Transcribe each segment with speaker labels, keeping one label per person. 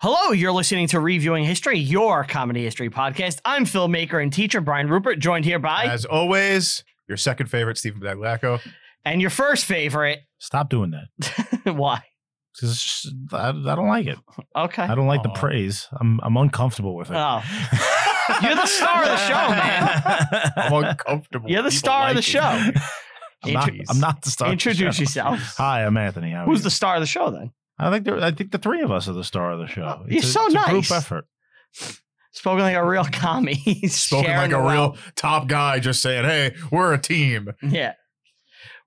Speaker 1: Hello, you're listening to Reviewing History, your comedy history podcast. I'm filmmaker and teacher Brian Rupert, joined here by
Speaker 2: As always, your second favorite, Stephen Badglacco.
Speaker 1: and your first favorite.
Speaker 3: Stop doing that.
Speaker 1: Why?
Speaker 3: 'Cause it's just- I, I don't like it.
Speaker 1: Okay.
Speaker 3: I don't like the
Speaker 2: Aw.
Speaker 3: praise. I'm I'm uncomfortable with it.
Speaker 1: Oh. You're the star of the show, man.
Speaker 2: I'm uncomfortable.
Speaker 1: You're the
Speaker 2: People
Speaker 1: star of the
Speaker 2: like
Speaker 1: show.
Speaker 2: you.
Speaker 3: I'm, not,
Speaker 1: Intro-
Speaker 3: I'm not the star.
Speaker 1: Introduce
Speaker 3: of the show.
Speaker 1: yourself.
Speaker 3: Hi, I'm Anthony. How are
Speaker 1: Who's
Speaker 3: you?
Speaker 1: the star of the show then?
Speaker 3: I think there- I think the three of us are the star of the show.
Speaker 1: Oh, you're so
Speaker 3: it's a
Speaker 1: nice.
Speaker 3: group effort.
Speaker 1: Spoken like a real commie. He's
Speaker 2: Spoken
Speaker 1: sharing
Speaker 2: like a
Speaker 1: the
Speaker 2: real
Speaker 1: wealth.
Speaker 2: top guy, just saying, "Hey, we're a team."
Speaker 1: Yeah.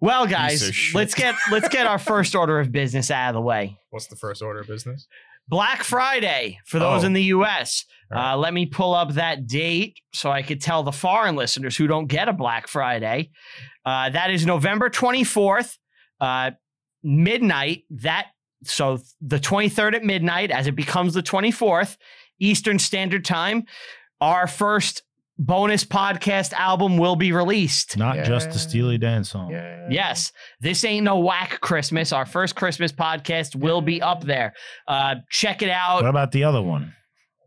Speaker 1: Well,
Speaker 2: of
Speaker 1: guys,
Speaker 2: shit.
Speaker 1: let's get let's get our first order of business out of the way.
Speaker 2: What's the first order of business?
Speaker 1: Black Friday for those
Speaker 2: Oh.
Speaker 1: in the US.
Speaker 2: Alright.
Speaker 1: Uh, let me pull up that date so I could tell the foreign listeners who don't get a Black Friday. Uh, that is November 24th, uh, midnight. That so the 23rd at midnight, as it becomes the 24th Eastern Standard Time, our first bonus podcast album will be released.
Speaker 3: Not just the
Speaker 2: Yeah.
Speaker 3: Steely Dan song.
Speaker 2: Yeah.
Speaker 1: Yes, this ain't no whack Christmas. Our first Christmas podcast will be up there. Uh, check it out.
Speaker 3: What about the other one?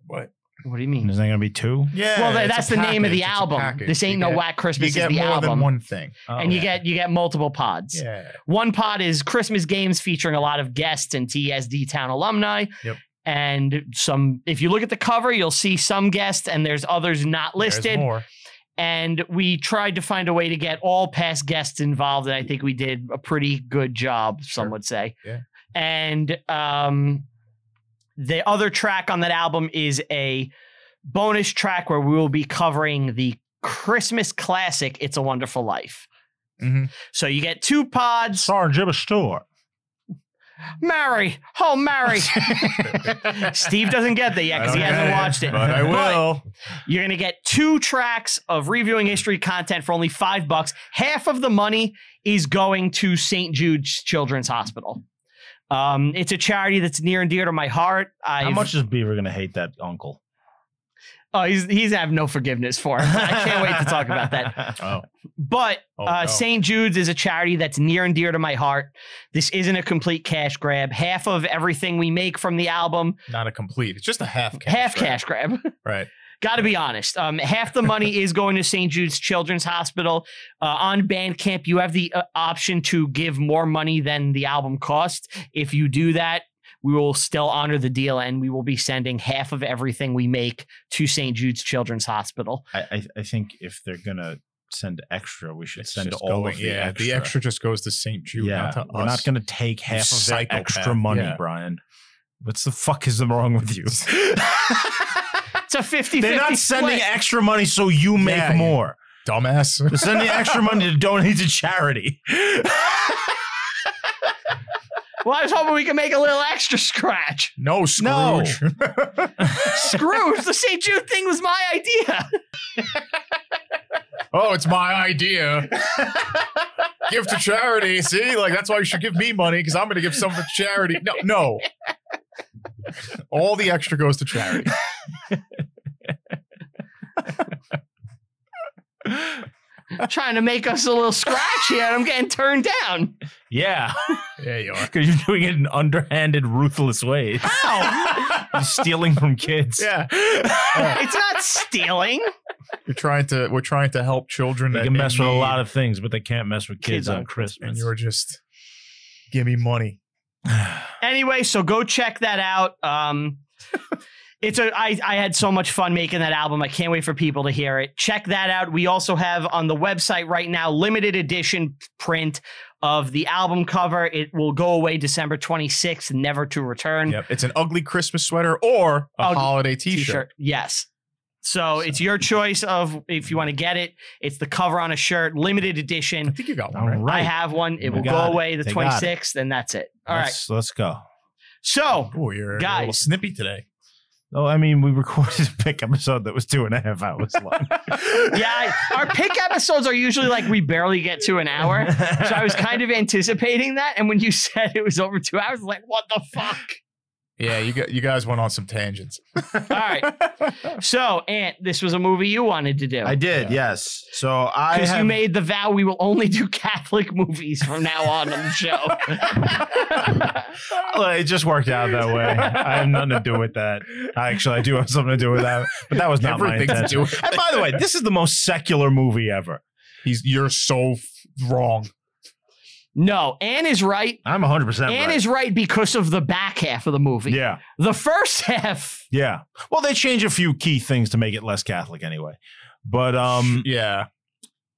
Speaker 2: What?
Speaker 1: What do you mean?
Speaker 3: Is there going to be two?
Speaker 2: Yeah.
Speaker 1: well, tha-
Speaker 2: it's a
Speaker 1: that's the name of the
Speaker 2: package, it's a
Speaker 1: album.
Speaker 2: package.
Speaker 1: This ain't
Speaker 2: You
Speaker 1: no
Speaker 2: get-
Speaker 1: whack
Speaker 2: You
Speaker 1: Christmas is
Speaker 2: get
Speaker 1: the
Speaker 2: more than
Speaker 1: album,
Speaker 2: one thing.
Speaker 3: Oh,
Speaker 1: and you
Speaker 3: yeah.
Speaker 1: get you get multiple pods.
Speaker 2: Yeah.
Speaker 1: One pod is Christmas games featuring a lot of guests and TSD Town alumni.
Speaker 2: Yep.
Speaker 1: And some, if you look at the cover, you'll see some guests, and there's others not
Speaker 2: There's
Speaker 1: listed.
Speaker 2: more.
Speaker 1: And we tried to find a way to get all past guests involved, and I think we did a pretty good job. Some
Speaker 2: Sure.
Speaker 1: would say.
Speaker 2: Yeah.
Speaker 1: And um, the other track on that album is a bonus track where we will be covering the Christmas classic "It's a Wonderful Life."
Speaker 2: Mhm.
Speaker 1: So you get two pods.
Speaker 3: Sarge Jibba Stewart.
Speaker 1: Mary, oh Mary. Steve doesn't get that yet because he
Speaker 2: I don't
Speaker 1: hasn't
Speaker 2: get
Speaker 1: watched it.
Speaker 2: but I will.
Speaker 1: You're going to get two tracks of reviewing history content for only five bucks. Half of the money is going to St. Jude's Children's Hospital. Um, it's a charity that's near and dear to my heart. i
Speaker 3: How much is Beaver going to hate that uncle?
Speaker 1: Oh, he's he's have no forgiveness for him. I can't wait to talk about that.
Speaker 3: Oh,
Speaker 1: But
Speaker 2: Oh,
Speaker 1: uh,
Speaker 2: no.
Speaker 1: St. Jude's is a charity that's near and dear to my heart. This isn't a complete cash grab. Half of everything we make from the album,
Speaker 2: Not a complete. It's just a half cash.
Speaker 1: half
Speaker 2: right?
Speaker 1: cash grab.
Speaker 2: Right.
Speaker 1: Got to be honest. Um, half the money is going to St. Jude's Children's Hospital. Uh, on Bandcamp, you have the uh, option to give more money than the album cost. If you do that, we will still honor the deal and we will be sending half of everything we make to St. Jude's Children's Hospital.
Speaker 3: I, I, I think if they're going to send extra, we should
Speaker 2: It's
Speaker 3: send
Speaker 2: just
Speaker 3: all
Speaker 2: going-
Speaker 3: of the
Speaker 2: yeah,
Speaker 3: extra.
Speaker 2: The extra just goes to St. Jude.
Speaker 3: yeah,
Speaker 2: not to
Speaker 3: we're
Speaker 2: us.
Speaker 3: not going to take half of that
Speaker 2: psychopath.
Speaker 3: extra money,
Speaker 2: Yeah.
Speaker 3: Brian. What's the fuck is wrong with you?
Speaker 1: It's a 50
Speaker 3: They're not sending extra money so you make
Speaker 2: Yeah, you-
Speaker 3: more.
Speaker 2: dumbass.
Speaker 3: They're sending extra money to donate to charity.
Speaker 1: Well, I was hoping we could make a little extra scratch.
Speaker 2: No,
Speaker 3: No.
Speaker 2: Scrooge.
Speaker 1: Scrooge, the St. Jude thing was my idea.
Speaker 2: oh, it's my idea. give to charity. See, like that's why you should give me money because I'm going to give some to charity. No, no. All the extra goes to charity.
Speaker 1: Trying to make us a little scratch here, and I'm getting turned down.
Speaker 3: yeah,
Speaker 2: There you are.
Speaker 3: because you're doing it in underhanded, ruthless ways.
Speaker 1: Ow!
Speaker 3: You're stealing from kids.
Speaker 2: Yeah,
Speaker 1: it's not stealing.
Speaker 2: you're trying to. We're trying to help children.
Speaker 3: They
Speaker 2: that
Speaker 3: can mess
Speaker 2: in
Speaker 3: with a
Speaker 2: need,
Speaker 3: lot of things, but they can't mess with kids,
Speaker 1: Kids on
Speaker 3: on Christmas.
Speaker 2: and you're just give me money.
Speaker 1: Anyway, so go check that out. Um, it's a I, I had so much fun making that album. I can't wait for people to hear it. Check that out. We also have on the website right now limited edition print of the album cover. It will go away December 26th, never to return.
Speaker 2: Yep, it's an ugly Christmas sweater or a
Speaker 1: Ugly
Speaker 2: holiday T-shirt.
Speaker 1: t-shirt. Yes. So, it's your choice of if you want to get it. It's the cover on a shirt, limited
Speaker 2: I
Speaker 1: edition.
Speaker 2: think you got one.
Speaker 3: All
Speaker 2: Right?
Speaker 1: I
Speaker 3: right.
Speaker 1: have one. It
Speaker 3: We
Speaker 1: will go
Speaker 3: got it.
Speaker 1: away the
Speaker 3: They got it.
Speaker 1: 26th, and that's it. All right.
Speaker 3: let's, let's go.
Speaker 1: So,
Speaker 2: Oh, you're, you're a little
Speaker 1: Guys.
Speaker 2: snippy today.
Speaker 3: Oh, I mean, we recorded a pick episode that was two and a half hours long.
Speaker 1: yeah, I- our pick episodes are usually like we barely get to an hour. So I was kind of anticipating that. And when you said it was over two hours, I was like, what the fuck?
Speaker 2: Yeah, you got you guys went on some tangents.
Speaker 1: All right. So, Ant, this was a movie you wanted to do.
Speaker 3: I did, yes. So I
Speaker 1: Because
Speaker 3: have,
Speaker 1: you made the vow we will only do Catholic movies from now on on the show.
Speaker 3: Well, it just worked out that way. I have nothing to do with that. Actually, I do have something to do with that, but that was not my
Speaker 2: Everything to
Speaker 3: intention.
Speaker 2: do.
Speaker 3: And by the way, this is the most secular movie ever.
Speaker 2: He's you're so f- wrong.
Speaker 1: No, Anne is right.
Speaker 3: I'm 100 percent
Speaker 1: Anne
Speaker 3: right.
Speaker 1: is right because of the back half of the movie.
Speaker 3: yeah,
Speaker 1: The first half,
Speaker 3: yeah. Well, they change a few key things to make it less Catholic anyway. But um,
Speaker 2: Yeah,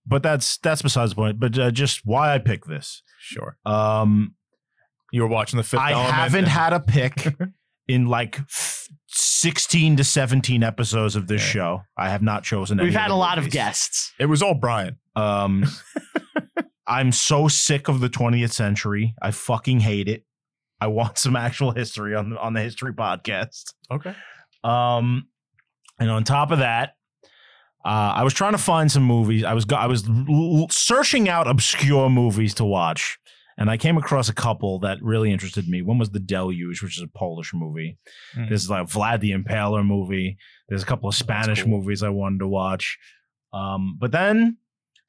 Speaker 3: but that's that's besides the point. But uh, just why I picked this.
Speaker 2: sure.
Speaker 3: Um,
Speaker 2: You were watching the fifth.
Speaker 3: I
Speaker 2: Element
Speaker 3: haven't
Speaker 2: and-
Speaker 3: had a pick in like f- 16 to 17 episodes of this
Speaker 2: Okay.
Speaker 3: show. I have not chosen. any
Speaker 1: we've had
Speaker 3: the
Speaker 1: a lot of
Speaker 3: movies.
Speaker 1: guests.
Speaker 2: It was all Brian.
Speaker 3: Um, I'm so sick of the 20th century. I fucking hate it. I want some actual history on the, on the history podcast.
Speaker 2: Okay.
Speaker 3: Um, and on top of that, uh, I was trying to find some movies. I was go- I was l- l- searching out obscure movies to watch, and I came across a couple that really interested me. One was The Deluge, which is a Polish movie.
Speaker 2: Hmm.
Speaker 3: There's like Vlad the Impaler movie. There's a
Speaker 1: Oh,
Speaker 3: couple of Spanish
Speaker 2: cool.
Speaker 3: movies I wanted to watch. Um, but then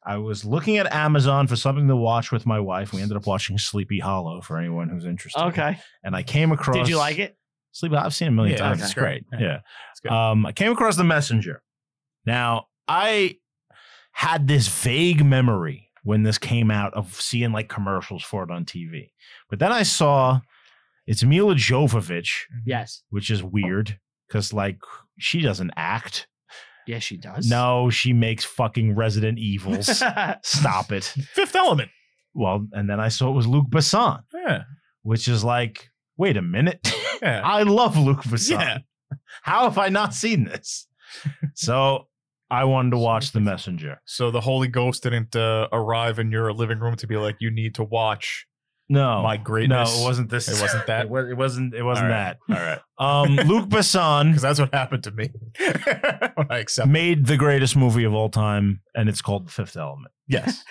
Speaker 3: I was looking at Amazon for something to watch with my wife. We ended up watching Sleepy Hollow for anyone who's interested.
Speaker 1: Okay.
Speaker 3: And I came across.
Speaker 1: Did you like it?
Speaker 3: Sleep. I've seen it a million
Speaker 2: Yeah,
Speaker 3: times.
Speaker 1: okay.
Speaker 3: It's great.
Speaker 2: Yeah.
Speaker 3: Yeah.
Speaker 2: It's good.
Speaker 3: Um, I came across the messenger. Now I had this vague memory when this came out of seeing like commercials for it on TV, but then I saw it's Mila Jovovich,
Speaker 1: Yes.
Speaker 3: which is weird because like she doesn't act.
Speaker 1: Yes, she does.
Speaker 3: No, she makes fucking Resident Evils. Stop it.
Speaker 2: Fifth Element.
Speaker 3: Well, and then I saw it was Luke Besson,
Speaker 2: Yeah.
Speaker 3: which is like, wait a minute.
Speaker 2: Yeah.
Speaker 3: I love Luke Besson.
Speaker 2: Yeah.
Speaker 3: How have I not seen this? so I wanted to watch The Messenger.
Speaker 2: So the Holy Ghost didn't uh, arrive in your living room to be like, you need to watch
Speaker 3: No,
Speaker 2: my
Speaker 3: no,
Speaker 2: greatness.
Speaker 3: it wasn't this.
Speaker 2: It wasn't that?
Speaker 3: It, was, it wasn't. It wasn't
Speaker 2: All right.
Speaker 3: that.
Speaker 2: All right.
Speaker 3: Um, Luke Besson
Speaker 2: Because that's what happened to me. When I accept.
Speaker 3: made the greatest movie of all time, and it's called The Fifth Element.
Speaker 2: Yes.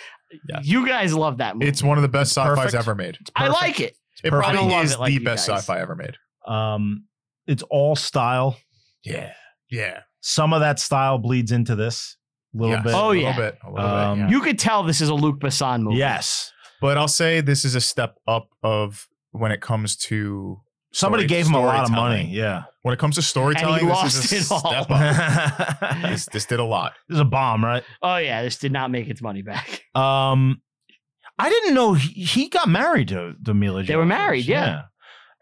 Speaker 1: You guys love that movie.
Speaker 2: It's one of the best sci-fi's
Speaker 3: Perfect.
Speaker 2: ever made.
Speaker 1: I like it.
Speaker 2: It
Speaker 3: perfect. I
Speaker 2: probably
Speaker 1: love
Speaker 2: is
Speaker 1: it like
Speaker 2: the
Speaker 1: you
Speaker 2: best
Speaker 1: guys.
Speaker 2: sci-fi ever made.
Speaker 3: Um, it's all style.
Speaker 2: Yeah. Yeah.
Speaker 3: Some of that style bleeds into this a little
Speaker 2: Yes.
Speaker 3: bit.
Speaker 1: Oh,
Speaker 2: a
Speaker 1: yeah.
Speaker 2: Little bit, a little
Speaker 3: Um,
Speaker 2: bit. yeah.
Speaker 1: You could tell this is a Luke Besson movie.
Speaker 3: yes.
Speaker 2: But I'll say this is a step up of when it comes to
Speaker 3: Somebody
Speaker 2: Story-
Speaker 3: gave him a lot of
Speaker 2: storytelling.
Speaker 3: money. Yeah.
Speaker 2: when it comes to storytelling.
Speaker 1: And he
Speaker 2: this is a
Speaker 1: lost it all.
Speaker 2: step up.
Speaker 3: this
Speaker 2: this, this did a lot.
Speaker 3: is a bomb, right?
Speaker 1: Oh yeah, this did not make its money back.
Speaker 3: Um, I didn't know he, he got married to, to Mila.
Speaker 1: They were
Speaker 3: Jovovich,
Speaker 1: married, yeah.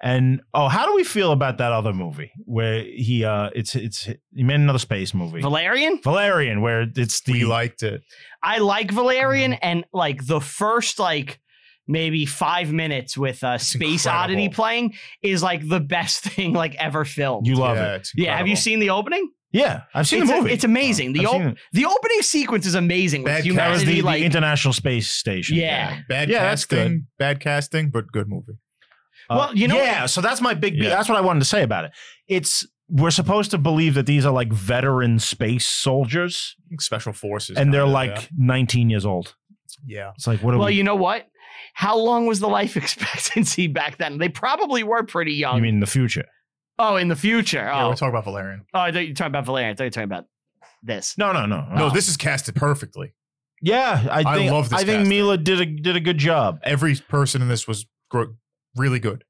Speaker 3: And oh, how do we feel about that other movie where he uh, it's it's he made another space movie,
Speaker 1: Valerian?
Speaker 3: Valerian, where it's the
Speaker 2: we liked it.
Speaker 1: I like Valerian
Speaker 3: Mm-hmm.
Speaker 1: and like the first like maybe five minutes with uh, Space
Speaker 2: incredible.
Speaker 1: Oddity playing is like the best thing like ever filmed.
Speaker 3: you love
Speaker 2: yeah,
Speaker 3: it.
Speaker 2: it's
Speaker 1: yeah, have you
Speaker 2: incredible.
Speaker 1: seen the opening?
Speaker 3: Yeah, I've seen
Speaker 1: it's
Speaker 3: the
Speaker 1: a-
Speaker 3: movie.
Speaker 1: it's amazing. The
Speaker 3: I've
Speaker 1: op-
Speaker 3: seen it.
Speaker 1: the opening sequence is amazing with
Speaker 2: Bad
Speaker 3: that was
Speaker 1: humanity
Speaker 3: the, the
Speaker 1: like
Speaker 3: International Space Station.
Speaker 1: yeah.
Speaker 2: bad
Speaker 3: Yeah, that's
Speaker 2: casting? Bad casting, but good movie.
Speaker 3: Uh,
Speaker 1: Well, you know-
Speaker 3: yeah. So that's my big. beef.
Speaker 2: Yeah.
Speaker 3: That's what I wanted to say about it. It's we're supposed to believe that these are like veteran space soldiers,
Speaker 2: Special forces,
Speaker 3: and they're
Speaker 2: kinda,
Speaker 3: like 19 years old.
Speaker 2: yeah.
Speaker 3: It's like what are
Speaker 1: Well,
Speaker 3: we?
Speaker 1: you know what? How long was the life expectancy back then? They probably were pretty young.
Speaker 3: you mean in the future?
Speaker 1: oh, in the future.
Speaker 2: yeah. yeah,
Speaker 1: Oh,
Speaker 2: we're talking about Valerian.
Speaker 1: oh I thought you were talking about Valerian. I thought you were talking about this.
Speaker 3: No, no, no.
Speaker 2: No, this is casted perfectly.
Speaker 3: Yeah, I
Speaker 2: I
Speaker 3: think I,
Speaker 2: love this
Speaker 3: think
Speaker 2: casting.
Speaker 3: Mila did a did a good job.
Speaker 2: Every person in this was gro- really good,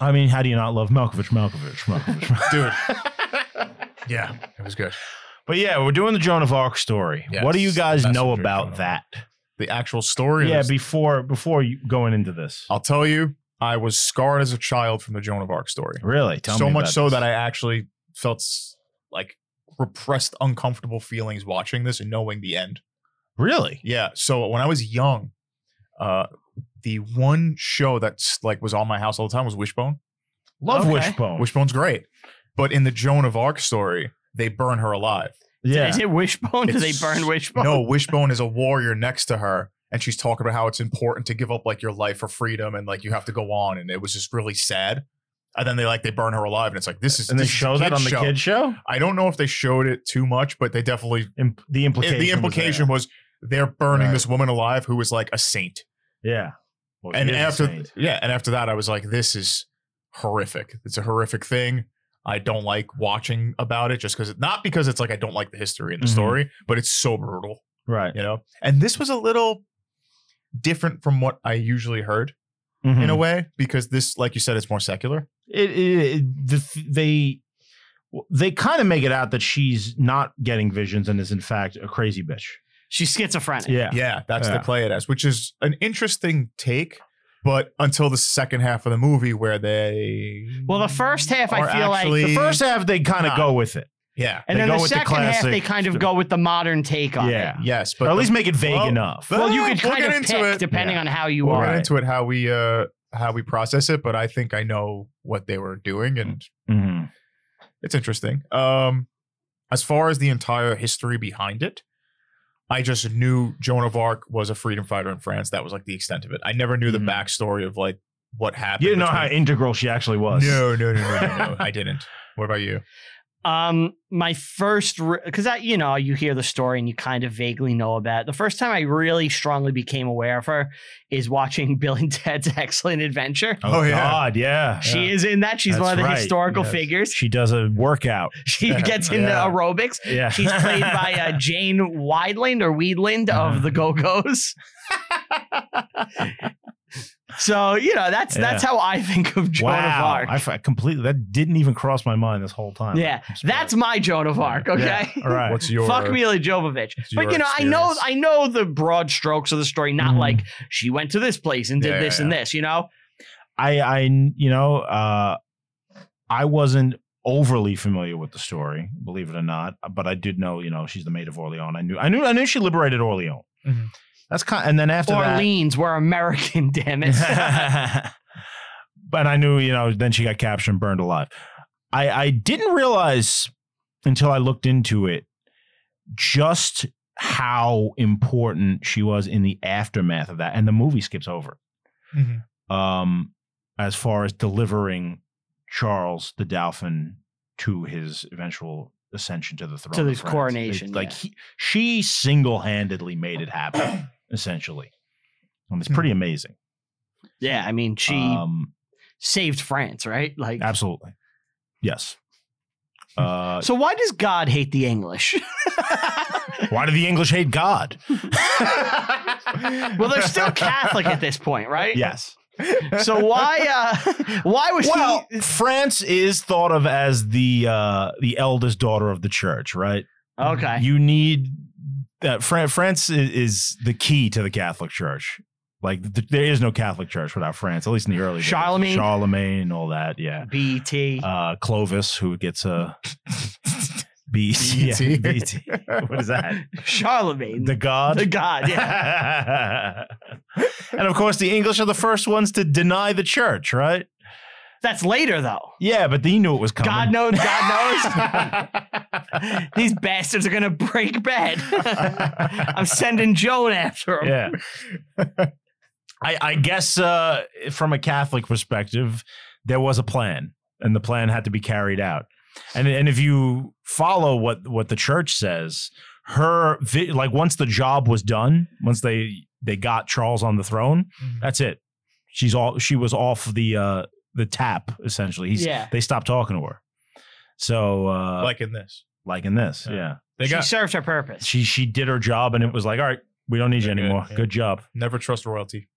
Speaker 3: I mean, how do you not love Malkovich? Malkovich, Malkovich. Mal-
Speaker 2: dude. yeah, it was good.
Speaker 3: but yeah, we're doing the Joan of Arc story.
Speaker 2: Yes,
Speaker 3: what do you guys
Speaker 2: Messenger
Speaker 3: know
Speaker 2: Joan
Speaker 3: about
Speaker 2: of
Speaker 3: that?
Speaker 2: Arc. The actual story.
Speaker 3: Yeah,
Speaker 2: is-
Speaker 3: before before you going into this,
Speaker 2: I'll tell you, I was scarred as a child from the Joan of Arc story.
Speaker 3: really, tell
Speaker 2: so
Speaker 3: me
Speaker 2: much
Speaker 3: about
Speaker 2: so
Speaker 3: this.
Speaker 2: that I actually felt s- like repressed, uncomfortable feelings watching this and knowing the end.
Speaker 3: really
Speaker 2: Yeah. So when I was young, uh, the one show that's like was on my house all the time was Wishbone.
Speaker 3: love
Speaker 1: Okay.
Speaker 3: Wishbone.
Speaker 2: Wishbone's great, but in the Joan of Arc story, they burn her alive.
Speaker 3: yeah,
Speaker 1: Is it Wishbone? Do they
Speaker 2: It's-
Speaker 1: burn Wishbone?
Speaker 2: No, Wishbone is a warrior next to her, and she's talking about how it's important to give up like your life for freedom and like you have to go on. And it was just really sad. And then they like they burn her alive, and it's like this is
Speaker 3: and they
Speaker 2: this is a
Speaker 3: show that
Speaker 2: kid's
Speaker 3: on the
Speaker 2: show.
Speaker 3: kid show.
Speaker 2: I don't know if they showed it too much, but they definitely
Speaker 3: Imp- the implication.
Speaker 2: the
Speaker 3: was
Speaker 2: implication
Speaker 3: there.
Speaker 2: was, they're burning
Speaker 3: Right.
Speaker 2: this woman alive who was like a saint.
Speaker 3: yeah. Well,
Speaker 2: and
Speaker 3: it is
Speaker 2: after
Speaker 3: insane.
Speaker 2: yeah, and after that I was like, this is horrific. It's a horrific thing. I don't like watching about it just because it not because it's like I don't like the history and the
Speaker 3: Mhm.
Speaker 2: story, but it's so brutal,
Speaker 3: Right.
Speaker 2: you know. And this was a little different from what I usually heard in a
Speaker 3: Hmm.
Speaker 2: way because this, like you said, it's more secular.
Speaker 3: it, it, it the, f- they they kind of make it out that she's not getting visions and is in fact a crazy bitch.
Speaker 1: She's schizophrenic.
Speaker 3: Yeah.
Speaker 2: Yeah, that's
Speaker 3: Yeah.
Speaker 2: the play it as, which is an interesting take. But until the second half of the movie, where they
Speaker 1: Well, the first half, I
Speaker 2: Or
Speaker 1: feel like-
Speaker 2: actually-
Speaker 3: The first half they kind of
Speaker 2: Nah.
Speaker 3: go with it.
Speaker 2: yeah,
Speaker 1: And
Speaker 3: They
Speaker 1: then
Speaker 3: go
Speaker 1: the
Speaker 3: with the
Speaker 1: second half, they
Speaker 3: classic-
Speaker 1: kind of go with the modern take on
Speaker 3: Yeah.
Speaker 1: it.
Speaker 2: yes,
Speaker 3: Or
Speaker 2: but
Speaker 3: at
Speaker 2: the-
Speaker 3: least make it vague
Speaker 2: well,
Speaker 3: enough.
Speaker 1: Well, you could
Speaker 2: We'll
Speaker 1: kind
Speaker 2: get
Speaker 1: of
Speaker 2: into
Speaker 1: pick
Speaker 2: it.
Speaker 1: depending
Speaker 3: Yeah.
Speaker 1: on how you
Speaker 2: we'll
Speaker 1: are.
Speaker 2: get
Speaker 3: Right.
Speaker 2: into it how we uh how we process it but i think i know what they were doing and
Speaker 3: Mhm.
Speaker 2: it's interesting um as far as the entire history behind it i just knew joan of arc was a freedom fighter in france that was like the extent of it i never knew the
Speaker 3: Mhm.
Speaker 2: backstory of like what happened
Speaker 3: You didn't know how
Speaker 2: between-
Speaker 3: integral she actually was.
Speaker 2: no no no no, no, no. i didn't what about you
Speaker 1: Um, my first, because I, you know, you hear the story and you kind of vaguely know about it. The first time I really strongly became aware of her is watching Bill and Ted's Excellent Adventure.
Speaker 3: Oh,
Speaker 2: Oh, yeah.
Speaker 3: God, yeah.
Speaker 1: She is in that. She's one
Speaker 3: That's
Speaker 1: of the
Speaker 3: right,
Speaker 1: historical
Speaker 2: yes.
Speaker 1: figures.
Speaker 3: She does a workout.
Speaker 1: She gets into
Speaker 2: Yeah.
Speaker 1: aerobics.
Speaker 3: Yeah.
Speaker 1: She's played by uh, Jane Wideland or Weedland
Speaker 3: Uh-huh.
Speaker 2: Mm-hmm.
Speaker 1: of the Go Go's. so you know that's that's how I think of Joan of
Speaker 3: wow.
Speaker 1: Arc.
Speaker 3: I f- I completely that didn't even cross my mind this whole time.
Speaker 1: Yeah,
Speaker 3: I'm surprised.
Speaker 1: that's my Joan of Arc. Okay.
Speaker 3: Yeah. All right.
Speaker 2: what's your
Speaker 1: Fuck Mila Jovovich.
Speaker 2: It's
Speaker 1: But
Speaker 2: your
Speaker 1: you know, I know I
Speaker 2: experience. Mm-hmm.
Speaker 1: know the broad strokes of the story, not
Speaker 3: Mhm.
Speaker 1: like she went to this place and did
Speaker 2: Yeah,
Speaker 1: this
Speaker 2: yeah,
Speaker 1: and this, you know?
Speaker 3: I I you know uh I wasn't overly familiar with the story, believe it or not, uh, but I did know you know she's the maid of Orleans. I knew I knew I knew she liberated Orleans.
Speaker 2: Mhm.
Speaker 3: That's kind and then after
Speaker 1: Orleans, we're American, damn it.
Speaker 3: that, but I knew you know then she got captured and burned alive. I I didn't realize until I looked into it just how important she was in the aftermath of that, and the movie skips over
Speaker 2: Mhm.
Speaker 3: um, as far as delivering Charles the Dauphin to his eventual ascension to the throne.
Speaker 1: To
Speaker 3: of
Speaker 1: his
Speaker 3: France.
Speaker 1: coronation,
Speaker 3: It- like
Speaker 1: yeah.
Speaker 3: he, she single handedly made it happen, essentially. And it's pretty amazing.
Speaker 1: yeah, I mean, she
Speaker 3: um,
Speaker 1: saved France, right? Like
Speaker 3: absolutely, yes. Uh,
Speaker 1: So why does God hate the English?
Speaker 3: why do the English hate God?
Speaker 2: Mm-hmm.
Speaker 1: well, they're still Catholic at this point, right?
Speaker 3: Yes.
Speaker 1: So why uh why was
Speaker 3: Well,
Speaker 1: he
Speaker 3: France is thought of as the uh, the eldest daughter of the church, right?
Speaker 1: Okay.
Speaker 3: you need that Fran- France is, is the key to the Catholic Church. Like th- there is no Catholic Church without France, at least in the early days.
Speaker 1: Charlemagne?
Speaker 3: Charlemagne, and all that. Yeah,
Speaker 1: BT.
Speaker 3: uh, Clovis, who gets a BT.
Speaker 2: BT.
Speaker 3: Yeah, BT. What is that?
Speaker 1: Charlemagne.
Speaker 3: The God.
Speaker 1: the God, yeah.
Speaker 3: and of course, the English are the first ones to deny the Church, right?
Speaker 1: That's later though.
Speaker 3: Yeah, but they knew it was coming.
Speaker 1: God knows, God knows. These bastards are gonna break bad. I'm sending Joan after him.
Speaker 3: yeah. I, I guess uh, from a Catholic perspective, there was a plan, and the plan had to be carried out. And and if you follow what what the church says, her vi- like once the job was done, once they they got Charles on the throne, that's it. She's all she was off the uh, the tap essentially. He's,
Speaker 1: Yeah.
Speaker 3: they stopped talking to her. So uh, like
Speaker 2: like in this
Speaker 3: like in this,
Speaker 2: Yeah.
Speaker 3: yeah,
Speaker 2: they
Speaker 1: she
Speaker 2: got
Speaker 1: served her purpose.
Speaker 3: she she did her job, and it was like all right. We don't need you
Speaker 2: They're good,
Speaker 3: anymore.
Speaker 2: yeah.
Speaker 3: Good job.
Speaker 2: never trust royalty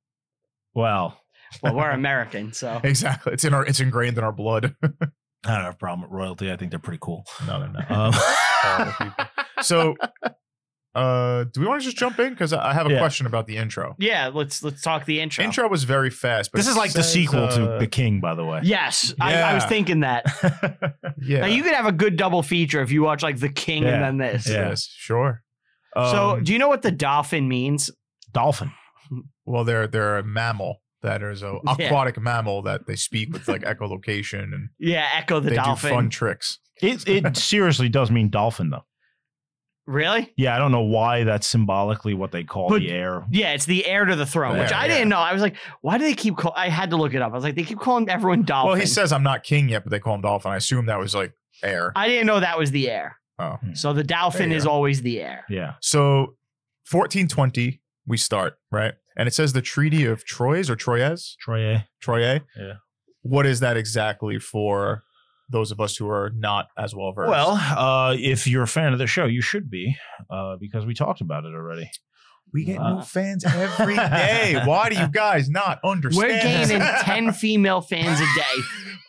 Speaker 3: Well,
Speaker 1: well, we're American, so
Speaker 2: Exactly. It's in our. It's ingrained in our blood.
Speaker 3: I don't have a problem with royalty. I think they're pretty cool.
Speaker 2: no, no, no.
Speaker 3: Um,
Speaker 2: Horrible people. So, uh, do we want to just jump in? Because I I have a
Speaker 3: Yeah.
Speaker 2: question about the intro.
Speaker 1: yeah. Let's let's talk the intro.
Speaker 2: Intro was very fast. But
Speaker 3: this
Speaker 2: it
Speaker 3: is like the
Speaker 2: says,
Speaker 3: sequel to
Speaker 2: uh,
Speaker 3: The King, by the way.
Speaker 1: Yes, I, I was
Speaker 2: Yeah.
Speaker 1: thinking that.
Speaker 2: yeah.
Speaker 1: Now you could have a good double feature if you watch like The King
Speaker 3: Yeah.
Speaker 1: and then this.
Speaker 3: Yeah.
Speaker 2: Yes, sure.
Speaker 1: So,
Speaker 2: Um,
Speaker 1: do you know what the dolphin means?
Speaker 3: Dolphin.
Speaker 2: well, they're they're a mammal that is a
Speaker 1: Yeah.
Speaker 2: aquatic mammal that they speak with like echolocation and
Speaker 1: Yeah, echo the
Speaker 2: they
Speaker 1: dolphin.
Speaker 2: do fun tricks.
Speaker 3: It it seriously does mean dolphin though.
Speaker 1: Really?
Speaker 3: Yeah, I don't know why that's symbolically what they call
Speaker 1: But-
Speaker 3: the air.
Speaker 1: Yeah, it's the heir to the throne, which
Speaker 2: Yeah,
Speaker 1: I
Speaker 2: yeah.
Speaker 1: didn't know. I was like, why do they keep call? I had to look it up. I was like, they keep calling everyone dolphin.
Speaker 2: Well, he says I'm not king yet, but they call him dolphin. I assume that was like air.
Speaker 1: I didn't know that was the heir.
Speaker 2: oh,
Speaker 1: So the dolphin
Speaker 2: There you
Speaker 1: is
Speaker 2: go.
Speaker 1: always the heir.
Speaker 3: Yeah.
Speaker 2: so 1420 we start right, and it says the Treaty of Troyes or Troyes.
Speaker 3: Troyer.
Speaker 2: Troyer.
Speaker 3: Yeah.
Speaker 2: what is that exactly for those of us who are not as well versed?
Speaker 3: Well, uh, if you're a fan of the show, you should be uh, because we talked about it already.
Speaker 2: we get
Speaker 3: uh,
Speaker 2: new fans every day. Why do you guys not understand?
Speaker 1: We're gaining 10 female fans a day.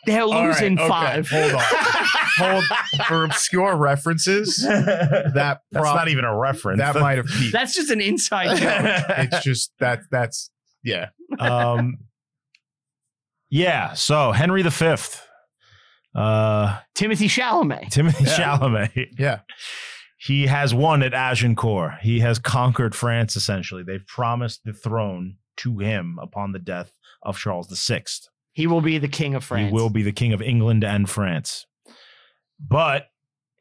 Speaker 1: They're
Speaker 2: All right,
Speaker 1: losing
Speaker 2: okay,
Speaker 1: five.
Speaker 2: Hold on. Hold for obscure references.
Speaker 3: That's
Speaker 2: That prob-
Speaker 3: not even a reference.
Speaker 2: that might have peaked.
Speaker 1: That's just an inside joke.
Speaker 2: it's just that that's yeah.
Speaker 3: um, yeah. So Henry V, uh,
Speaker 1: Timothy Chalamet.
Speaker 3: Timothy
Speaker 2: Yeah.
Speaker 3: Chalamet.
Speaker 2: Yeah.
Speaker 3: He has won at Agincourt. He has conquered France, essentially. They've promised the throne to him upon the death of Charles VI.
Speaker 1: He will be the king of France.
Speaker 3: He will be the king of England and France. But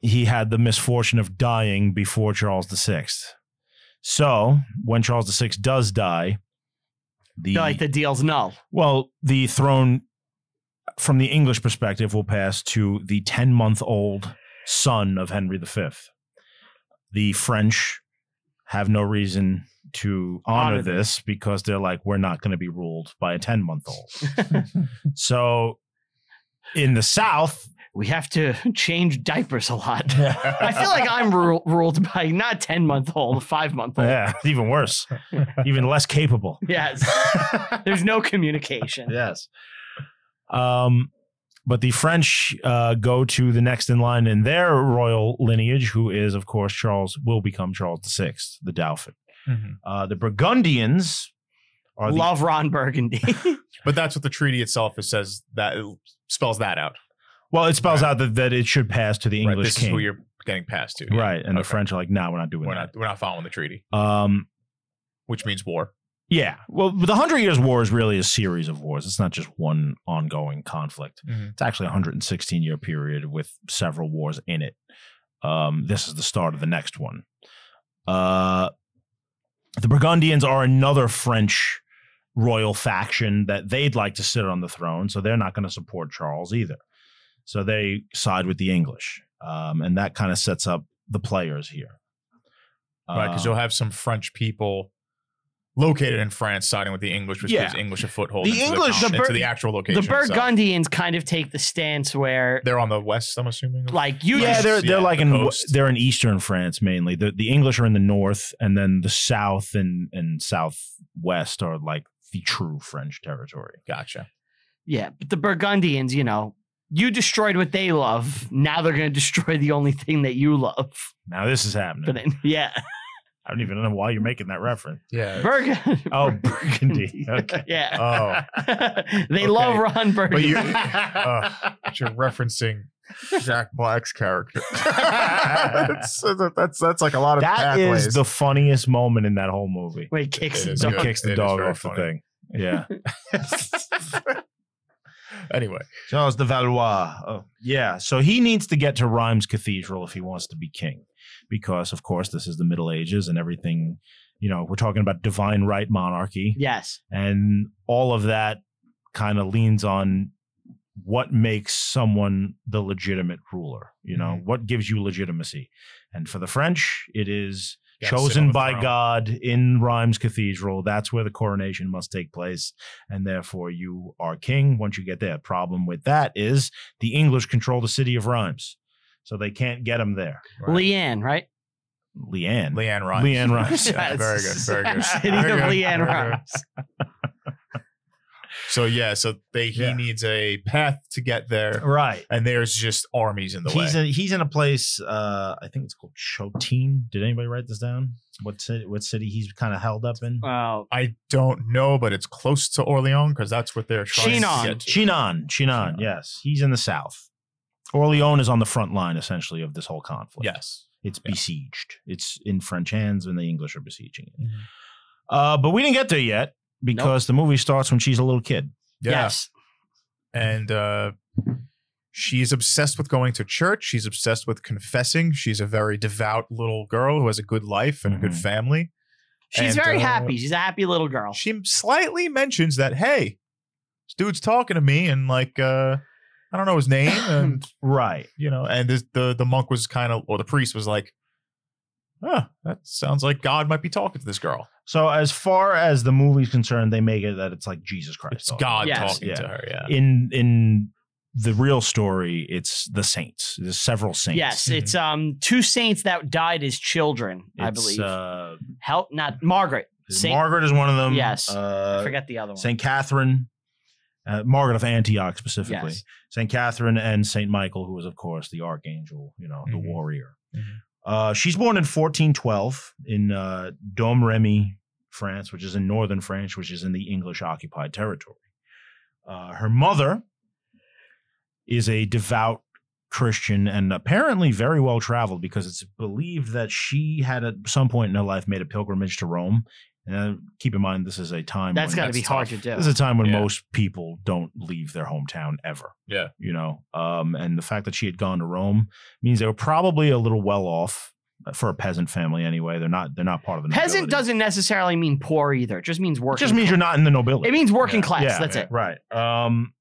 Speaker 3: he had the misfortune of dying before Charles VI. So when Charles VI does die, the,
Speaker 1: Like the deal's null.
Speaker 3: well, the throne from the English perspective will pass to the 10 month old son of Henry V. The French have no reason to honor,
Speaker 1: Honor them.
Speaker 3: this because they're like, we're not going to be ruled by a 10 month old. so in the South,
Speaker 1: We have to change diapers a lot. I feel like I'm ru- ruled by not 10 month old, five month old.
Speaker 3: yeah, even worse, even less capable.
Speaker 1: Yes. There's no communication.
Speaker 3: yes. Um, but the French uh, go to the next in line in their royal lineage, who is, of course, Charles will become Charles VI, the Dauphin.
Speaker 2: Mm-hmm.
Speaker 3: Uh, the Burgundians are the,
Speaker 1: Love Ron Burgundy.
Speaker 2: But that's what the treaty itself is, says that it spells that out.
Speaker 3: well. It spells out that, that it should pass to the
Speaker 2: Right,
Speaker 3: English
Speaker 2: this
Speaker 3: king,
Speaker 2: is who you're getting passed to.
Speaker 3: right? And the
Speaker 2: Okay.
Speaker 3: French are like, "No, nah, we're not doing
Speaker 2: We're
Speaker 3: that."
Speaker 2: not we're not following the treaty,
Speaker 3: Um,
Speaker 2: which means war.
Speaker 3: yeah. Well, the Hundred Years' War is really a series of wars. It's not just one ongoing conflict. It's actually a 116 year period with several wars in it. Um, this is the start of the next one. Uh, the Burgundians are another French royal faction that they'd like to sit on the throne, so they're not going to support Charles either. So they side with the English, um, and that kind of sets up the players here.
Speaker 2: Right, because
Speaker 3: Uh,
Speaker 2: you'll have some French people located in France siding with the English, which
Speaker 3: Yeah.
Speaker 2: gives English a foothold
Speaker 3: The
Speaker 2: into
Speaker 3: English-
Speaker 2: the,
Speaker 1: the
Speaker 2: con-
Speaker 1: Bur-
Speaker 2: into the actual
Speaker 1: the
Speaker 2: location. so
Speaker 1: Burgundians kind of take the stance where,
Speaker 2: they're on the west, I'm assuming.
Speaker 1: like, you
Speaker 3: yeah,
Speaker 1: just-
Speaker 3: they're they're
Speaker 2: yeah,
Speaker 3: like
Speaker 2: the
Speaker 3: in
Speaker 2: coast.
Speaker 3: they're in eastern France mainly. The the English are in the north, and then the south and and southwest are like the true French territory.
Speaker 2: Gotcha.
Speaker 1: yeah, but the Burgundians, you know, you destroyed what they love. Now they're going to destroy the only thing that you love.
Speaker 3: Now this is happening.
Speaker 1: But yeah,
Speaker 3: I don't even know why you're making that reference.
Speaker 2: Yeah.
Speaker 1: Burg-
Speaker 3: Oh, Burgundy. Okay.
Speaker 1: yeah.
Speaker 2: Oh,
Speaker 1: they love
Speaker 2: okay.
Speaker 1: Ron
Speaker 2: but
Speaker 1: Burgundy.
Speaker 2: you, uh, but you're referencing Jack Black's character. that's, that's that's like a lot of
Speaker 3: That
Speaker 2: pathways.
Speaker 3: is the funniest moment in that whole movie.
Speaker 1: Where he kicks
Speaker 2: It
Speaker 1: the
Speaker 2: is
Speaker 1: dog.
Speaker 2: good.
Speaker 3: Kicks the
Speaker 2: It is
Speaker 3: dog
Speaker 2: very
Speaker 3: off the
Speaker 2: funny.
Speaker 3: thing. Yeah.
Speaker 2: anyway.
Speaker 3: Charles de Valois. Oh, yeah. So he needs to get to Rheims Cathedral if he wants to be king, because of course this is the Middle Ages and everything. You know, we're talking about divine right monarchy,
Speaker 1: Yes.
Speaker 3: and all of that kind of leans on what makes someone the legitimate ruler. You know,
Speaker 2: Mhm.
Speaker 3: what gives you legitimacy, and for the French, it is.
Speaker 2: Yeah, sit on
Speaker 3: Chosen
Speaker 2: the
Speaker 3: by
Speaker 2: throne.
Speaker 3: God in Rheims Cathedral. That's where the coronation must take place. And therefore, you are king once you get there. Problem with that is the English control the city of Rheims. So they can't get him there.
Speaker 2: Right.
Speaker 1: Leanne, right?
Speaker 3: Leanne.
Speaker 2: Leanne Rhymes.
Speaker 3: Leanne Rhymes.
Speaker 2: Yeah, very good. Very good.
Speaker 1: City
Speaker 2: Very
Speaker 1: of
Speaker 2: good,
Speaker 1: Leanne
Speaker 2: very good.
Speaker 1: Rhymes.
Speaker 2: So yeah, so they he
Speaker 3: Yeah.
Speaker 2: needs a path to get there,
Speaker 3: Right.
Speaker 2: and there's just armies in the
Speaker 3: He's
Speaker 2: way.
Speaker 3: in, he's in a place, uh, I think it's called Chotin. Did anybody write this down? What city, what city he's kind of held up in?
Speaker 1: Wow.
Speaker 2: I don't know, but it's close to Orleans because that's what they're trying
Speaker 1: Chinon.
Speaker 2: to get to.
Speaker 3: Chinon. Chinon,
Speaker 2: Chinon.
Speaker 3: yes. He's in the south. Orleans is on the front line, essentially, of this whole conflict.
Speaker 2: Yes.
Speaker 3: It's
Speaker 2: Yeah.
Speaker 3: besieged. It's in French hands, and the English are besieging it.
Speaker 1: Mm-hmm.
Speaker 3: Uh, but we didn't get there yet because the movie starts when she's a little kid.
Speaker 2: Yeah.
Speaker 1: Yes.
Speaker 2: and uh, she's obsessed with going to church. She's obsessed with confessing. She's a very devout little girl who has a good life and a good
Speaker 3: Mhm.
Speaker 2: family.
Speaker 1: She's
Speaker 2: And,
Speaker 1: very
Speaker 2: uh,
Speaker 1: happy. She's a happy little girl.
Speaker 2: She slightly mentions that, hey, this dude's talking to me, and like, uh, I don't know his name, and
Speaker 3: Right.
Speaker 2: you know, and this, the the monk was kind of, or the priest was like, huh, that sounds like God might be talking to this girl.
Speaker 3: So as far as the movie's concerned, they make it that it's like Jesus Christ.
Speaker 2: It's God
Speaker 1: Yes.
Speaker 2: talking
Speaker 3: Yeah.
Speaker 2: to her. Yeah.
Speaker 3: In in the real story, it's the saints. There's several saints.
Speaker 1: Yes,
Speaker 2: hmm.
Speaker 1: it's um two saints that died as children, I
Speaker 3: It's,
Speaker 1: believe.
Speaker 3: Uh,
Speaker 1: Hel- not Margaret. Saint-
Speaker 3: Margaret is one of them.
Speaker 1: Yes. I
Speaker 3: Uh,
Speaker 1: forget the other one.
Speaker 3: Saint Catherine, uh, Margaret of Antioch specifically,
Speaker 1: Yes.
Speaker 3: Saint Catherine and Saint Michael, who was of course the archangel, you know, the
Speaker 1: Mm-hmm.
Speaker 2: Mhm.
Speaker 3: warrior.
Speaker 2: Mhm.
Speaker 3: Uh, she's born in 1412 in uh, Domremy, France, which is in northern France, which is in the English occupied territory. Uh, her mother is a devout Christian and apparently very well traveled because it's believed that she had at some point in her life made a pilgrimage to Rome. And uh, keep in mind, this is a time
Speaker 1: That's
Speaker 3: when-
Speaker 1: got to
Speaker 2: that's
Speaker 1: be hard to
Speaker 2: tough.
Speaker 1: do.
Speaker 3: this is a time when
Speaker 2: Yeah.
Speaker 3: most people don't leave their hometown ever.
Speaker 2: Yeah.
Speaker 3: You know, um, and the fact that she had gone to Rome means they were probably a little well off uh, for a peasant family anyway. They're not they're not part of the
Speaker 1: Peasant
Speaker 3: nobility.
Speaker 1: doesn't necessarily mean poor either. It just means
Speaker 3: it
Speaker 1: working.
Speaker 3: just means you're not in the nobility.
Speaker 1: it means working
Speaker 3: Yeah,
Speaker 1: class.
Speaker 3: yeah,
Speaker 1: that's
Speaker 2: yeah.
Speaker 1: it.
Speaker 3: right. Um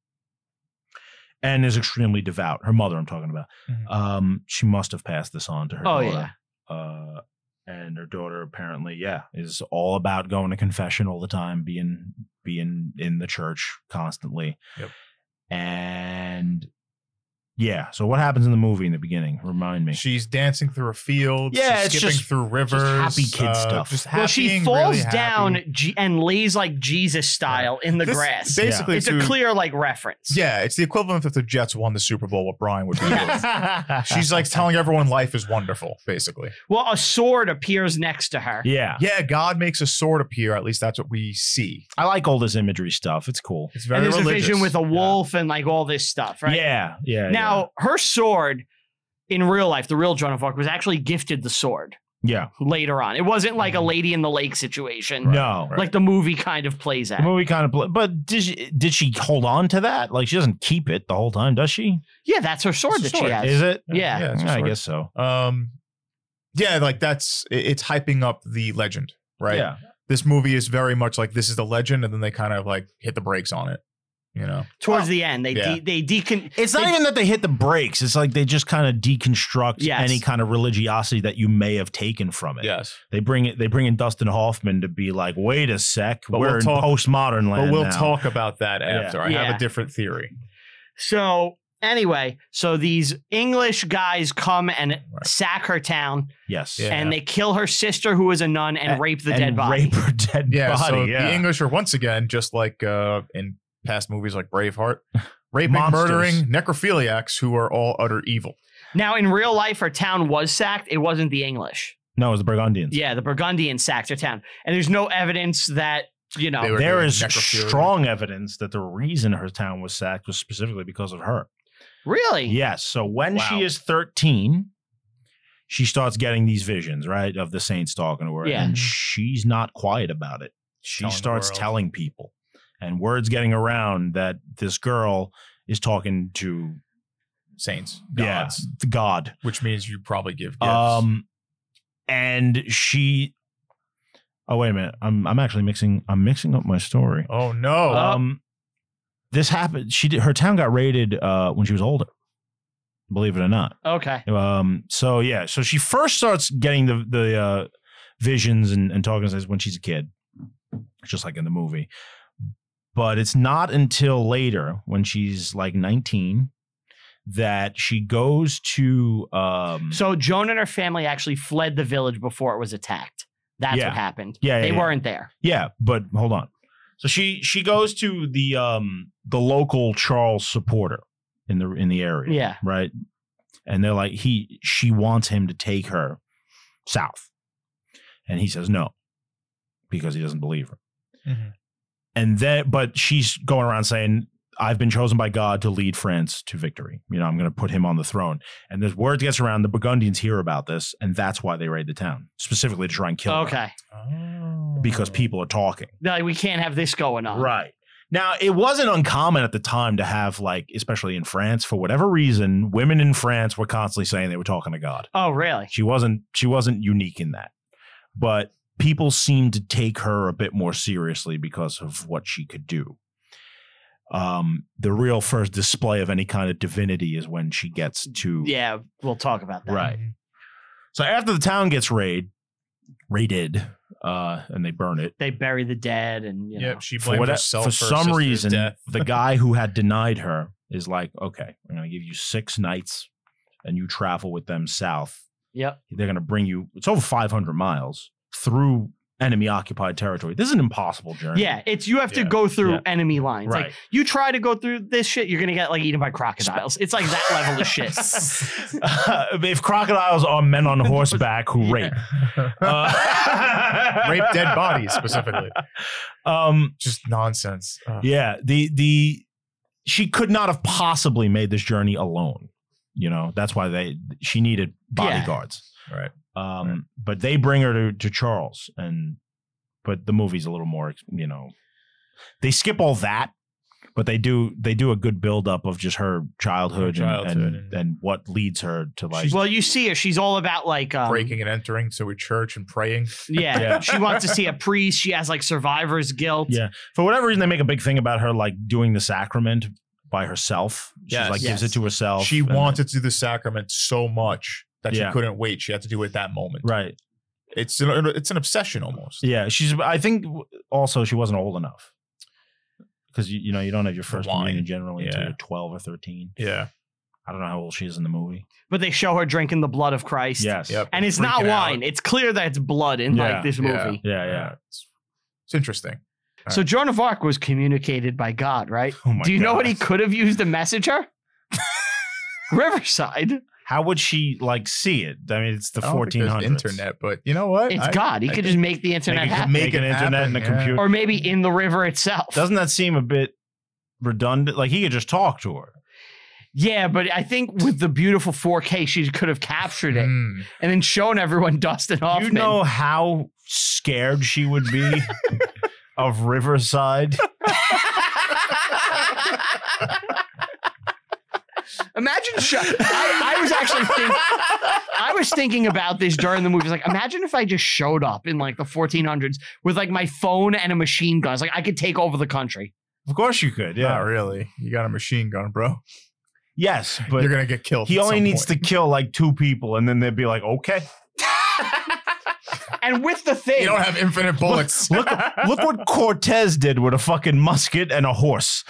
Speaker 3: and is extremely devout. Her mother I'm talking about.
Speaker 2: Mhm.
Speaker 3: Um she must have passed this on to her
Speaker 1: Oh
Speaker 3: daughter.
Speaker 1: yeah.
Speaker 3: Uh and her daughter apparently, yeah, is all about going to confession all the time, being being in the church constantly.
Speaker 2: Yep.
Speaker 3: And yeah, so what happens in the movie in the beginning? Remind me.
Speaker 2: She's dancing through a field.
Speaker 3: Yeah,
Speaker 2: she's
Speaker 3: it's
Speaker 2: skipping
Speaker 3: just-
Speaker 2: through rivers. uh,
Speaker 3: happy kid stuff.
Speaker 2: Just happy
Speaker 1: Well, she falls down G- and lays like Jesus style in the grass.
Speaker 2: Basically,
Speaker 1: It's
Speaker 2: to-
Speaker 1: a clear like reference.
Speaker 2: Yeah, it's the equivalent if the Jets won the Super Bowl. What Brian would be. doing.
Speaker 3: Yeah.
Speaker 2: She's like telling everyone life is wonderful, basically.
Speaker 1: Well, a sword appears next to her.
Speaker 3: Yeah.
Speaker 2: Yeah, God makes a sword appear. At least that's what we see.
Speaker 3: I like all this imagery stuff. It's cool.
Speaker 2: It's
Speaker 1: and
Speaker 2: very
Speaker 1: there's
Speaker 2: religious.
Speaker 1: a vision with a wolf and like all this stuff, right?
Speaker 3: Yeah. Yeah.
Speaker 1: Now, her sword in real life, the real Joan of Arc was actually gifted the sword
Speaker 3: Yeah.
Speaker 1: later on. It wasn't like a lady in the lake situation,
Speaker 3: yeah. No.
Speaker 2: right.
Speaker 1: like the movie kind of plays
Speaker 3: The
Speaker 1: at.
Speaker 3: movie kind of, bl- but did she, did she hold on to that? Like she doesn't keep it the whole time, does she?
Speaker 1: Yeah, that's her sword
Speaker 2: It's a
Speaker 1: that she
Speaker 2: sword.
Speaker 1: has.
Speaker 3: Is it?
Speaker 1: Yeah.
Speaker 2: Yeah, it's a
Speaker 3: I
Speaker 2: sword.
Speaker 3: guess so.
Speaker 2: Um, yeah, like that's it- it's hyping up the legend, right?
Speaker 3: Yeah.
Speaker 2: This movie is very much like this is the legend, and then they kind of like hit the brakes on it, you know?
Speaker 1: Towards
Speaker 3: Well,
Speaker 1: the end, they
Speaker 2: yeah.
Speaker 1: de- they decon.
Speaker 3: It's not
Speaker 1: They-
Speaker 3: even that they hit the brakes. It's like they just kind of deconstruct
Speaker 1: Yes.
Speaker 3: any kind of religiosity that you may have taken from it.
Speaker 2: Yes,
Speaker 3: They bring it. They bring in Dustin Hoffman to be like, wait a sec,
Speaker 2: But
Speaker 3: we're
Speaker 2: we'll
Speaker 3: in
Speaker 2: talk-
Speaker 3: postmodern land.
Speaker 2: but we'll
Speaker 3: now."
Speaker 2: talk about that
Speaker 3: Yeah.
Speaker 2: after. I have
Speaker 1: Yeah.
Speaker 2: a different theory.
Speaker 1: So anyway, so these English guys come and sack her town,
Speaker 3: Yes.
Speaker 2: Yeah.
Speaker 1: and they kill her sister, who is a nun, and,
Speaker 3: And-
Speaker 1: rape the
Speaker 3: and
Speaker 1: dead body.
Speaker 3: Rape her dead
Speaker 2: Yeah,
Speaker 3: body.
Speaker 2: so
Speaker 3: yeah.
Speaker 2: the English are once again just like uh, in past movies like Braveheart, raping,
Speaker 3: Monsters.
Speaker 2: murdering necrophiliacs who are all utter evil.
Speaker 1: Now, in real life, her town was sacked. It wasn't the English.
Speaker 3: no, it was the Burgundians.
Speaker 1: Yeah, the Burgundians sacked her town, and there's no evidence that you know.
Speaker 2: They were
Speaker 3: There
Speaker 2: doing
Speaker 3: is
Speaker 2: necrophilia.
Speaker 3: strong evidence that the reason her town was sacked was specifically because of her.
Speaker 1: Really?
Speaker 3: Yes. So when
Speaker 2: Wow.
Speaker 3: she is 13, she starts getting these visions, right, of the saints talking to her.
Speaker 1: Yeah.
Speaker 3: And she's not quiet about it.
Speaker 2: Mm-hmm.
Speaker 3: She
Speaker 2: Telling the
Speaker 3: starts
Speaker 2: world.
Speaker 3: telling people. And word's getting around that this girl is talking to
Speaker 2: saints,
Speaker 3: yeah,
Speaker 2: gods,
Speaker 3: the God.
Speaker 2: which means you probably give gifts.
Speaker 3: Um and she Oh wait a minute. I'm I'm actually mixing I'm mixing up my story.
Speaker 2: oh no!
Speaker 1: Uh,
Speaker 3: Um this happened she did her town got raided uh when she was older. Believe it or not.
Speaker 1: Okay.
Speaker 3: Um. So yeah. So she first starts getting the the uh, visions and, and talking to us when she's a kid, just like in the movie. But it's not until later, when she's like 19, that she goes to. Um,
Speaker 1: So Joan and her family actually fled the village before it was attacked. That's
Speaker 3: Yeah.
Speaker 1: what happened.
Speaker 3: yeah, yeah,
Speaker 1: they
Speaker 3: yeah.
Speaker 1: weren't there.
Speaker 3: Yeah, but hold on. So she she goes to the um the local Charles supporter in the in the area.
Speaker 1: Yeah.
Speaker 3: right? And they're like, he she wants him to take her south. And he says no, because he doesn't believe her.
Speaker 2: Mhm.
Speaker 3: And then but she's going around saying, I've been chosen by God to lead France to victory. You know, I'm gonna put him on the throne. And this word gets around, the Burgundians hear about this, and that's why they raid the town, specifically to try and kill her.
Speaker 1: okay. Uh,
Speaker 3: Because
Speaker 2: Oh.
Speaker 3: people are talking.
Speaker 1: They're like, we can't have this going on.
Speaker 3: Right. Now, it wasn't uncommon at the time to have, like, especially in France, for whatever reason, women in France were constantly saying they were talking to God.
Speaker 1: Oh, really?
Speaker 3: She wasn't she wasn't unique in that. But people seemed to take her a bit more seriously because of what she could do. Um, the real first display of any kind of divinity is when she gets to
Speaker 1: Yeah, we'll talk about that.
Speaker 3: Right. So after the town gets raid, raided, uh, and they burn it.
Speaker 1: They bury the dead and you know.
Speaker 2: Yep, she
Speaker 3: For,
Speaker 2: blamed
Speaker 3: what,
Speaker 2: herself
Speaker 3: for
Speaker 2: her
Speaker 3: some
Speaker 2: sister's
Speaker 3: reason,
Speaker 2: death.
Speaker 3: the guy who had denied her is like, okay, I'm going to give you six nights and you travel with them south.
Speaker 1: Yep.
Speaker 3: They're going to bring you, it's over 500 miles through enemy occupied territory. This is an impossible journey.
Speaker 1: Yeah, it's you have to
Speaker 2: Yeah,
Speaker 1: go through
Speaker 3: yeah.
Speaker 1: enemy lines.
Speaker 3: Right.
Speaker 1: Like you try to go through this shit, you're gonna get like eaten by crocodiles. It's like that level of shit.
Speaker 3: if crocodiles are men on horseback who rape, uh,
Speaker 2: rape dead bodies specifically.
Speaker 3: Um,
Speaker 2: Just nonsense. Uh,
Speaker 3: yeah, the the she could not have possibly made this journey alone. You know, that's why they she needed bodyguards.
Speaker 2: Right.
Speaker 3: Um,
Speaker 2: Right.
Speaker 3: but they bring her to, to Charles, and but the movie's a little more, you know, they skip all that, but they do they do a good build up of just her childhood,
Speaker 2: Her
Speaker 3: and- and,
Speaker 2: childhood
Speaker 3: and
Speaker 2: and-
Speaker 3: what leads her to like
Speaker 1: well, you see her. She's all about like um,
Speaker 2: Breaking and entering to a church and praying.
Speaker 1: Yeah,
Speaker 3: Yeah.
Speaker 1: she wants to see a priest. She has like survivor's guilt.
Speaker 3: Yeah. for whatever reason they make a big thing about her like doing the sacrament by herself. She's
Speaker 2: Yes.
Speaker 3: like gives
Speaker 1: Yes.
Speaker 3: it to herself.
Speaker 2: She
Speaker 3: and then-
Speaker 2: wanted to do the sacrament so much that
Speaker 3: Yeah.
Speaker 2: she couldn't wait. She had to do it at that moment.
Speaker 3: right.
Speaker 2: It's an, it's an obsession almost.
Speaker 3: Yeah, she's. I think w- also she wasn't old enough because you, you know you don't have your first
Speaker 2: Wine.
Speaker 3: communion generally until
Speaker 2: Yeah.
Speaker 3: you're twelve or thirteen.
Speaker 2: Yeah.
Speaker 3: I don't know how old she is in the movie.
Speaker 1: But they show her drinking the blood of Christ.
Speaker 3: Yes.
Speaker 2: Yep.
Speaker 1: And it's not
Speaker 2: Freaking out.
Speaker 1: wine. It's clear that it's blood in
Speaker 3: Yeah,
Speaker 1: like this
Speaker 2: yeah.
Speaker 1: movie.
Speaker 3: Yeah. Yeah.
Speaker 2: It's, it's interesting. All
Speaker 1: So Joan of Arc was communicated by God, right?
Speaker 3: Oh my
Speaker 1: Do you know what he
Speaker 3: God.
Speaker 1: could have used to message her? Riverside.
Speaker 3: How would she like see it? I mean, it's the
Speaker 2: I don't think
Speaker 3: fourteen
Speaker 2: there's
Speaker 3: hundreds.
Speaker 2: internet, but you know what?
Speaker 1: It's
Speaker 2: I-
Speaker 1: God. He
Speaker 2: I
Speaker 1: could
Speaker 2: think-
Speaker 1: just make the internet
Speaker 3: Make, a-
Speaker 1: happen.
Speaker 3: make an
Speaker 2: It
Speaker 3: internet and a
Speaker 2: happened, yeah.
Speaker 3: computer.
Speaker 1: Or maybe in the river itself.
Speaker 3: Doesn't that seem a bit redundant? Like he could just talk to her.
Speaker 1: yeah, but I think with the beautiful 4K, she could have captured it
Speaker 2: Mm.
Speaker 1: and then shown everyone Dustin Hoffman.
Speaker 3: You know how scared she would be of Riverside.
Speaker 1: Imagine sho- I, I was actually think, I was thinking about this during the movie. It's Like, imagine if I just showed up in like the 1400s with like my phone and a machine gun. It's like I could take over the country.
Speaker 3: Of course, you
Speaker 2: Not
Speaker 3: could. Yeah.
Speaker 2: really. You got a machine gun, bro.
Speaker 3: Yes, but
Speaker 2: You're gonna get killed.
Speaker 3: He
Speaker 2: at
Speaker 3: only
Speaker 2: some
Speaker 3: needs
Speaker 2: point.
Speaker 3: to kill like two people, and then they'd be like, "Okay,
Speaker 1: And with the thing,
Speaker 2: You don't have infinite bullets.
Speaker 3: look, look what Cortez did with a fucking musket and a horse.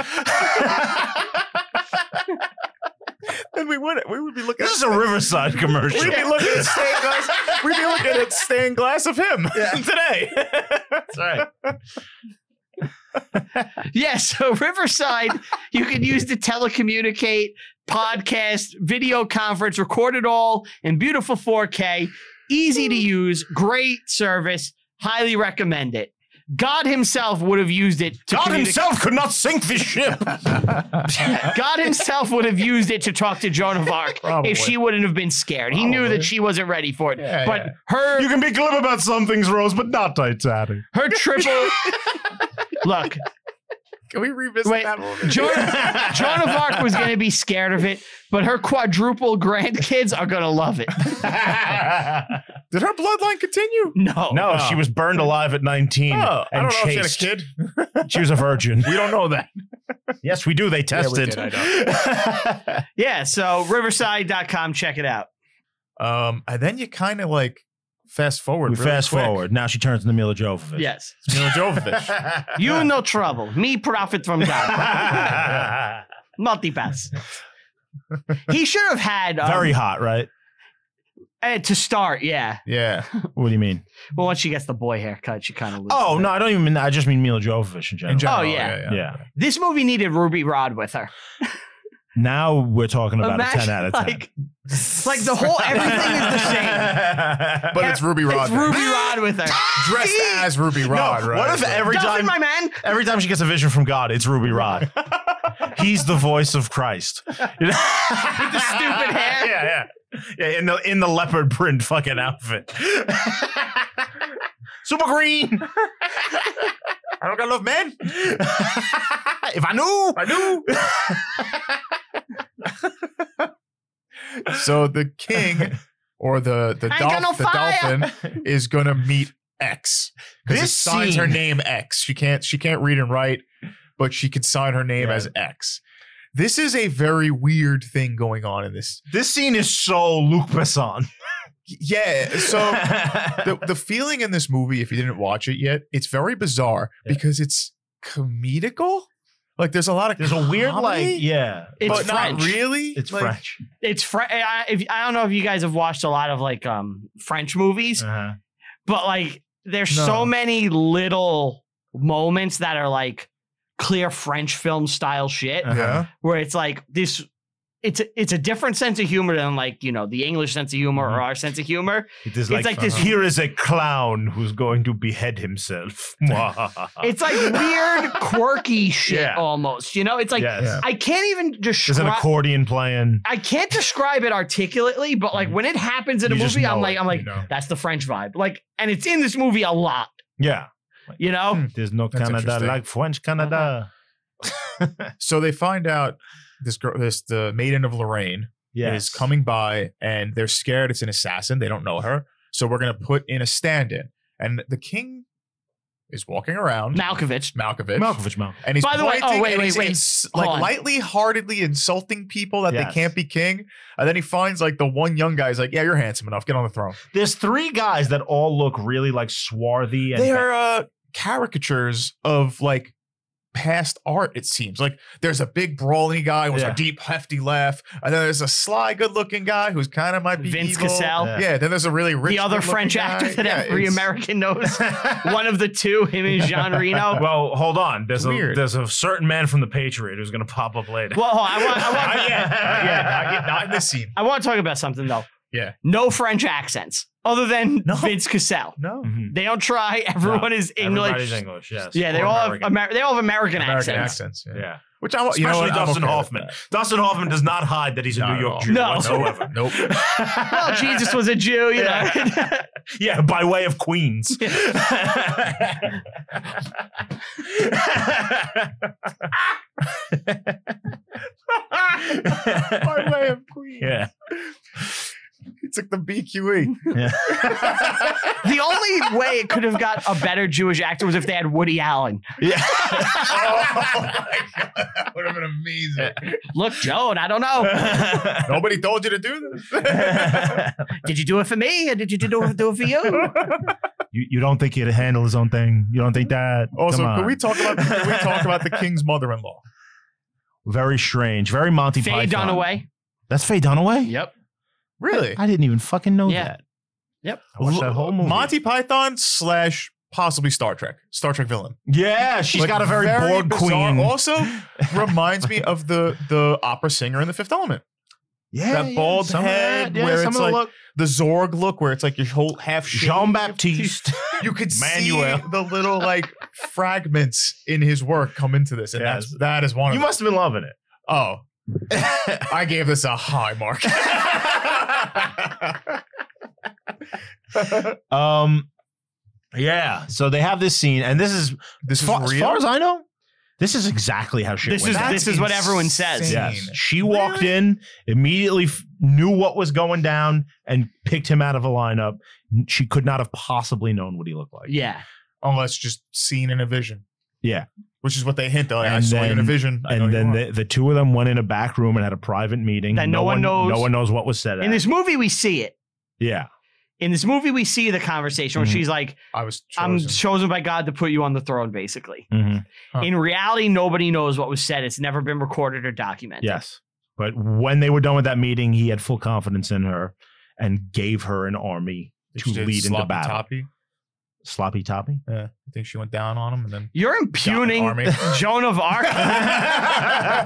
Speaker 2: and we would we would be looking.
Speaker 3: This is a Riverside commercial."
Speaker 2: We'd be looking at stained glass. We'd be looking at stained glass of him today.
Speaker 3: That's right.
Speaker 1: yeah. So Riverside, you can use to telecommunicate, podcast, video conference, record it all in beautiful 4K, easy to use, great service. Highly recommend it. God Himself would have used it. To
Speaker 3: God
Speaker 1: communicate-
Speaker 3: himself could not sink this ship.
Speaker 1: God himself would have used it to talk to Joan of Arc
Speaker 2: Probably.
Speaker 1: if she wouldn't have been scared. He knew that
Speaker 2: Probably.
Speaker 1: she wasn't ready for it.
Speaker 2: Yeah,
Speaker 1: but
Speaker 2: yeah.
Speaker 1: her
Speaker 3: you can be glib about some things, Rose, but not Titanic.
Speaker 1: her triple look,
Speaker 2: Can we revisit
Speaker 1: Wait,
Speaker 2: that one?
Speaker 1: Joan, Joan of Arc was gonna be scared of it, but her quadruple grandkids are gonna love it.
Speaker 2: Did her bloodline continue?
Speaker 1: No.
Speaker 3: no,
Speaker 2: Oh.
Speaker 3: she was burned alive at 19
Speaker 2: Oh, I
Speaker 3: and
Speaker 2: don't know if
Speaker 3: chased.
Speaker 2: she had a kid.
Speaker 3: she, was a virgin.
Speaker 2: We don't know that.
Speaker 3: yes, we do. They
Speaker 2: Yeah, we
Speaker 3: tested.
Speaker 2: did, I
Speaker 1: Yeah, so riverside.com, check it out.
Speaker 2: Um, and then you kind of like fast forward.
Speaker 3: we
Speaker 2: really
Speaker 3: fast
Speaker 2: quick.
Speaker 3: forward. Now she turns into Mila Jovovich.
Speaker 1: Yes.
Speaker 2: It's Mila Jovovich.
Speaker 1: You no trouble. Me profit from God. Multipass. He should have had um,
Speaker 3: Very hot, right?
Speaker 1: eh, to start, yeah.
Speaker 2: yeah.
Speaker 3: What do you mean?
Speaker 1: Well, once she gets the boy haircut, she kind of loses.
Speaker 3: Oh
Speaker 1: it.
Speaker 3: no, I don't even mean that. I just mean Mila Jovovich in general.
Speaker 2: In general,
Speaker 1: Oh, yeah.
Speaker 3: yeah.
Speaker 1: This movie needed Ruby Rod with her.
Speaker 3: Now we're talking about a ten out of ten.
Speaker 1: Like, like the whole everything is the same.
Speaker 3: same.
Speaker 2: But it's Ruby Rod.
Speaker 1: It's Ruby Rod with her.
Speaker 2: dressed as Ruby Rod, right?
Speaker 3: What if every
Speaker 1: Doesn't
Speaker 3: time
Speaker 1: my man?
Speaker 3: every time she gets a vision from God, it's Ruby Rod. He's the voice of Christ. With the
Speaker 1: stupid hair.
Speaker 3: Yeah, yeah. Yeah, in the in the leopard print fucking outfit. Super green.
Speaker 2: I don't got love, man.
Speaker 3: If I knew.
Speaker 2: I knew. so the king or the the,
Speaker 1: I ain't got
Speaker 2: dolph-
Speaker 1: no
Speaker 2: the
Speaker 1: fire.
Speaker 2: dolphin is gonna meet X because it
Speaker 3: This
Speaker 2: signs her
Speaker 3: scene-
Speaker 2: name X. She can't she can't read and write, but she can sign her name
Speaker 3: Yeah.
Speaker 2: as X. This is a very weird thing going on in this.
Speaker 3: This scene is so Luc Besson.
Speaker 2: yeah. So the, the feeling in this movie, if you didn't watch it yet, it's very bizarre
Speaker 3: Yeah.
Speaker 2: because it's comedical. Like there's a lot of
Speaker 3: there's a weird
Speaker 2: comedy,
Speaker 3: like yeah,
Speaker 1: It's
Speaker 2: but
Speaker 1: French.
Speaker 2: not really.
Speaker 3: it's
Speaker 2: like,
Speaker 3: French.
Speaker 1: It's Fre- I, if, I don't know if you guys have watched a lot of like um French movies,
Speaker 3: Uh-huh.
Speaker 1: but like there's
Speaker 2: No.
Speaker 1: so many little moments that are like clear French film style shit
Speaker 3: Uh-huh.
Speaker 2: Yeah.
Speaker 1: where it's like this it's a, it's a different sense of humor than like you know the English sense of humor or
Speaker 3: Mhm.
Speaker 1: our sense of humor.
Speaker 3: It
Speaker 1: It's
Speaker 3: is like,
Speaker 1: like this-
Speaker 3: Here is a clown who's going to behead himself. it's
Speaker 1: It's like weird, quirky shit
Speaker 3: Yeah.
Speaker 1: almost. You know, it's like
Speaker 3: yes.
Speaker 2: Yeah.
Speaker 1: I can't even
Speaker 3: There's an
Speaker 1: describe.
Speaker 3: accordion playing.
Speaker 1: I can't describe it articulately, but like when it happens in a
Speaker 3: You just
Speaker 1: movie,
Speaker 3: know
Speaker 1: I'm like,
Speaker 3: it,
Speaker 1: I'm like,
Speaker 3: you know?
Speaker 1: that's the French vibe. Like, and it's in this movie a lot.
Speaker 3: yeah.
Speaker 1: You know,
Speaker 2: Hmm.
Speaker 3: There's no
Speaker 2: That's
Speaker 3: Canada
Speaker 2: interesting.
Speaker 3: like French Canada.
Speaker 2: So they find out this girl, this the maiden of Lorraine,
Speaker 3: Yes.
Speaker 2: is coming by, and they're scared it's an assassin. They don't know her, so we're gonna put in a stand-in. And the king is walking around,
Speaker 1: Malkovich.
Speaker 2: Malkovich,
Speaker 3: Malkovich Mal.
Speaker 2: and he's
Speaker 1: By the way-
Speaker 2: pointing,
Speaker 1: oh, wait,
Speaker 2: and
Speaker 1: wait,
Speaker 2: he's
Speaker 1: wait.
Speaker 2: ins-
Speaker 1: Hold
Speaker 2: like
Speaker 1: on.
Speaker 2: lightly heartedly insulting people that
Speaker 3: Yes.
Speaker 2: they can't be king. And then he finds like the one young guy. He's like, "Yeah, you're handsome enough. Get on the throne."
Speaker 3: There's three guys that all look really like swarthy and
Speaker 2: they are uh, caricatures of like past art it seems like there's a big brawling guy with
Speaker 3: Yeah.
Speaker 2: a deep hefty laugh and then there's a sly good looking guy who's kind of might be
Speaker 1: Vince
Speaker 2: evil.
Speaker 1: Cassell,
Speaker 3: Yeah.
Speaker 2: yeah then there's a really rich
Speaker 1: the other
Speaker 2: good-looking
Speaker 1: French actor
Speaker 2: guy.
Speaker 1: that
Speaker 2: Yeah,
Speaker 1: every
Speaker 2: it's-
Speaker 1: American knows. One of the two, him and Jean Reno. Well,
Speaker 3: well, hold on. There's
Speaker 2: It's
Speaker 3: a
Speaker 2: weird.
Speaker 3: there's a certain man from the Patriot who's gonna pop up later.
Speaker 1: hold on, I want, I want,
Speaker 2: not yet not yet not yet not in this scene
Speaker 1: I want to talk about something though.
Speaker 2: Yeah.
Speaker 1: No French accents other than
Speaker 2: No.
Speaker 1: Vince Cassell.
Speaker 2: no
Speaker 3: Mhm.
Speaker 1: They don't try. Everyone is
Speaker 3: Everybody's
Speaker 1: English.
Speaker 3: English. Yes.
Speaker 1: Yeah, they
Speaker 3: Or
Speaker 1: all
Speaker 3: American.
Speaker 1: have Amer- they all have American,
Speaker 2: American
Speaker 1: accents.
Speaker 2: accents, yeah.
Speaker 3: Yeah.
Speaker 2: which I want Oh, you know what,
Speaker 3: Especially
Speaker 2: I'm
Speaker 3: Dustin
Speaker 2: okay with
Speaker 3: Hoffman.
Speaker 2: that.
Speaker 3: Dustin Hoffman does not hide that he's a
Speaker 2: Not
Speaker 3: New
Speaker 2: at
Speaker 3: York
Speaker 2: all.
Speaker 3: Jew
Speaker 1: No.
Speaker 3: whatsoever.
Speaker 2: nope
Speaker 1: Well, Jesus was a Jew, you know.
Speaker 3: yeah, by way of Queens.
Speaker 2: by way of Queen
Speaker 3: yeah.
Speaker 2: he took the E. BQE
Speaker 3: Yeah.
Speaker 1: the only way it could have got a better Jewish actor was if they had Woody Allen.
Speaker 3: Yeah.
Speaker 2: oh my god that would have been amazing
Speaker 1: Look, Joan, I don't know.
Speaker 2: Nobody told you to do this.
Speaker 1: Did you do it for me or did you do it, do it for you?
Speaker 3: you, you don't think he'd handle his own thing? You don't think that?
Speaker 2: also,
Speaker 3: Come on.
Speaker 2: can we talk about can we talk about the king's mother-in-law?
Speaker 3: Very strange. Very Monty
Speaker 1: Faye
Speaker 3: Python.
Speaker 1: Dunaway.
Speaker 3: That's Faye Dunaway?
Speaker 1: Yep.
Speaker 2: Really?
Speaker 3: I didn't even fucking know
Speaker 1: Yeah.
Speaker 3: that.
Speaker 1: Yep.
Speaker 3: I watched that whole movie.
Speaker 2: Monty Python slash possibly Star Trek. Star Trek villain.
Speaker 3: Yeah, she's
Speaker 2: Like,
Speaker 3: got a very, bored
Speaker 2: bizarre-
Speaker 3: queen.
Speaker 2: Also reminds me of the the opera singer in The Fifth Element.
Speaker 3: yeah,
Speaker 2: that bald
Speaker 3: some of
Speaker 2: head
Speaker 3: that, yeah,
Speaker 2: where
Speaker 3: some
Speaker 2: it's
Speaker 3: of
Speaker 2: like-
Speaker 3: the look.
Speaker 2: The Zorg look, where it's like your whole half shaved.
Speaker 3: Jean Baptiste.
Speaker 2: You could see
Speaker 3: Manuel.
Speaker 2: the little like fragments in his work come into this, and
Speaker 3: Yes.
Speaker 2: that's that is one. of
Speaker 3: you
Speaker 2: them.
Speaker 3: must have been loving it.
Speaker 2: Oh, I gave this a high mark.
Speaker 3: Um, yeah. So they have this scene, and this is
Speaker 2: this is
Speaker 3: far, as
Speaker 2: real.
Speaker 3: far as I know, this is exactly how shit
Speaker 1: This
Speaker 3: went
Speaker 1: is-
Speaker 3: down.
Speaker 1: this is what everyone says.
Speaker 2: insane.
Speaker 3: Yes. She walked in, immediately f- knew what was going down, and picked him out of a lineup. She could not have possibly known what he looked like.
Speaker 1: Yeah.
Speaker 2: unless just seen in a vision.
Speaker 3: Yeah.
Speaker 2: which is what they hint. They're Like, I
Speaker 3: And
Speaker 2: saw you in a
Speaker 3: then-
Speaker 2: vision, I know
Speaker 3: And
Speaker 2: you
Speaker 3: then
Speaker 2: are.
Speaker 3: the, the two of them went in a back room and had a private meeting.
Speaker 1: That no one knows.
Speaker 3: No one knows what was said.
Speaker 1: In
Speaker 3: at.
Speaker 1: this movie, we see it.
Speaker 3: yeah,
Speaker 1: In this movie, we see the conversation where
Speaker 3: Mhm.
Speaker 1: she's like,
Speaker 2: I was.
Speaker 1: I'm
Speaker 2: Mm-hmm. chosen.
Speaker 1: chosen by God to put you on the throne, basically.
Speaker 3: Mhm.
Speaker 2: Huh.
Speaker 1: In reality, nobody knows what was said. It's never been recorded or documented.
Speaker 3: yes. But when they were done with that meeting, he had full confidence in her and gave her an army
Speaker 2: They
Speaker 3: to
Speaker 2: did
Speaker 3: lead into
Speaker 2: sloppy
Speaker 3: battle.
Speaker 2: Toppy.
Speaker 3: Sloppy toppy.
Speaker 2: Yeah, I think she went down on him, and then
Speaker 1: You're
Speaker 2: Got
Speaker 1: impugning
Speaker 2: an army.
Speaker 1: Joan of Arc,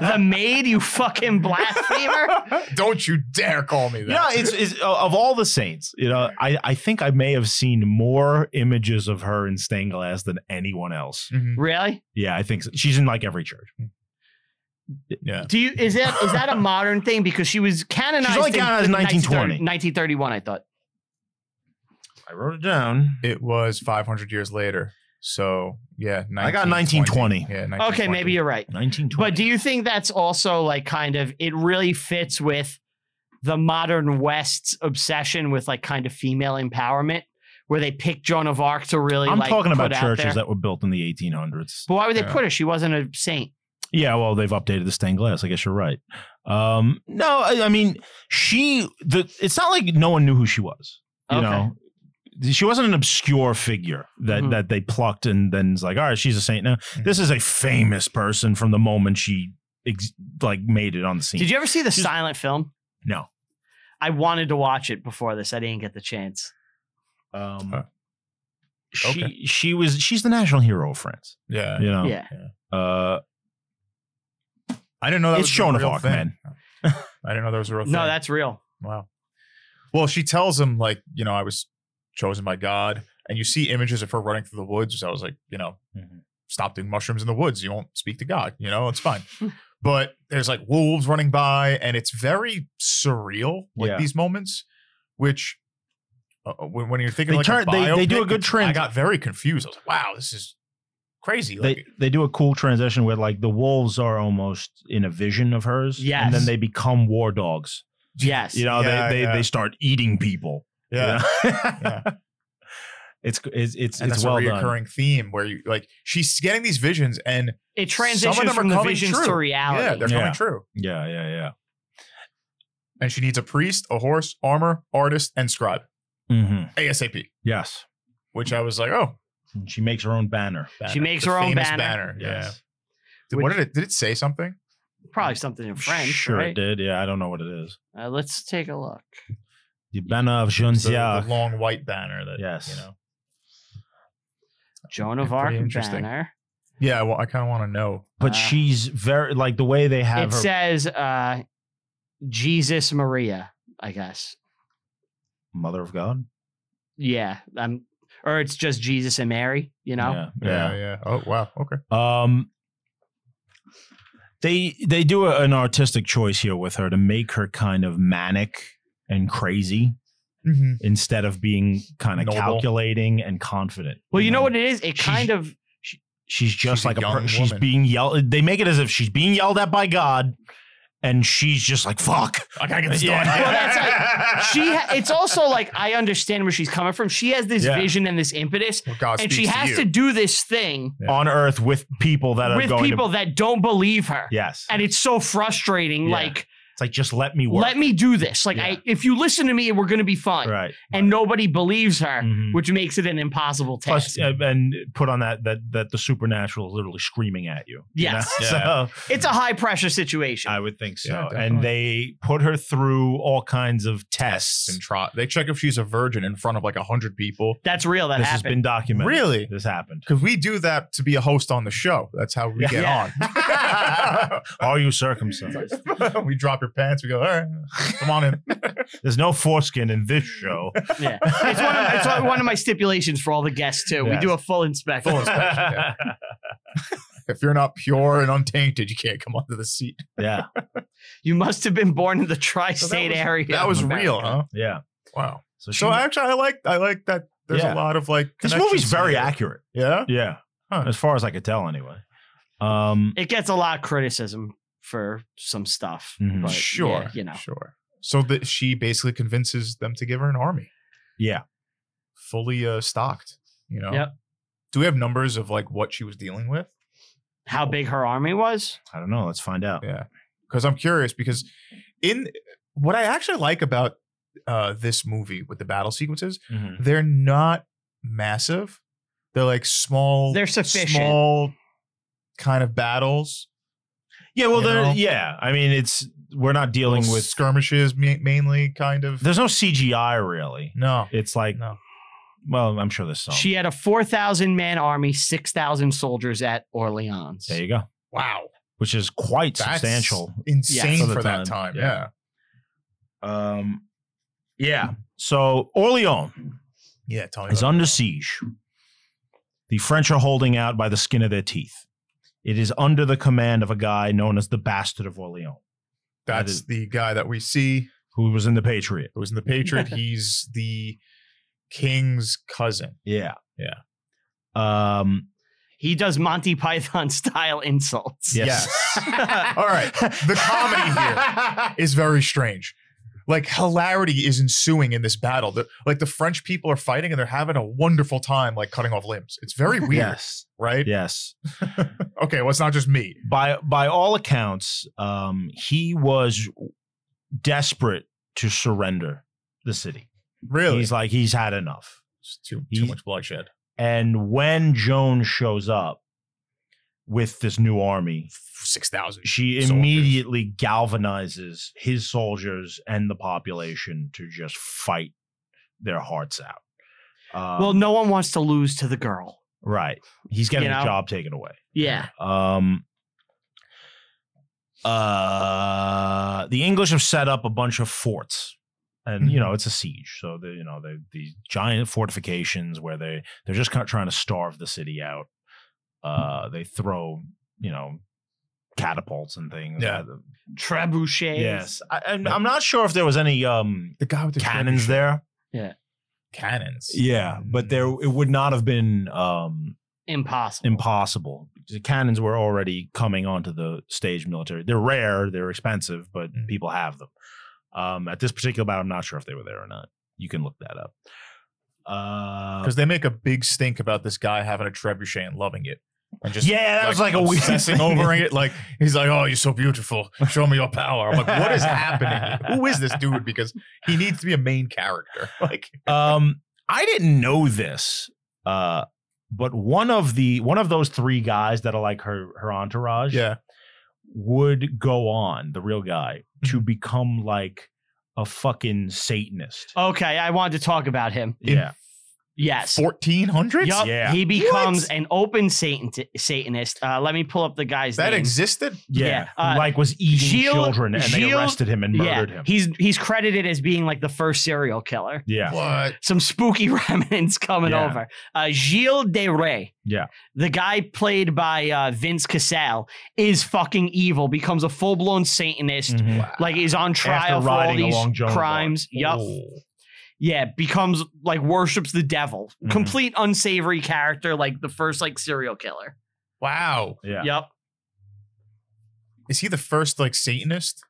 Speaker 1: the maid, you fucking blasphemer.
Speaker 2: don't you dare call me that.
Speaker 3: Yeah, it's, it's of all the saints. You know, I, I think I may have seen more images of her in stained glass than anyone else.
Speaker 2: Mhm.
Speaker 1: Really?
Speaker 3: Yeah, I think so. she's in like every church.
Speaker 2: yeah.
Speaker 1: Do you is that is that a modern thing? Because she was canonized.
Speaker 3: She's only
Speaker 1: in
Speaker 3: canonized in 1920.
Speaker 1: 1931, I thought.
Speaker 3: I wrote it down.
Speaker 2: It was 500 years later. So yeah,
Speaker 3: I got
Speaker 2: 1920.
Speaker 3: 1920.
Speaker 2: Yeah, 1920.
Speaker 1: Okay, maybe you're right.
Speaker 3: 1920.
Speaker 1: But do you think that's also like kind of it really fits with the modern West's obsession with like kind of female empowerment, where they pick Joan of Arc to really
Speaker 3: I'm
Speaker 1: like
Speaker 3: talking about
Speaker 1: put out
Speaker 3: churches
Speaker 1: there?
Speaker 3: that were built in the 1800s.
Speaker 1: But why would they
Speaker 2: Yeah.
Speaker 1: put her? She wasn't a saint.
Speaker 3: Yeah, well, they've updated the stained glass. I guess you're right. Um, no, I, I mean she. The it's not like no one knew who she was. you
Speaker 1: Okay.
Speaker 3: know she wasn't an obscure figure that
Speaker 1: Mhm.
Speaker 3: that they plucked and then it's like all right she's a saint now this is a famous person from the moment she ex- like made it on the scene
Speaker 1: Did you ever see the
Speaker 3: She's-
Speaker 1: silent film?
Speaker 3: no
Speaker 1: I wanted to watch it before this. I didn't get the chance.
Speaker 3: um
Speaker 2: Huh.
Speaker 3: she
Speaker 2: Okay.
Speaker 3: she was she's the national hero of france
Speaker 2: Yeah.
Speaker 3: you know
Speaker 1: yeah.
Speaker 3: uh
Speaker 2: I didn't know that
Speaker 3: It's
Speaker 2: was
Speaker 3: Joan
Speaker 2: a
Speaker 3: of
Speaker 2: real
Speaker 3: Arc,
Speaker 2: thing.
Speaker 3: man.
Speaker 2: I didn't know that was a real thing.
Speaker 1: No, that's real.
Speaker 2: Wow. Well, she tells him like, you know, I was chosen by God, and you see images of her running through the woods. So I was like, you know,
Speaker 3: Mhm.
Speaker 2: stop doing mushrooms in the woods. You won't speak to God. You know, it's fine. but there's like wolves running by, and it's very surreal. Like
Speaker 3: Yeah.
Speaker 2: these moments, which. Uh, when, when you're thinking
Speaker 3: They
Speaker 2: like
Speaker 3: turn-
Speaker 2: a
Speaker 3: they- they do a
Speaker 2: biopic,
Speaker 3: good
Speaker 2: I
Speaker 3: trans-
Speaker 2: got very confused. I was like, "Wow, this is crazy!" Like,
Speaker 3: they they do a cool transition where like the wolves are almost in a vision of hers and then
Speaker 1: Yes.
Speaker 3: they become war dogs
Speaker 1: Yes.
Speaker 3: you know
Speaker 2: Yeah,
Speaker 3: they they,
Speaker 2: yeah.
Speaker 3: they start eating people you
Speaker 2: yeah,
Speaker 3: know?
Speaker 2: Yeah.
Speaker 3: it's it's it's,
Speaker 2: and
Speaker 3: it's
Speaker 2: that's
Speaker 3: well
Speaker 2: a
Speaker 3: done
Speaker 2: reoccurring theme where you like she's getting these visions, and
Speaker 1: It
Speaker 2: Some of them
Speaker 1: transitions
Speaker 2: are
Speaker 1: from the
Speaker 2: coming
Speaker 1: visions
Speaker 2: true.
Speaker 1: to
Speaker 2: yeah,
Speaker 1: reality.
Speaker 2: they're
Speaker 3: Yeah.
Speaker 2: coming true.
Speaker 3: yeah yeah yeah
Speaker 2: and she needs a priest, a horse, armor, artist, and scribe
Speaker 3: Mm-hmm.
Speaker 2: ASAP.
Speaker 3: Yes.
Speaker 2: Which I was like, oh,
Speaker 3: And she makes her own banner.
Speaker 2: banner.
Speaker 1: She makes
Speaker 2: The
Speaker 1: her own
Speaker 2: famous
Speaker 1: banner.
Speaker 2: Yeah.
Speaker 3: Yes.
Speaker 2: Did, what did it? Did it say something?
Speaker 1: Probably something in French.
Speaker 3: Sure
Speaker 1: right?
Speaker 3: it did. Yeah, I don't know what it is.
Speaker 1: Uh, let's take a look.
Speaker 3: The banner of Jean
Speaker 2: It's The, the
Speaker 3: Ziac.
Speaker 2: long white banner. That
Speaker 3: Yes.
Speaker 2: You know.
Speaker 1: Joan of
Speaker 2: Pretty
Speaker 1: Arc
Speaker 2: interesting.
Speaker 1: banner.
Speaker 2: Yeah. Well, I kind of want to know.
Speaker 3: But
Speaker 1: Uh,
Speaker 3: she's very like the way they have
Speaker 1: It
Speaker 3: her.
Speaker 1: says uh, Jesus Maria, I guess.
Speaker 3: Mother of God.
Speaker 1: Yeah. Um, or it's just Jesus and Mary, you know?
Speaker 3: Yeah. yeah.
Speaker 2: Yeah. Yeah. Oh wow. Okay.
Speaker 3: Um, they they do a, an artistic choice here with her to make her kind of manic and crazy
Speaker 2: Mm-hmm.
Speaker 3: instead of being kind of
Speaker 2: Noble.
Speaker 3: calculating and confident.
Speaker 1: Well, you know what it is? It
Speaker 3: She's-
Speaker 1: kind of
Speaker 3: She's just
Speaker 2: She's a
Speaker 3: like a,
Speaker 2: young
Speaker 3: per- she's
Speaker 2: woman.
Speaker 3: being yelled. They make it as if she's being yelled at by God, and she's just like fuck.
Speaker 2: I gotta get this
Speaker 3: Yeah.
Speaker 2: done.
Speaker 1: Well, she ha- it's also like I understand where she's coming from. She has this
Speaker 3: Yeah.
Speaker 1: vision and this impetus,
Speaker 2: Well, God
Speaker 1: and she
Speaker 2: speaks
Speaker 1: has
Speaker 2: you.
Speaker 1: to, do this thing
Speaker 2: Yeah.
Speaker 3: on earth with people that are
Speaker 1: with
Speaker 3: going
Speaker 1: people
Speaker 3: to
Speaker 1: that don't believe her.
Speaker 3: yes
Speaker 1: And it's so frustrating.
Speaker 3: Yeah.
Speaker 1: Like,
Speaker 3: it's like just let me work
Speaker 1: let me do this. Like, I, if you listen to me, we're going to be fine.
Speaker 3: right
Speaker 1: And nobody believes her,
Speaker 3: Mhm.
Speaker 1: which makes it an impossible task.
Speaker 3: Plus, uh, and put on that that that the supernatural is literally screaming at you you
Speaker 1: Yes.
Speaker 3: know?
Speaker 2: Yeah.
Speaker 3: so
Speaker 1: it's a high pressure situation.
Speaker 3: i would think so
Speaker 2: Yeah,
Speaker 3: and they put her through all kinds of tests
Speaker 2: and try. They check if she's a virgin in front of like a hundred people.
Speaker 1: That's real. That
Speaker 3: this has been
Speaker 1: happened.
Speaker 3: documented
Speaker 2: Really?
Speaker 3: this happened
Speaker 2: Because we do that to be a host on the show. That's how we
Speaker 3: Yeah.
Speaker 2: get
Speaker 1: Yeah.
Speaker 2: on.
Speaker 3: are you circumcised
Speaker 2: we drop your pants. We go, all right, come on in.
Speaker 3: there's no foreskin in this show
Speaker 1: yeah. It's one, of, it's one of my stipulations for all the guests, too. We
Speaker 3: Yes.
Speaker 1: do a full inspection.
Speaker 3: yeah.
Speaker 2: If you're not pure and untainted, you can't come onto the seat.
Speaker 3: yeah
Speaker 1: You must have been born in the tri state
Speaker 2: was-
Speaker 1: area.
Speaker 2: that
Speaker 1: of
Speaker 2: was
Speaker 1: America.
Speaker 2: real, huh?
Speaker 3: yeah
Speaker 2: Wow.
Speaker 3: so, she,
Speaker 2: So actually, I like I like that. There's
Speaker 3: Yeah.
Speaker 2: a lot of like.
Speaker 3: this movie's
Speaker 2: connections
Speaker 3: very
Speaker 2: here.
Speaker 3: accurate
Speaker 2: Yeah.
Speaker 3: yeah
Speaker 2: Huh.
Speaker 3: as far as i could tell anyway um
Speaker 1: it gets a lot of criticism for some stuff.
Speaker 3: Mhm.
Speaker 1: But
Speaker 2: sure.
Speaker 1: yeah, you know,
Speaker 2: Sure. So that she basically convinces them to give her an army,
Speaker 3: yeah
Speaker 2: fully uh, stocked. You know.
Speaker 1: Yep.
Speaker 2: Do we have numbers of like what she was dealing with?
Speaker 1: how big her army was.
Speaker 3: i don't know let's find out
Speaker 2: Yeah. Because I'm curious. Because in what I actually like about uh, this movie with the battle sequences,
Speaker 1: Mm-hmm.
Speaker 3: Mhm.
Speaker 2: they're not massive. They're like small.
Speaker 1: They're sufficient.
Speaker 2: Small kind of battles.
Speaker 3: Yeah, well,
Speaker 2: you
Speaker 3: there.
Speaker 2: know?
Speaker 3: Yeah, I mean, it's we're not dealing
Speaker 2: Little
Speaker 3: with.
Speaker 2: skirmishes ma- mainly, kind of.
Speaker 3: There's no CGI really.
Speaker 2: no,
Speaker 3: It's like,
Speaker 2: no.
Speaker 3: well, I'm sure there's some.
Speaker 1: She had a 4,000 man army, 6,000 soldiers at Orleans.
Speaker 3: there you go,
Speaker 2: Wow,
Speaker 3: which is quite
Speaker 2: that's
Speaker 3: substantial.
Speaker 2: insane
Speaker 3: For the
Speaker 2: for, that
Speaker 3: time,
Speaker 2: time.
Speaker 3: yeah.
Speaker 2: Yeah.
Speaker 3: Um, yeah. So Orleans
Speaker 2: yeah, Tell me
Speaker 3: is
Speaker 2: about
Speaker 3: under
Speaker 2: it.
Speaker 3: siege. The French are holding out by the skin of their teeth. It is under the command of a guy known as the Bastard of Orleans,
Speaker 2: That's
Speaker 3: is-
Speaker 2: the guy that we see
Speaker 3: who was in the Patriot.
Speaker 2: who was in the Patriot. He's the king's cousin.
Speaker 3: Yeah, yeah. Um,
Speaker 1: He does Monty Python style insults.
Speaker 3: yes.
Speaker 2: All right, the comedy here
Speaker 3: here.
Speaker 2: is very strange. Like hilarity is ensuing in this battle. The- like the French people are fighting and they're having a wonderful time, like cutting off limbs. It's very weird,
Speaker 3: Yes.
Speaker 2: right?
Speaker 3: Yes.
Speaker 2: Okay, well, it's not just me.
Speaker 3: By by all accounts, um, he was desperate to surrender the city.
Speaker 2: Really?
Speaker 3: He's like, he's had enough.
Speaker 2: It's too, too
Speaker 3: he's-
Speaker 2: much bloodshed.
Speaker 3: And when Joan shows up with this new army,
Speaker 2: 6,000.
Speaker 3: she
Speaker 2: Soldiers.
Speaker 3: immediately galvanizes his soldiers and the population to just fight their hearts out. Um,
Speaker 1: well, no one wants to lose to the girl.
Speaker 3: right. He's getting
Speaker 1: you
Speaker 3: the
Speaker 1: know?
Speaker 3: job taken away.
Speaker 1: Yeah.
Speaker 3: Um, uh, the English have set up a bunch of forts, and you know
Speaker 1: Mm-hmm.
Speaker 3: it's a siege, so they, you know they these giant fortifications where they they're just kind of trying to starve the city out. Uh, they throw you know catapults and things. Uh,
Speaker 2: Yeah.
Speaker 1: Trebuchets.
Speaker 3: Yes, I, I'm, I'm not sure if there was any um
Speaker 2: The guy with the
Speaker 3: cannons there.
Speaker 2: Cannons.
Speaker 3: Yeah, but there it would not have been um
Speaker 1: Impossible.
Speaker 3: impossible. The cannons were already coming onto the stage military. They're rare, they're expensive, but
Speaker 2: Mm.
Speaker 3: people have them. Um, at this particular battle, I'm not sure if they were there or not. You can look that up. Uh,
Speaker 2: Because they make a big stink about this guy having a trebuchet and loving it. And just
Speaker 3: yeah, that was like a weird
Speaker 2: obsessing
Speaker 3: thing.
Speaker 2: over it. Like he's like, "Oh, you're so beautiful. Show me your power." I'm like, "What is happening? Who is this dude?" Because he needs to be a main character. Like,
Speaker 3: Um, I didn't know this, uh, but one of the one of those three guys that are like her her entourage,
Speaker 2: yeah,
Speaker 3: would go on the real guy to become like a fucking Satanist.
Speaker 1: Okay, I wanted to talk about him.
Speaker 2: In
Speaker 3: yeah,
Speaker 1: Yes.
Speaker 2: fourteen hundreds.
Speaker 1: Yup,
Speaker 3: yeah.
Speaker 1: He becomes an open Satan Satanist. Uh, let me pull up the guy's
Speaker 2: That
Speaker 1: name.
Speaker 2: existed.
Speaker 3: yeah,
Speaker 1: yeah, uh,
Speaker 3: like was eating
Speaker 1: Gilles-
Speaker 3: children, and they
Speaker 1: Gilles-
Speaker 3: arrested him and murdered
Speaker 1: yeah,
Speaker 3: him.
Speaker 1: he's he's credited as being like the first serial killer.
Speaker 3: Yeah.
Speaker 2: What?
Speaker 1: Some spooky remnants coming
Speaker 3: Yeah.
Speaker 1: over. Uh, Gilles de Ray.
Speaker 3: Yeah.
Speaker 1: The guy played by uh, Vince Cassell is fucking evil, becomes a full blown Satanist,
Speaker 2: Wow.
Speaker 1: like is on trial for all
Speaker 3: Mm. Mm-hmm. riding
Speaker 1: these
Speaker 3: along Joan of Arc.
Speaker 1: crimes. Yup.
Speaker 2: Oh.
Speaker 1: Yeah, becomes like worships the devil.
Speaker 3: Mhm.
Speaker 1: Complete unsavory character, like the first like serial killer.
Speaker 2: Wow.
Speaker 3: Yeah.
Speaker 1: Yep.
Speaker 2: Is he the first like Satanist?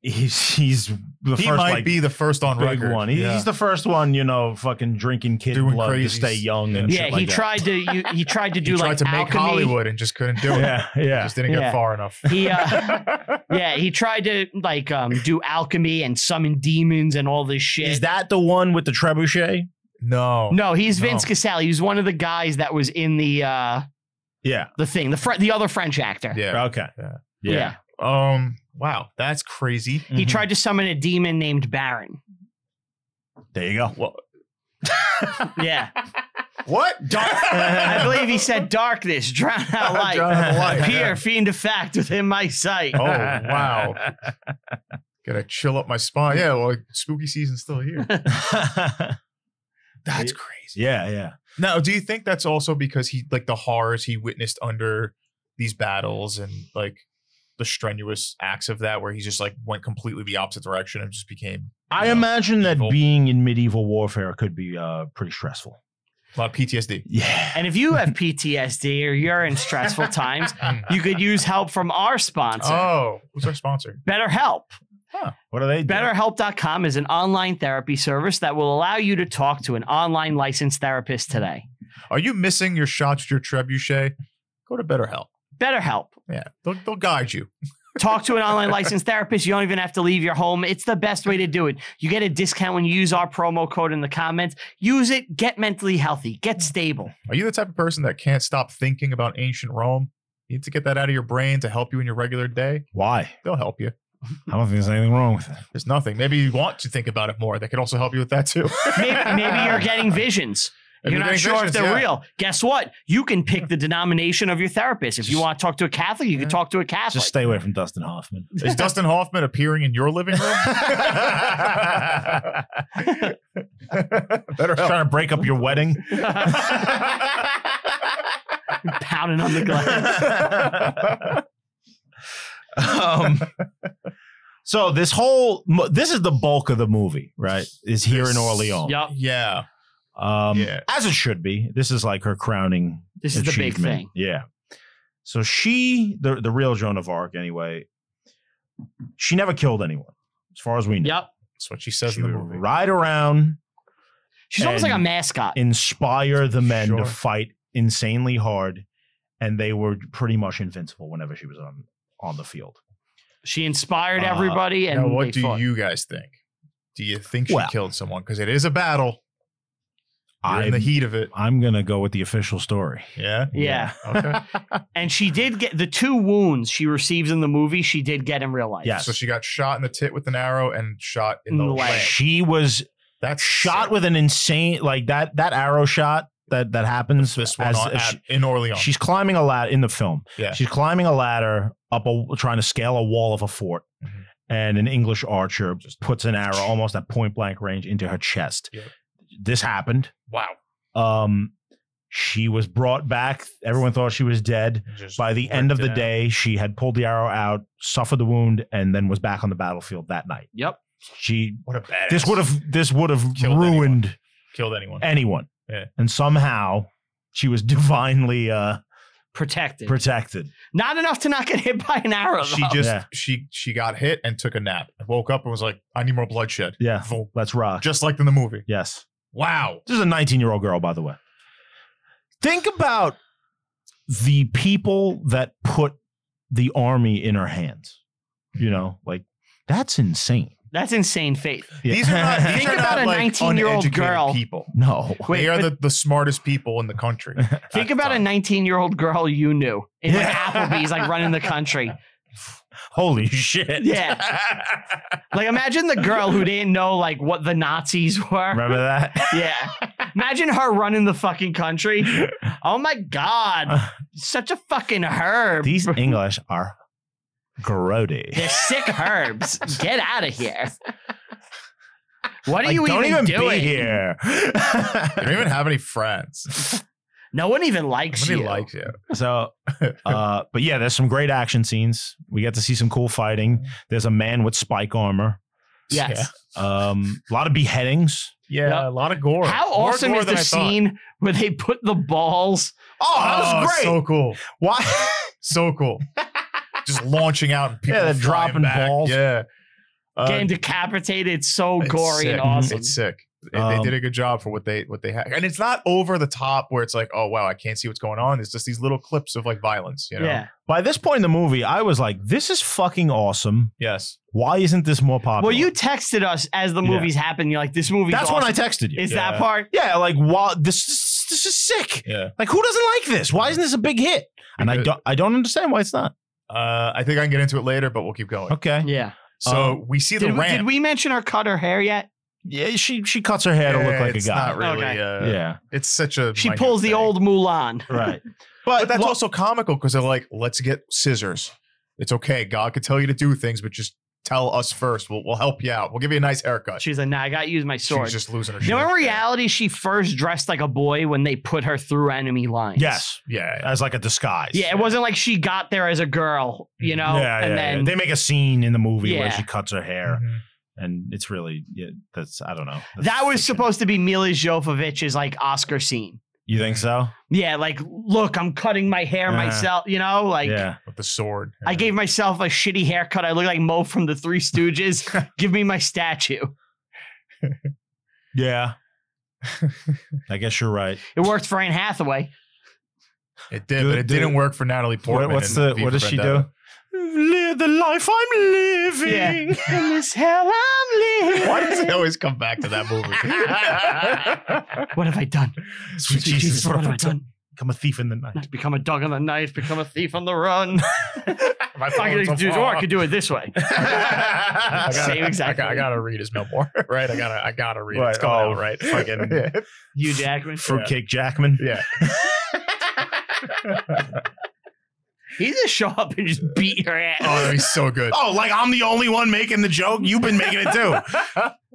Speaker 3: He's he's the
Speaker 2: he
Speaker 3: first
Speaker 2: might
Speaker 3: like
Speaker 2: be the first on
Speaker 3: big
Speaker 2: record.
Speaker 3: one. He-
Speaker 2: Yeah.
Speaker 3: He's the first one, you know, fucking drinking kid
Speaker 2: Doing
Speaker 3: blood
Speaker 2: crazies.
Speaker 3: to stay young and
Speaker 1: Yeah,
Speaker 3: shit
Speaker 1: he
Speaker 3: like that.
Speaker 1: tried to you, he tried to do
Speaker 2: he tried
Speaker 1: like
Speaker 2: to make
Speaker 1: alchemy.
Speaker 2: Hollywood and just couldn't do it.
Speaker 3: Yeah, yeah.
Speaker 2: Just didn't get
Speaker 1: Yeah.
Speaker 2: far enough.
Speaker 1: He uh, yeah, he tried to like um do alchemy and summon demons and all this shit.
Speaker 3: Is that the one with the trebuchet?
Speaker 2: no.
Speaker 1: no, he's
Speaker 2: No.
Speaker 1: Vince Cassell. He was one of the guys that was in the uh
Speaker 3: Yeah.
Speaker 1: the thing, the Fre- the other French actor.
Speaker 2: Yeah.
Speaker 3: Okay.
Speaker 2: Yeah.
Speaker 1: Yeah.
Speaker 2: Um. Wow. That's crazy.
Speaker 1: He
Speaker 3: Mhm.
Speaker 1: tried to summon a demon named Baron.
Speaker 3: There you go.
Speaker 2: Well,
Speaker 1: Yeah.
Speaker 2: what?
Speaker 1: I believe he said darkness, drown out light.
Speaker 2: Drown out light,
Speaker 1: Appear,
Speaker 2: yeah.
Speaker 1: fiend of fact within my sight.
Speaker 2: Oh wow. Gotta chill up my spine. Yeah. Well, spooky season's still here. That's crazy.
Speaker 3: yeah, yeah.
Speaker 2: Now, do you think that's also because he like the horrors he witnessed under these battles and like the strenuous acts of that, where he just like went completely the opposite direction and just became
Speaker 3: I
Speaker 2: Yeah.
Speaker 3: imagine that
Speaker 2: Evil.
Speaker 3: being in medieval warfare could be uh, pretty stressful.
Speaker 2: a lot of PTSD.
Speaker 3: Yeah.
Speaker 1: And if you have PTSD or you're in stressful times, you could use help from our sponsor,
Speaker 2: Oh, who's our sponsor?
Speaker 1: BetterHelp.
Speaker 3: What are they? doing?
Speaker 1: BetterHelp.com is an online therapy service that will allow you to talk to an online licensed therapist today.
Speaker 2: Are you missing your shots with your trebuchet? Go to BetterHelp.
Speaker 1: BetterHelp.
Speaker 2: Yeah, they'll, they'll guide you.
Speaker 1: Talk to an online licensed therapist. You don't even have to leave your home. It's the best way to do it. You get a discount when you use our promo code in the comments. Use it, get mentally healthy, get stable.
Speaker 2: Are you the type of person that can't stop thinking about ancient Rome? You need to get that out of your brain to help you in your regular day?
Speaker 3: Why?
Speaker 2: They'll help you.
Speaker 3: I don't think there's anything wrong with it.
Speaker 2: There's nothing. Maybe you want to think about it more. They could also help you with that too.
Speaker 1: Maybe, maybe you're getting visions.
Speaker 2: If
Speaker 1: You're not
Speaker 2: getting
Speaker 1: sure if
Speaker 2: visions,
Speaker 1: they're
Speaker 2: yeah.
Speaker 1: real. Guess what? You can pick the denomination of your therapist. If you
Speaker 2: Just-
Speaker 1: want to talk to a Catholic, you can
Speaker 2: Yeah.
Speaker 1: talk to a Catholic.
Speaker 3: Just stay away from Dustin Hoffman.
Speaker 2: Is Dustin Hoffman appearing in your living room? Better
Speaker 3: Just
Speaker 2: help.
Speaker 3: trying to break up your wedding.
Speaker 1: pounding on the glass.
Speaker 3: um, so this whole mo- this is the bulk of the movie, right? Is here in
Speaker 2: This-
Speaker 3: Orleans.
Speaker 1: yup.
Speaker 2: yeah.
Speaker 3: Um,
Speaker 2: Yeah.
Speaker 3: As it should be. This is like her crowning.
Speaker 1: This is the big
Speaker 3: achievement.
Speaker 1: thing.
Speaker 3: Yeah. So she, the the real Joan of Arc, anyway. She never killed anyone, as far as we know.
Speaker 1: Yep.
Speaker 2: That's what she says
Speaker 3: She
Speaker 2: in the
Speaker 3: would
Speaker 2: movie.
Speaker 3: ride around,
Speaker 1: She's almost like a
Speaker 3: And
Speaker 1: mascot.
Speaker 3: inspire the men
Speaker 2: Sure.
Speaker 3: to fight insanely hard, and they were pretty much invincible whenever she was on on the field.
Speaker 1: She inspired
Speaker 3: Uh,
Speaker 1: everybody, and
Speaker 2: now, what
Speaker 1: they
Speaker 2: do
Speaker 1: fought.
Speaker 2: you guys think? Do you think she
Speaker 3: Well-
Speaker 2: killed someone? Because it is a battle. You're in the
Speaker 3: I'm-
Speaker 2: heat of it.
Speaker 3: I'm gonna go with the official story.
Speaker 2: Yeah.
Speaker 1: Yeah.
Speaker 2: Okay.
Speaker 1: And she did get the two wounds she receives in the movie, she did get in real life.
Speaker 3: Yes.
Speaker 2: So she got shot in the tit with an arrow and shot in the
Speaker 1: In the leg.
Speaker 2: leg.
Speaker 3: She was
Speaker 2: That's
Speaker 3: shot
Speaker 2: sick.
Speaker 3: with an insane like that that arrow shot that that happens
Speaker 2: this one on-
Speaker 3: as-
Speaker 2: at- in Orleans.
Speaker 3: She's climbing a ladder in the film.
Speaker 2: Yeah.
Speaker 3: She's climbing a ladder up a trying to scale a wall of a fort.
Speaker 2: Mhm.
Speaker 3: And an English archer puts an arrow almost at point blank range into her chest.
Speaker 2: Yep.
Speaker 3: This happened.
Speaker 2: wow.
Speaker 3: Um she was brought back. Everyone thought she was dead.
Speaker 2: Just
Speaker 3: By the end of
Speaker 2: ripped
Speaker 3: the
Speaker 2: it out.
Speaker 3: day, she had pulled the arrow out, suffered the wound, and then was back on the battlefield that night.
Speaker 1: Yep.
Speaker 3: She
Speaker 2: What a badass.
Speaker 3: this would have this would have
Speaker 2: Killed anyone.
Speaker 3: ruined
Speaker 2: killed anyone.
Speaker 3: anyone.
Speaker 2: Yeah.
Speaker 3: And somehow she was divinely uh,
Speaker 1: Protected.
Speaker 3: protected.
Speaker 1: Not enough to not get hit by an arrow.
Speaker 2: she
Speaker 1: though.
Speaker 2: just
Speaker 3: Yeah.
Speaker 2: she she got hit and took a nap. Woke up and was like, I need more bloodshed.
Speaker 3: Yeah.
Speaker 2: Vroom.
Speaker 3: Let's rock.
Speaker 2: Just like in the movie.
Speaker 3: Yes.
Speaker 2: Wow.
Speaker 3: This is a 19 year old girl, by the way. Think about the people that put the army in her hands. You know, like that's insane.
Speaker 1: That's insane faith.
Speaker 3: Yeah.
Speaker 2: These are not these
Speaker 1: Think
Speaker 2: are
Speaker 1: about
Speaker 2: not
Speaker 1: a
Speaker 2: like
Speaker 1: 19-year-old
Speaker 2: uneducated
Speaker 1: girl.
Speaker 2: people.
Speaker 3: no.
Speaker 1: Wait,
Speaker 2: they are
Speaker 1: but
Speaker 2: the, the smartest people in the country.
Speaker 1: think about a
Speaker 2: time.
Speaker 1: 19 year old girl you knew in like
Speaker 3: Yeah.
Speaker 1: Applebee's, like running the country.
Speaker 3: Holy shit.
Speaker 1: Yeah. Like imagine the girl who didn't know like what the Nazis were.
Speaker 3: Remember that?
Speaker 1: Yeah. Imagine her running the fucking country. Oh my God.
Speaker 2: Uh,
Speaker 1: Such a fucking herb.
Speaker 3: These English are grody.
Speaker 1: They're sick herbs. Get out of here. What are
Speaker 3: Like,
Speaker 1: you
Speaker 3: don't
Speaker 1: even, doing?
Speaker 3: be here.
Speaker 2: They don't even have any friends.
Speaker 1: No one even likes
Speaker 2: Nobody
Speaker 1: you.
Speaker 2: likes you.
Speaker 3: So, uh, but yeah, there's some great action scenes. We get to see some cool fighting. There's a man with spike armor.
Speaker 1: yes.
Speaker 3: Um, a lot of beheadings.
Speaker 2: Yeah,
Speaker 1: Yep.
Speaker 2: a lot of gore.
Speaker 1: How
Speaker 2: More
Speaker 1: awesome
Speaker 2: gore
Speaker 1: is
Speaker 2: than
Speaker 1: the
Speaker 2: I thought.
Speaker 1: scene where they put the balls?
Speaker 3: Oh, that was great.
Speaker 2: So cool.
Speaker 3: Why?
Speaker 2: So cool. Just launching out and people
Speaker 3: Yeah, they're
Speaker 2: flying
Speaker 3: dropping
Speaker 2: back.
Speaker 3: balls.
Speaker 2: Yeah. Uh,
Speaker 1: getting decapitated. It's so
Speaker 2: it's
Speaker 1: gory
Speaker 2: sick.
Speaker 1: and awesome.
Speaker 2: It's sick. They-
Speaker 3: Um,
Speaker 2: they did a good job for what they what they had, and it's not over the top where it's like, oh wow, I can't see what's going on. It's just these little clips of like violence, you know.
Speaker 1: Yeah.
Speaker 3: By this point in the movie, I was like, "This is fucking awesome.
Speaker 2: Yes.
Speaker 3: Why isn't this more
Speaker 1: Well,
Speaker 3: popular?"
Speaker 1: you texted us as the
Speaker 3: Yeah.
Speaker 1: movies happened. You're like, this movie.
Speaker 3: That's
Speaker 1: awesome.
Speaker 3: when I texted you.
Speaker 1: Is that
Speaker 2: Yeah.
Speaker 1: part?
Speaker 3: yeah, like, wow, this is, this is sick.
Speaker 2: Yeah.
Speaker 3: Like, who doesn't like this? Why isn't this a big hit? And I
Speaker 2: Because-
Speaker 3: don't, I don't understand why it's not.
Speaker 2: Uh, I think I can get into it later, but we'll keep going.
Speaker 3: Okay.
Speaker 1: Yeah.
Speaker 2: So we see the
Speaker 1: um, Did we,
Speaker 2: ramp.
Speaker 1: did we mention her cut her hair yet?
Speaker 3: Yeah, she she cuts her hair to look
Speaker 2: Yeah,
Speaker 3: like a
Speaker 2: it's
Speaker 3: guy.
Speaker 2: Not really.
Speaker 1: Okay.
Speaker 2: Uh,
Speaker 3: yeah.
Speaker 2: It's such a.
Speaker 1: She
Speaker 2: minute
Speaker 1: pulls the
Speaker 2: thing.
Speaker 1: old Mulan.
Speaker 3: Right.
Speaker 2: But, that's
Speaker 3: well-
Speaker 2: also comical because they're like, let's get scissors. It's okay. God could tell you to do things, but just tell us first. We'll, we'll help you out. We'll give you a nice haircut.
Speaker 1: She's like, nah, I got to use my sword.
Speaker 2: She's just losing her shit.
Speaker 1: No, in reality, she first dressed like a boy when they put her through enemy lines.
Speaker 3: Yes.
Speaker 1: uh,
Speaker 2: Yeah.
Speaker 3: As like a disguise.
Speaker 1: Yeah, it wasn't like she got there as a girl, you know?
Speaker 3: yeah,
Speaker 1: and
Speaker 3: yeah, yeah.
Speaker 1: then
Speaker 3: they make a scene in the movie where
Speaker 1: Yeah. Mm-hmm.
Speaker 3: she cuts her hair,
Speaker 2: Mhm.
Speaker 3: and it's really yeah, that's I don't know. That's
Speaker 1: that was
Speaker 3: fiction.
Speaker 1: supposed to be Mila Jovovich's like Oscar scene.
Speaker 3: You think so?
Speaker 1: Yeah, like, look, I'm cutting my hair
Speaker 3: Uh-huh.
Speaker 1: myself, you know? Like,
Speaker 3: yeah.
Speaker 2: With the sword.
Speaker 1: I gave myself a shitty haircut. I look like Mo from the Three Stooges. Give me my statue.
Speaker 3: Yeah. I guess you're right.
Speaker 1: It worked for Anne Hathaway.
Speaker 2: It did,
Speaker 3: Good
Speaker 2: but it didn't
Speaker 3: dude.
Speaker 2: work for Natalie
Speaker 3: What,
Speaker 2: Portman.
Speaker 3: what's
Speaker 2: in
Speaker 3: the
Speaker 2: V
Speaker 3: what
Speaker 2: for
Speaker 3: does she do?
Speaker 2: Vendetta.
Speaker 3: Live the life I'm living.
Speaker 1: In this hell I'm living.
Speaker 2: Why does it always come back to that movie?
Speaker 1: What have I done?
Speaker 3: Sweet Jesus,
Speaker 1: what
Speaker 3: what
Speaker 1: have I
Speaker 3: have I
Speaker 1: done?
Speaker 3: Become a thief in the night.
Speaker 1: Not become a dog on the knife, become a thief on the run.
Speaker 2: My
Speaker 1: I
Speaker 2: phone's
Speaker 1: could do,
Speaker 2: so
Speaker 1: or I
Speaker 2: far.
Speaker 1: could do it this way.
Speaker 2: I gotta,
Speaker 1: Same exactly.
Speaker 2: I gotta, I gotta read his memoir, right? I gotta, I gotta read. it. It's
Speaker 3: Right,
Speaker 2: coming
Speaker 3: oh,
Speaker 2: out, right?
Speaker 3: fucking-
Speaker 2: Yeah.
Speaker 1: You Jackman.
Speaker 3: Fruitcake Jackman.
Speaker 2: yeah.
Speaker 1: He just show up and just beat your ass.
Speaker 2: Oh, that'd be so good.
Speaker 3: Oh, like I'm the only one making the joke. You've been making it too.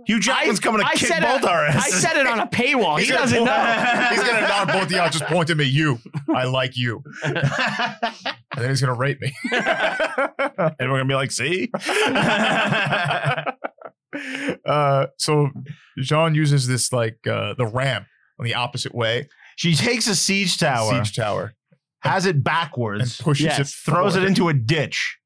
Speaker 3: Hugh Jackman's coming to
Speaker 1: I
Speaker 3: kick
Speaker 1: said
Speaker 3: both
Speaker 1: it-
Speaker 3: our
Speaker 1: I
Speaker 3: asses.
Speaker 1: said it on a paywall. He
Speaker 2: He's gonna
Speaker 1: doesn't
Speaker 2: pull-
Speaker 1: know.
Speaker 2: He's gonna nod both of y'all, just point him at you. I like you. And then he's gonna rape me.
Speaker 3: and we're gonna be like, see?
Speaker 2: uh, so Jean uses this like uh, the ramp on the opposite way,
Speaker 3: She takes a siege tower,
Speaker 2: siege tower,
Speaker 3: has it
Speaker 2: and
Speaker 3: backwards,
Speaker 2: pushes
Speaker 1: Yes.
Speaker 2: it,
Speaker 3: throws it
Speaker 2: forward.
Speaker 3: into a ditch,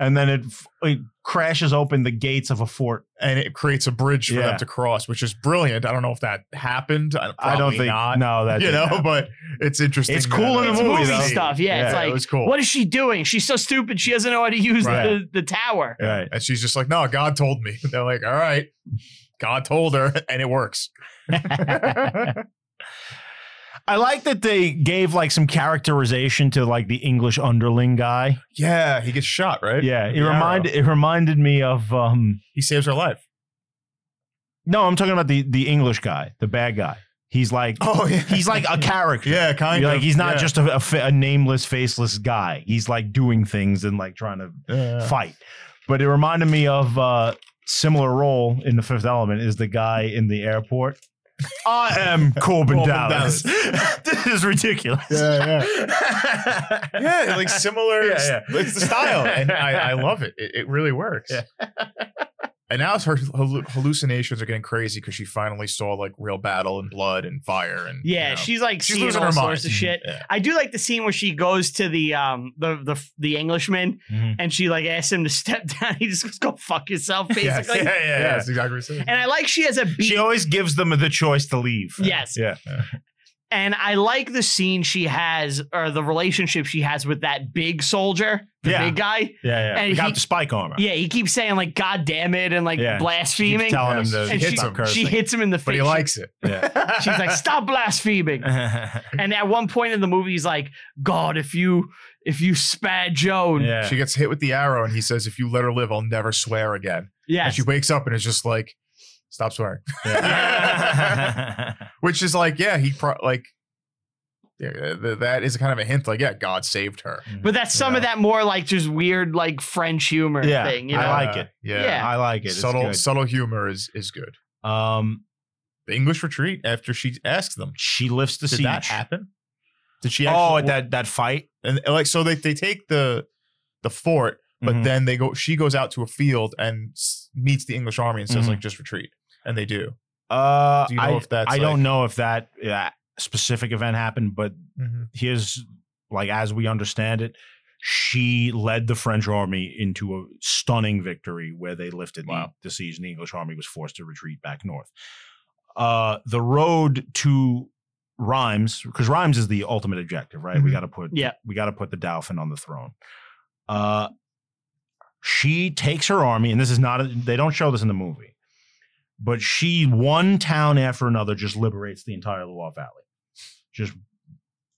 Speaker 3: and then it, f- it crashes open the gates of a fort.
Speaker 2: and it creates a bridge for
Speaker 3: Yeah.
Speaker 2: them to cross, which is brilliant. I don't think that happened. I,
Speaker 3: I don't
Speaker 2: probably
Speaker 3: think
Speaker 2: not.
Speaker 3: no, that
Speaker 2: you
Speaker 3: didn't
Speaker 2: know,
Speaker 3: happen.
Speaker 2: but it's interesting.
Speaker 3: It's cool in the
Speaker 1: It's
Speaker 3: movie,
Speaker 1: movie
Speaker 3: though.
Speaker 1: stuff. Yeah,
Speaker 3: Yeah,
Speaker 1: it's
Speaker 2: it
Speaker 1: like,
Speaker 2: was cool.
Speaker 1: what is she doing? She's so stupid. She doesn't know how to use
Speaker 3: Right.
Speaker 1: the, the tower.
Speaker 3: Right.
Speaker 2: And she's just like, no, God told me. They're like, all right, God told her, and it works.
Speaker 3: I like that they gave like some characterization to like the English underling guy.
Speaker 2: yeah, he gets shot, right?
Speaker 3: Yeah, it
Speaker 2: The arrow.
Speaker 3: reminded it reminded me of um
Speaker 2: He saves her life.
Speaker 3: no, I'm talking about the the English guy, the bad guy. He's like
Speaker 2: Oh, yeah.
Speaker 3: he's like a character.
Speaker 2: yeah, kind
Speaker 3: You're
Speaker 2: of.
Speaker 3: like he's not
Speaker 2: yeah.
Speaker 3: just a, a fa- a nameless, faceless guy. He's like doing things and like trying to
Speaker 2: Yeah.
Speaker 3: fight. But it reminded me of uh similar role in the Fifth Element is the guy in the airport. I am Corbin,
Speaker 2: Corbin
Speaker 3: Dallas. this is ridiculous.
Speaker 2: yeah, yeah, yeah, like similar.
Speaker 3: Yeah, yeah.
Speaker 2: It's the style, and I, I love it. it. It really works.
Speaker 3: Yeah.
Speaker 2: and now her hallu- hallucinations are getting crazy because she finally saw like real battle and blood and fire and
Speaker 1: Yeah,
Speaker 2: you know.
Speaker 1: she's like
Speaker 2: she's
Speaker 1: seeing
Speaker 2: losing
Speaker 1: all
Speaker 2: her
Speaker 1: sorts
Speaker 2: mind.
Speaker 1: of shit.
Speaker 2: Yeah.
Speaker 1: I do like the scene where she goes to the um the the the Englishman
Speaker 2: Mm-hmm.
Speaker 3: Mhm.
Speaker 1: and she like asks him to step down. He just goes, "Go fuck yourself,"
Speaker 2: Yes.
Speaker 1: basically.
Speaker 2: yeah, yeah, yeah, That's exactly what I'm
Speaker 1: And I like she has a beat.
Speaker 3: She always gives them the choice to leave.
Speaker 1: Yes.
Speaker 3: Yeah.
Speaker 1: and I like the scene she has or the relationship she has with that big soldier, the
Speaker 3: Yeah.
Speaker 1: big guy.
Speaker 3: Yeah, yeah.
Speaker 1: And
Speaker 3: he got
Speaker 1: he-
Speaker 3: the spike armor.
Speaker 1: Yeah, he keeps saying like "God damn it" and like
Speaker 3: Yeah. Keeps
Speaker 1: blaspheming.
Speaker 3: telling
Speaker 2: Yes.
Speaker 3: him to
Speaker 1: And
Speaker 3: hit
Speaker 1: she-
Speaker 3: some cursing.
Speaker 1: She hits him in the face.
Speaker 2: But he likes it.
Speaker 1: She's like, "Stop blaspheming."
Speaker 3: yeah.
Speaker 1: And at one point in the movie, he's like, "God, if you if you spare Joan, yeah,
Speaker 2: She gets hit with the arrow, and he says, "If you let her live, I'll never swear again." And she wakes up and is just like, "Stop swearing,"
Speaker 3: Yeah.
Speaker 2: which is like, yeah, he pro- like, yeah, th- that is kind of a hint, like, yeah, God saved her.
Speaker 1: But that's some of that more like just weird like French humor
Speaker 3: Yeah,
Speaker 1: thing, you know?
Speaker 3: I like
Speaker 2: Uh,
Speaker 3: it.
Speaker 2: Yeah,
Speaker 1: Yeah.
Speaker 3: I like it. It's
Speaker 2: subtle
Speaker 3: good.
Speaker 2: subtle humor is is good.
Speaker 3: Um,
Speaker 2: The English retreat after she asks them,
Speaker 3: she lifts the
Speaker 2: did
Speaker 3: siege.
Speaker 2: that happen? Did she? Actually,
Speaker 3: oh, at that that fight.
Speaker 2: and like so they they take the the fort, but
Speaker 3: Mhm.
Speaker 2: then they go. She goes out to a field and s- meets the English army and says
Speaker 3: Mhm.
Speaker 2: like, just retreat, and they do.
Speaker 3: Uh,
Speaker 2: Do you know
Speaker 3: I,
Speaker 2: if that's?
Speaker 3: I
Speaker 2: like-
Speaker 3: don't know if that that specific event happened, but
Speaker 2: Mhm.
Speaker 3: here's like as we understand it, she led the French army into a stunning victory where they lifted
Speaker 2: Wow.
Speaker 3: the, the siege, and the English army was forced to retreat back north. Uh, the road to Rhymes, because Rhymes is the ultimate objective, right? We
Speaker 2: Mhm.
Speaker 3: got to put
Speaker 1: Yeah.
Speaker 3: we got to put the Dauphin on the throne. Uh, she takes her army, and this is not a, they don't show this in the movie, but she one town after another just liberates the entire Loire Valley. Just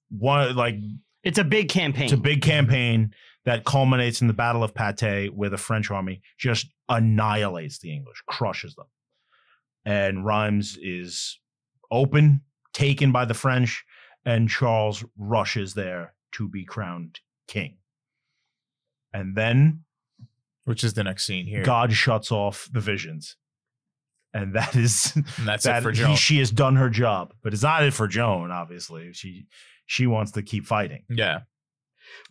Speaker 3: one like
Speaker 1: It's a big campaign.
Speaker 3: it's a big campaign that culminates in the Battle of Patay, where the French army just annihilates the English, crushes them. And Rheims is open, taken by the French, and Charles rushes there to be crowned king. And then
Speaker 2: Which is the next scene here.
Speaker 3: God shuts off the visions. And that is
Speaker 2: And that's
Speaker 3: that
Speaker 2: it for
Speaker 3: he-
Speaker 2: Joan.
Speaker 3: she has done her job. But it's not it for Joan, obviously. She she wants to keep fighting.
Speaker 2: yeah.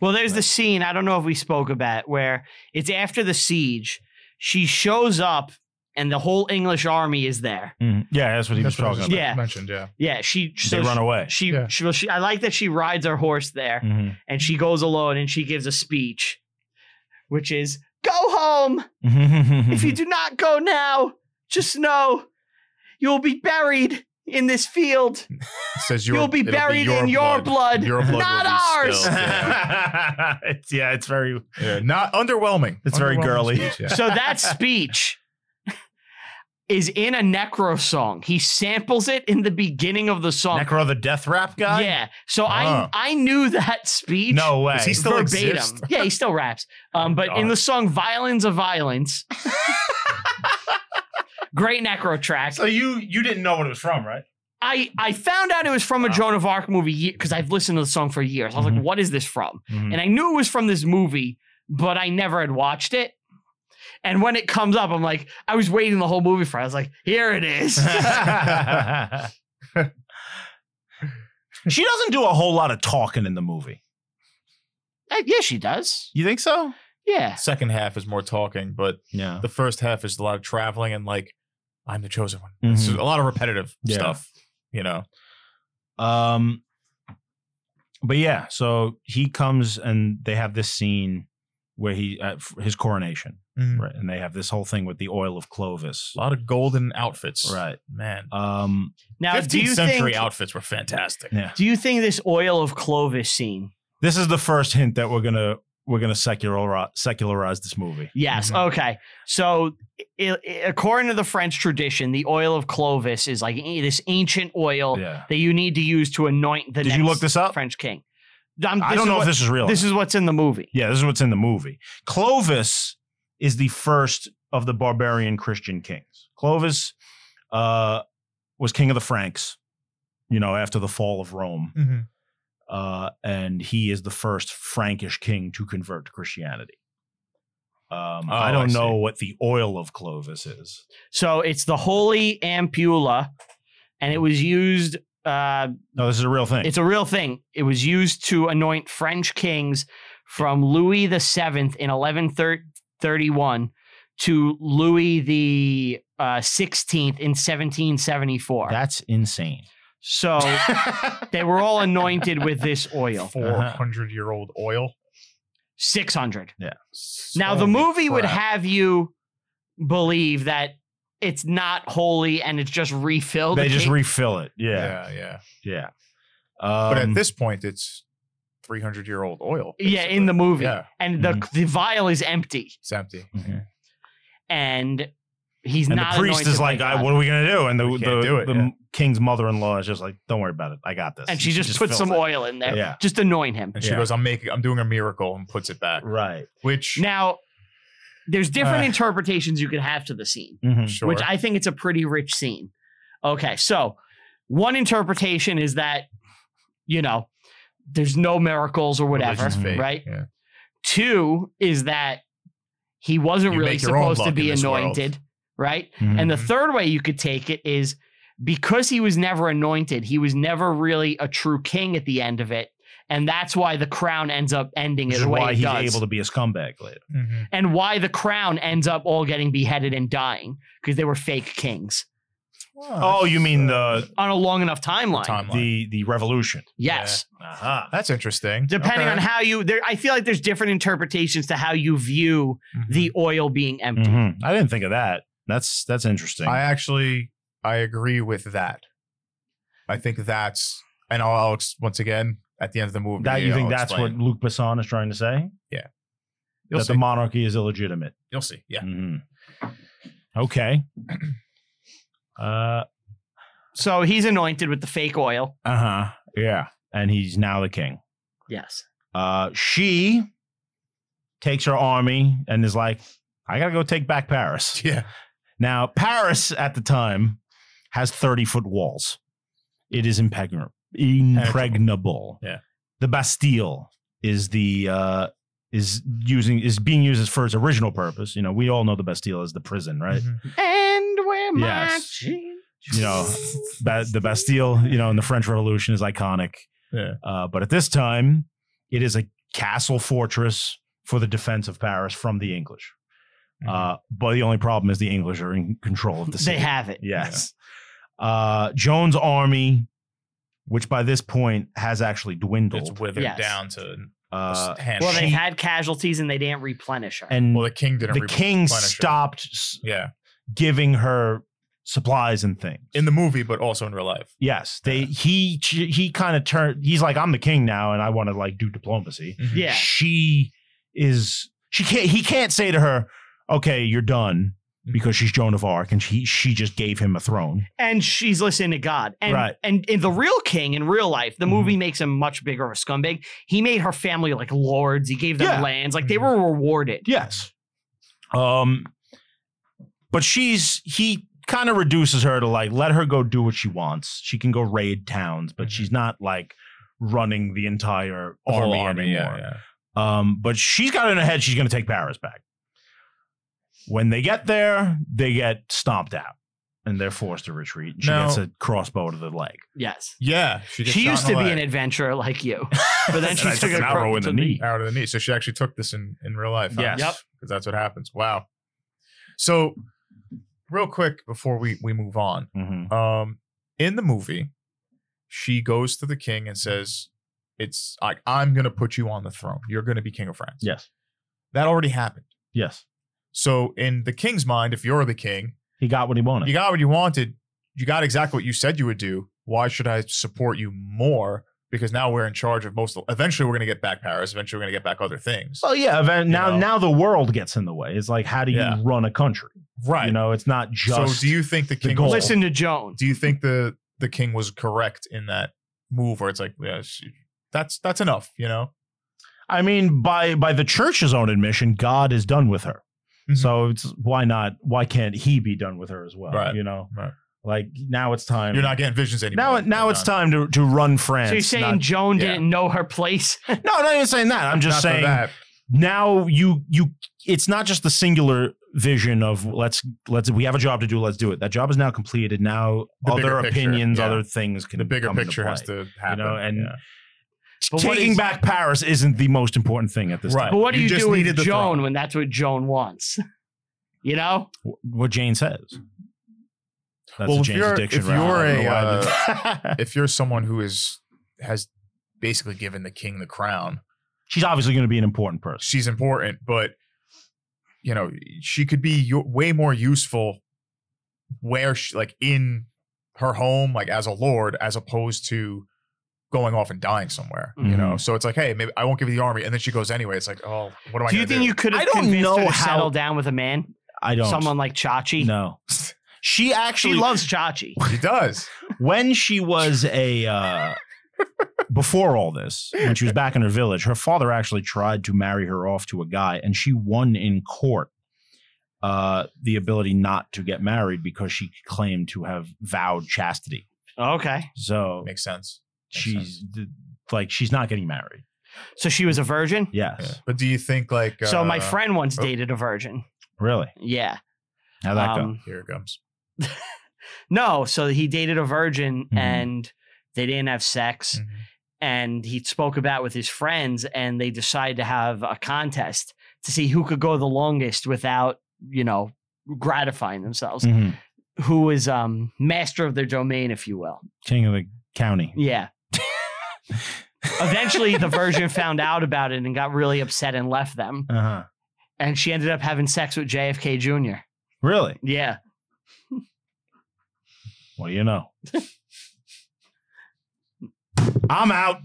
Speaker 1: well, there's the
Speaker 2: Right.
Speaker 1: scene, I don't know if we spoke about, where it's after the siege. She shows up and the whole English army is there.
Speaker 3: Mm-hmm. Yeah, that's what he
Speaker 2: That's
Speaker 3: was
Speaker 2: what I
Speaker 3: talking
Speaker 2: just
Speaker 3: about.
Speaker 1: about. Yeah.
Speaker 2: Mentioned, yeah.
Speaker 1: Yeah, she so
Speaker 3: they run away.
Speaker 1: she,
Speaker 2: Yeah.
Speaker 1: she, well, she I like that she rides her horse there and she goes alone and she gives a speech, which is go home. If
Speaker 2: Mm-hmm.
Speaker 1: you do not go now, just know you will be buried in this field.
Speaker 2: It says
Speaker 1: You'll
Speaker 2: your-
Speaker 1: be
Speaker 2: it'll
Speaker 1: buried in your blood,
Speaker 2: Your blood
Speaker 1: not
Speaker 2: will be
Speaker 1: ours.
Speaker 2: spilled, yeah.
Speaker 3: it's, yeah, it's very.
Speaker 2: Yeah, Not underwhelming.
Speaker 3: It's very
Speaker 2: Underwhelming
Speaker 3: girly.
Speaker 2: speech, yeah.
Speaker 1: So that speech is in a necro song. He samples it in the beginning of the song.
Speaker 3: Necro the death rap guy?
Speaker 1: yeah. So
Speaker 2: Huh.
Speaker 1: I I knew that speech.
Speaker 3: No way.
Speaker 2: Does he still
Speaker 1: verbatim.
Speaker 2: exist?
Speaker 1: Yeah, he still raps. Um, but in
Speaker 2: God.
Speaker 1: the song Violins of Violence. Great necro track.
Speaker 3: you you didn't know what it was from, right?
Speaker 1: I, I found out it was from a
Speaker 3: Wow.
Speaker 1: Joan of Arc movie because I've listened to the song for years. I was
Speaker 3: Mhm.
Speaker 1: like, what is this from?
Speaker 3: Mhm.
Speaker 1: And I knew it was from this movie, but I never had watched it. And when it comes up, I'm like, I was waiting the whole movie for it. I was like, here it is. Uh,
Speaker 3: she doesn't do a whole lot of talking in the movie.
Speaker 1: Uh, yeah, she does.
Speaker 3: You think so?
Speaker 1: Yeah.
Speaker 2: Second half is more talking, but
Speaker 1: Uh-huh.
Speaker 3: Yeah.
Speaker 2: the first half is a lot of traveling and like, I'm the chosen one. It's
Speaker 1: Mm-hmm.
Speaker 2: just a lot of repetitive
Speaker 3: Yeah.
Speaker 2: stuff, you know.
Speaker 3: Um, but yeah, so he comes and they have this scene where he uh, f- his coronation,
Speaker 1: Mm-hmm.
Speaker 3: right? And they have this whole thing with the oil of Clovis,
Speaker 2: A lot of golden outfits.
Speaker 3: right?
Speaker 2: Man.
Speaker 3: Um,
Speaker 1: Uh, Now, do
Speaker 2: 15th
Speaker 1: you
Speaker 2: century
Speaker 1: think
Speaker 2: outfits were fantastic.
Speaker 3: yeah.
Speaker 1: do you think this oil of Clovis scene?
Speaker 3: This is the first hint that we're gonna we're gonna secularize, secularize this movie.
Speaker 1: Yes.
Speaker 3: Mm-hmm.
Speaker 2: Mhm.
Speaker 1: Okay. So, i i- according to the French tradition, the oil of Clovis is like a- this ancient oil
Speaker 3: Yeah.
Speaker 1: that you need to use to anoint the
Speaker 3: Did
Speaker 1: next
Speaker 3: you look this up?
Speaker 1: French king. I'm-
Speaker 3: I
Speaker 1: this
Speaker 3: don't
Speaker 1: is
Speaker 3: know
Speaker 1: what-
Speaker 3: if this is real.
Speaker 1: This is what's in the movie.
Speaker 3: yeah, this is what's in the movie. Clovis is the first of the barbarian Christian kings. Clovis uh, was king of the Franks, you know, after the fall of Rome,
Speaker 2: Mhm.
Speaker 3: uh, and he is the first Frankish king to convert to Christianity. Um,
Speaker 2: Oh,
Speaker 3: I
Speaker 2: I
Speaker 3: don't
Speaker 2: see.
Speaker 3: know what the oil of Clovis is.
Speaker 1: So it's the holy ampulla, and it was used. Uh,
Speaker 3: No, this is a real thing.
Speaker 1: it's a real thing. It was used to anoint French kings from Louis the Seventh in 1131 to Louis the uh, 16th in 1774.
Speaker 3: That's insane.
Speaker 1: so they were all anointed with this oil.
Speaker 2: 400 year old oil.
Speaker 1: 600. Now,
Speaker 2: Holy
Speaker 1: the movie would
Speaker 2: crap.
Speaker 1: have you believe that it's not holy and it's just refilled.
Speaker 3: They
Speaker 1: Oh, The
Speaker 3: just
Speaker 1: king-
Speaker 3: refill it. Yeah,
Speaker 2: Yeah, yeah.
Speaker 3: yeah.
Speaker 2: But
Speaker 3: Um,
Speaker 2: at this point, it's 300 year old oil.
Speaker 1: yeah,
Speaker 2: basically.
Speaker 1: in the movie.
Speaker 2: Yeah,
Speaker 1: And the,
Speaker 3: Mm-hmm.
Speaker 1: the vial is empty.
Speaker 2: it's empty.
Speaker 3: Mhm.
Speaker 1: And he's
Speaker 3: and
Speaker 1: not.
Speaker 3: the priest
Speaker 1: anointed
Speaker 3: is like,
Speaker 1: by
Speaker 3: I,
Speaker 1: God.
Speaker 3: "What are we gonna do?" And the
Speaker 2: We
Speaker 3: the,
Speaker 2: can't do it,
Speaker 3: the
Speaker 2: yeah.
Speaker 3: king's mother-in-law is just like, "Don't worry about it. I got this."
Speaker 1: And she just, puts
Speaker 3: fills
Speaker 1: some
Speaker 3: it.
Speaker 1: oil in there.
Speaker 3: Yeah.
Speaker 1: Just anoint him.
Speaker 2: And she
Speaker 3: Yeah.
Speaker 2: goes, "I'm making, I'm doing a miracle," and puts it back.
Speaker 3: right?
Speaker 2: Which,
Speaker 1: Now, there's different
Speaker 2: Uh.
Speaker 1: interpretations you could have to the scene,
Speaker 3: Mhm.
Speaker 2: sure,
Speaker 1: which I think it's a pretty rich scene. Okay. So, one interpretation is that, you know, there's no miracles or whatever,
Speaker 2: religion's fake,
Speaker 1: right?
Speaker 2: Yeah.
Speaker 1: Two is that he wasn't
Speaker 2: You
Speaker 1: really
Speaker 2: make your own
Speaker 1: supposed to
Speaker 2: luck
Speaker 1: be
Speaker 2: in this world.
Speaker 1: anointed, right?
Speaker 3: Mhm.
Speaker 1: And the
Speaker 2: Mhm.
Speaker 1: third way you could take it is because he was never anointed, he was never really a true king at the end of it. And that's why the crown ends up ending
Speaker 3: Which
Speaker 1: it
Speaker 3: is
Speaker 1: the way
Speaker 3: why
Speaker 1: it
Speaker 3: he's
Speaker 1: does.
Speaker 3: able to be a scumbag later.
Speaker 2: Mhm.
Speaker 1: and why the crown ends up all getting beheaded and dying because they were fake kings
Speaker 3: Oh, you mean the
Speaker 1: on a long enough timeline.
Speaker 2: timeline.
Speaker 3: the the revolution?
Speaker 1: Yes.
Speaker 3: Uh-huh.
Speaker 2: That's interesting.
Speaker 1: Depending
Speaker 2: Okay.
Speaker 1: on how you there, I feel like there's different interpretations to how you view
Speaker 2: Mhm.
Speaker 1: the oil being empty.
Speaker 2: Mm-hmm.
Speaker 3: Mhm. I didn't think of that. That's that's interesting.
Speaker 2: I actually, I agree with that. I think that's, and I'll, I'll ex- once again at the end of the movie.
Speaker 3: that you think
Speaker 2: I'll
Speaker 3: that's
Speaker 2: explain.
Speaker 3: what Luke Besson is trying to say?
Speaker 2: you'll
Speaker 3: that
Speaker 2: see.
Speaker 3: the monarchy is illegitimate.
Speaker 2: you'll see. Yeah.
Speaker 3: Mhm. Okay. Uh
Speaker 1: So he's anointed with the fake oil.
Speaker 3: huh. Yeah. And he's now the king.
Speaker 1: Yes.
Speaker 3: Uh, she takes her army and is like, I gotta go take back Paris.
Speaker 2: Yeah.
Speaker 3: Now, Paris at the time has 30 foot walls. It is impegnable, impregnable.
Speaker 2: Yeah.
Speaker 3: The Bastille is the uh, is using is being used as for its original purpose. You know, we all know the Bastille is the prison, right?
Speaker 1: Mm-hmm.
Speaker 2: Mhm.
Speaker 1: And we're
Speaker 3: Yes.
Speaker 1: marching.
Speaker 3: You know, Ba- the Bastille, you know, in the French Revolution is iconic.
Speaker 2: Yeah.
Speaker 3: Uh, but at this time, it is a castle fortress for the defense of Paris from the English.
Speaker 2: Mm-hmm.
Speaker 3: Uh, but the only problem is the English are in control of the city.
Speaker 1: They have it.
Speaker 3: Yes. Uh, Joan's army, which by this point has actually
Speaker 2: it's
Speaker 3: dwindled.
Speaker 2: withered
Speaker 1: Yes.
Speaker 2: down to
Speaker 3: Uh,
Speaker 2: a hand.
Speaker 1: Well, they
Speaker 3: She-
Speaker 1: had casualties and they didn't replenish her.
Speaker 3: and
Speaker 2: well, the king didn't.
Speaker 3: the
Speaker 2: re-
Speaker 3: king
Speaker 2: replenish it.
Speaker 3: stopped s-
Speaker 2: Yeah,
Speaker 3: giving her supplies and things.
Speaker 2: in the movie, but also in real life.
Speaker 3: yes, they he he kind of turned. He's like, I'm the king now, and I want to like do diplomacy.
Speaker 1: yeah.
Speaker 3: she is she can't he can't say to her okay you're done
Speaker 2: Mm-hmm.
Speaker 3: because she's joan of arc and she she just gave him a throne
Speaker 1: And she's listening to God. And,
Speaker 3: Right. Mm-hmm.
Speaker 1: and and the real king in real life, the movie makes him much bigger of a scumbag. He made her family like lords. He gave them
Speaker 3: Yeah.
Speaker 1: lands. Like they were rewarded.
Speaker 3: yes um but she's he kind of reduces her to like let her go do what she wants she can go raid towns but
Speaker 2: Mhm.
Speaker 3: she's not like running the entire
Speaker 2: The whole
Speaker 3: army, anymore
Speaker 2: yeah, yeah.
Speaker 3: Um, but she's got it in her head she's going to take Paris back. When they get there, they get stomped out and they're forced to retreat. She
Speaker 2: Now-
Speaker 3: gets a crossbow to the leg.
Speaker 1: Yes.
Speaker 2: Yeah, she, gets
Speaker 1: She
Speaker 2: shot
Speaker 1: used
Speaker 2: in
Speaker 1: to
Speaker 2: the
Speaker 1: be an
Speaker 2: leg.
Speaker 1: adventurer like you. But then
Speaker 3: And
Speaker 1: she
Speaker 3: I
Speaker 1: took
Speaker 3: took
Speaker 1: a
Speaker 3: an arrow
Speaker 1: crow
Speaker 3: in
Speaker 1: to
Speaker 3: the
Speaker 1: the
Speaker 3: knee.
Speaker 2: out of the knee. So she actually took this in in real life.
Speaker 3: Yes. Yep.
Speaker 2: because that's what happens. Wow. So, real quick before we we move on,
Speaker 3: Mhm.
Speaker 2: um, in the movie, she goes to the king and says, "It's like I'm going to put you on the throne. You're going to be king of France."
Speaker 3: Yes.
Speaker 2: that already happened.
Speaker 3: Yes.
Speaker 2: So, in the king's mind, if you're the king,
Speaker 3: He got what he wanted.
Speaker 2: you got what you wanted. You got exactly what you said you would do. Why should I support you more because now we're in charge of most. Eventually, we're going to get back Paris. Eventually, we're going to get back other things.
Speaker 3: Well, yeah. Event,
Speaker 2: You
Speaker 3: now,
Speaker 2: know?
Speaker 3: now the world gets in the way. It's like, how do you
Speaker 2: Yeah.
Speaker 3: run a country?
Speaker 2: Right.
Speaker 3: You know, it's not
Speaker 2: so,
Speaker 3: just.
Speaker 2: do you think the
Speaker 3: the
Speaker 2: king?
Speaker 3: goal.
Speaker 2: was,
Speaker 1: Listen to Joan.
Speaker 2: do you think the the king was correct in that move, where it's like, yeah, she, that's that's enough, you know?
Speaker 3: I mean, by by the church's own admission, God is done with her.
Speaker 2: Mhm.
Speaker 3: So it's why not? Why can't he be done with her as well?
Speaker 2: Right.
Speaker 3: You know,
Speaker 2: Right.
Speaker 3: like now it's time.
Speaker 2: You're not getting visions
Speaker 3: now.
Speaker 2: anymore.
Speaker 3: Now it's time to to run France.
Speaker 1: So you're saying
Speaker 3: not-
Speaker 1: Joan
Speaker 2: yeah.
Speaker 1: didn't know her place?
Speaker 3: no, I'm not even saying that. I'm just
Speaker 2: Not for
Speaker 3: saying
Speaker 2: that.
Speaker 3: now you you. It's not just the singular vision of let's let's we have a job to do. Let's do it. That job is now completed. Now
Speaker 2: The bigger
Speaker 3: other
Speaker 2: picture,
Speaker 3: opinions,
Speaker 2: yeah.
Speaker 3: other things can
Speaker 2: the bigger
Speaker 3: come into
Speaker 2: picture has
Speaker 3: play.
Speaker 2: to happen.
Speaker 3: and
Speaker 2: yeah.
Speaker 1: But what
Speaker 3: Taking
Speaker 1: is-
Speaker 3: back Paris isn't the most important thing at this
Speaker 2: Right.
Speaker 1: But what do
Speaker 2: You
Speaker 1: you,
Speaker 2: just
Speaker 1: do with
Speaker 2: needed the
Speaker 1: Joan
Speaker 2: throne.
Speaker 1: when that's what Joan wants? You know?
Speaker 3: time. Wh- What Jane says. That's
Speaker 2: Well,
Speaker 3: a
Speaker 2: if
Speaker 3: Jane's
Speaker 2: you're-
Speaker 3: addiction.
Speaker 2: if
Speaker 3: route.
Speaker 2: you're
Speaker 3: I
Speaker 2: a,
Speaker 3: don't
Speaker 2: uh,
Speaker 3: know why I did-
Speaker 2: if you're someone who is has basically given the king the crown,
Speaker 3: she's obviously going to be an important person.
Speaker 2: she's important, but you know she could be yo- way more useful where she like in her home, like as a lord, as opposed to going off and dying somewhere. You
Speaker 1: Mm-hmm.
Speaker 2: know, so it's like, hey, maybe I won't give you the army, and then she goes anyway. It's like, oh, what am I?
Speaker 1: Do you
Speaker 2: gonna
Speaker 1: think you could
Speaker 3: I
Speaker 1: have
Speaker 3: don't
Speaker 1: convinced
Speaker 3: know
Speaker 1: her to
Speaker 3: how-
Speaker 1: settle down with a man?
Speaker 3: I don't.
Speaker 1: Someone like Chachi?
Speaker 3: No. She
Speaker 1: She
Speaker 3: actually
Speaker 1: loves Chachi.
Speaker 2: She does.
Speaker 3: when she was a uh, before all this, when she was back in her village, her father actually tried to marry her off to a guy, and she won in court uh, the ability not to get married because she claimed to have vowed chastity.
Speaker 1: Okay.
Speaker 3: So
Speaker 2: Makes sense.
Speaker 3: she's d- like she's not getting married.
Speaker 1: So she was a virgin?
Speaker 3: Yes,
Speaker 2: Yeah. But do you think like
Speaker 1: So my
Speaker 2: uh,
Speaker 1: friend once
Speaker 2: oh.
Speaker 1: dated a virgin.
Speaker 3: really.
Speaker 1: Yeah.
Speaker 3: How that go?
Speaker 1: Um,
Speaker 2: Here it comes.
Speaker 1: no, so he dated a virgin
Speaker 3: Mhm.
Speaker 1: and they didn't have sex.
Speaker 2: Mhm.
Speaker 1: and he spoke about with his friends and they decided to have a contest to see who could go the longest without you know gratifying themselves
Speaker 3: Mhm.
Speaker 1: who was um master of their domain if you will
Speaker 3: King of the county.
Speaker 1: yeah eventually the virgin found out about it and got really upset and left them
Speaker 3: Uh huh.
Speaker 1: and she ended up having sex with jfk jr
Speaker 3: Really?
Speaker 1: yeah
Speaker 3: What do you know? I'm out.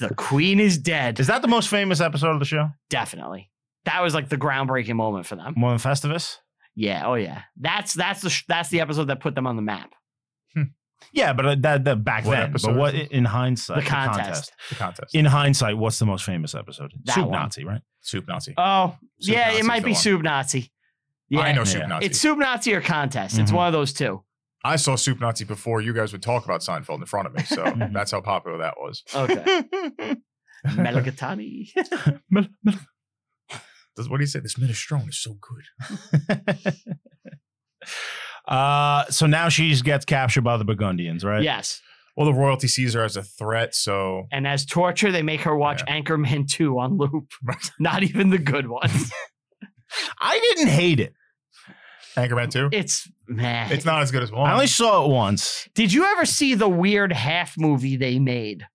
Speaker 1: the queen is dead
Speaker 3: Is that the most famous episode of the show?
Speaker 1: definitely that was like the groundbreaking moment for them
Speaker 3: More than Festivus?
Speaker 1: yeah oh yeah that's that's the sh- that's the episode that put them on the map
Speaker 3: Yeah, but uh, that, that back
Speaker 2: What
Speaker 3: then.
Speaker 2: episode?
Speaker 3: But what in hindsight?
Speaker 1: the contest.
Speaker 2: The contest.
Speaker 3: In hindsight, what's the most famous episode?
Speaker 1: That
Speaker 3: Soup
Speaker 1: one.
Speaker 3: Nazi, right?
Speaker 2: Soup Nazi.
Speaker 1: Oh,
Speaker 2: Soup
Speaker 1: yeah,
Speaker 2: Nazi's
Speaker 1: it might
Speaker 2: the
Speaker 1: be
Speaker 2: one.
Speaker 1: Soup Nazi. Yeah,
Speaker 2: I know Mm-hmm. Soup
Speaker 3: Yeah.
Speaker 2: Nazi.
Speaker 1: it's Soup Nazi or contest. It's
Speaker 3: Mhm.
Speaker 1: one of those two.
Speaker 2: I saw Soup Nazi before you guys would talk about Seinfeld in front of me. So
Speaker 1: Mm-hmm.
Speaker 2: that's how popular that was.
Speaker 1: Okay, Melgatani.
Speaker 2: Does- what do you say? This minestrone is so good.
Speaker 3: uh, so now she gets captured by the Burgundians, right?
Speaker 1: Yes,
Speaker 2: Well, the royalty sees her as a threat. So
Speaker 1: and as torture, they make her watch Anchorman Two on loop. Not even the good ones.
Speaker 3: I didn't hate it.
Speaker 2: Anchorman 2?
Speaker 1: It's man.
Speaker 2: It's not as good as one.
Speaker 1: Um,
Speaker 3: I only saw it once.
Speaker 1: Did you ever see the weird half movie they made?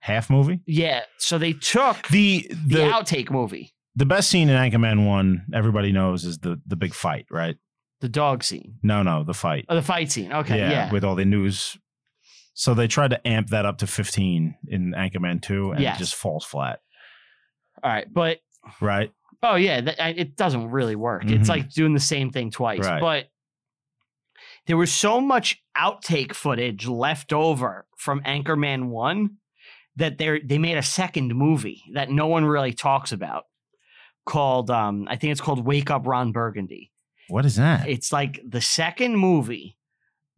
Speaker 3: Half movie.
Speaker 1: Yeah, so they took
Speaker 3: The
Speaker 1: the,
Speaker 3: the
Speaker 1: outtake movie,
Speaker 3: the best scene in Anchorman One, everybody knows, is the the big fight, right?
Speaker 1: the dog scene,
Speaker 3: No, no, the fight.
Speaker 1: or the fight scene. Okay, yeah,
Speaker 3: with all the news. So they tried to amp that up to 15 in Anchorman 2, and
Speaker 1: Yes.
Speaker 3: it just falls flat,
Speaker 1: all right, but
Speaker 3: right?
Speaker 1: Oh yeah, that, I- it doesn't really work.
Speaker 3: Mhm.
Speaker 1: It's like doing the same thing twice.
Speaker 3: Right.
Speaker 1: But there was so much outtake footage left over from Anchorman One that they they made a second movie that no one really talks about called um, I think it's called Wake Up Ron Burgundy.
Speaker 3: What is that?
Speaker 1: It's like the second movie,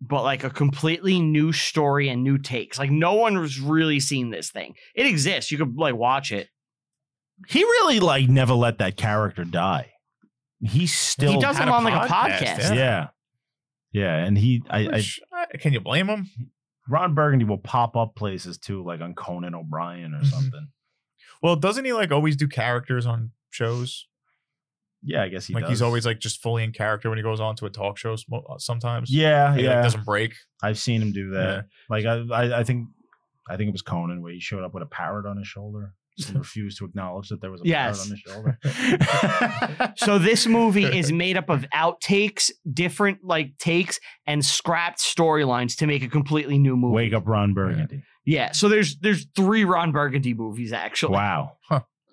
Speaker 1: but like a completely new story and new takes. Like no one has really seen this thing. It exists. You could like watch it.
Speaker 3: He really like never let that character die. He still
Speaker 1: he does
Speaker 2: had
Speaker 1: them
Speaker 2: a
Speaker 1: on like a
Speaker 2: podcast,
Speaker 1: podcast.
Speaker 2: yeah.
Speaker 3: yeah. Yeah, and he I, I
Speaker 2: Which, I- can you blame him?
Speaker 3: Ron Burgundy will pop up places too, like on Conan O'Brien or
Speaker 2: Mhm.
Speaker 3: something.
Speaker 2: Well, doesn't he like always do characters on shows?
Speaker 3: Yeah, I guess he
Speaker 2: like
Speaker 3: does.
Speaker 2: he's always like just fully in character when he goes on to a talk show sm- uh, sometimes.
Speaker 3: yeah,
Speaker 2: He like,
Speaker 3: yeah.
Speaker 2: doesn't break.
Speaker 3: I've seen him do
Speaker 2: Yeah.
Speaker 3: that. Like I, I, I think, I think it was Conan where he showed up with a parrot on his shoulder. and refused to acknowledge that there was a
Speaker 1: Yes.
Speaker 3: parrot on the shoulder.
Speaker 1: So this movie is made up of outtakes, different like takes, and scrapped storylines to make a completely new movie.
Speaker 3: Wake up, Ron Burgundy.
Speaker 1: Yeah. So there's there's three Ron Burgundy movies actually.
Speaker 3: Wow.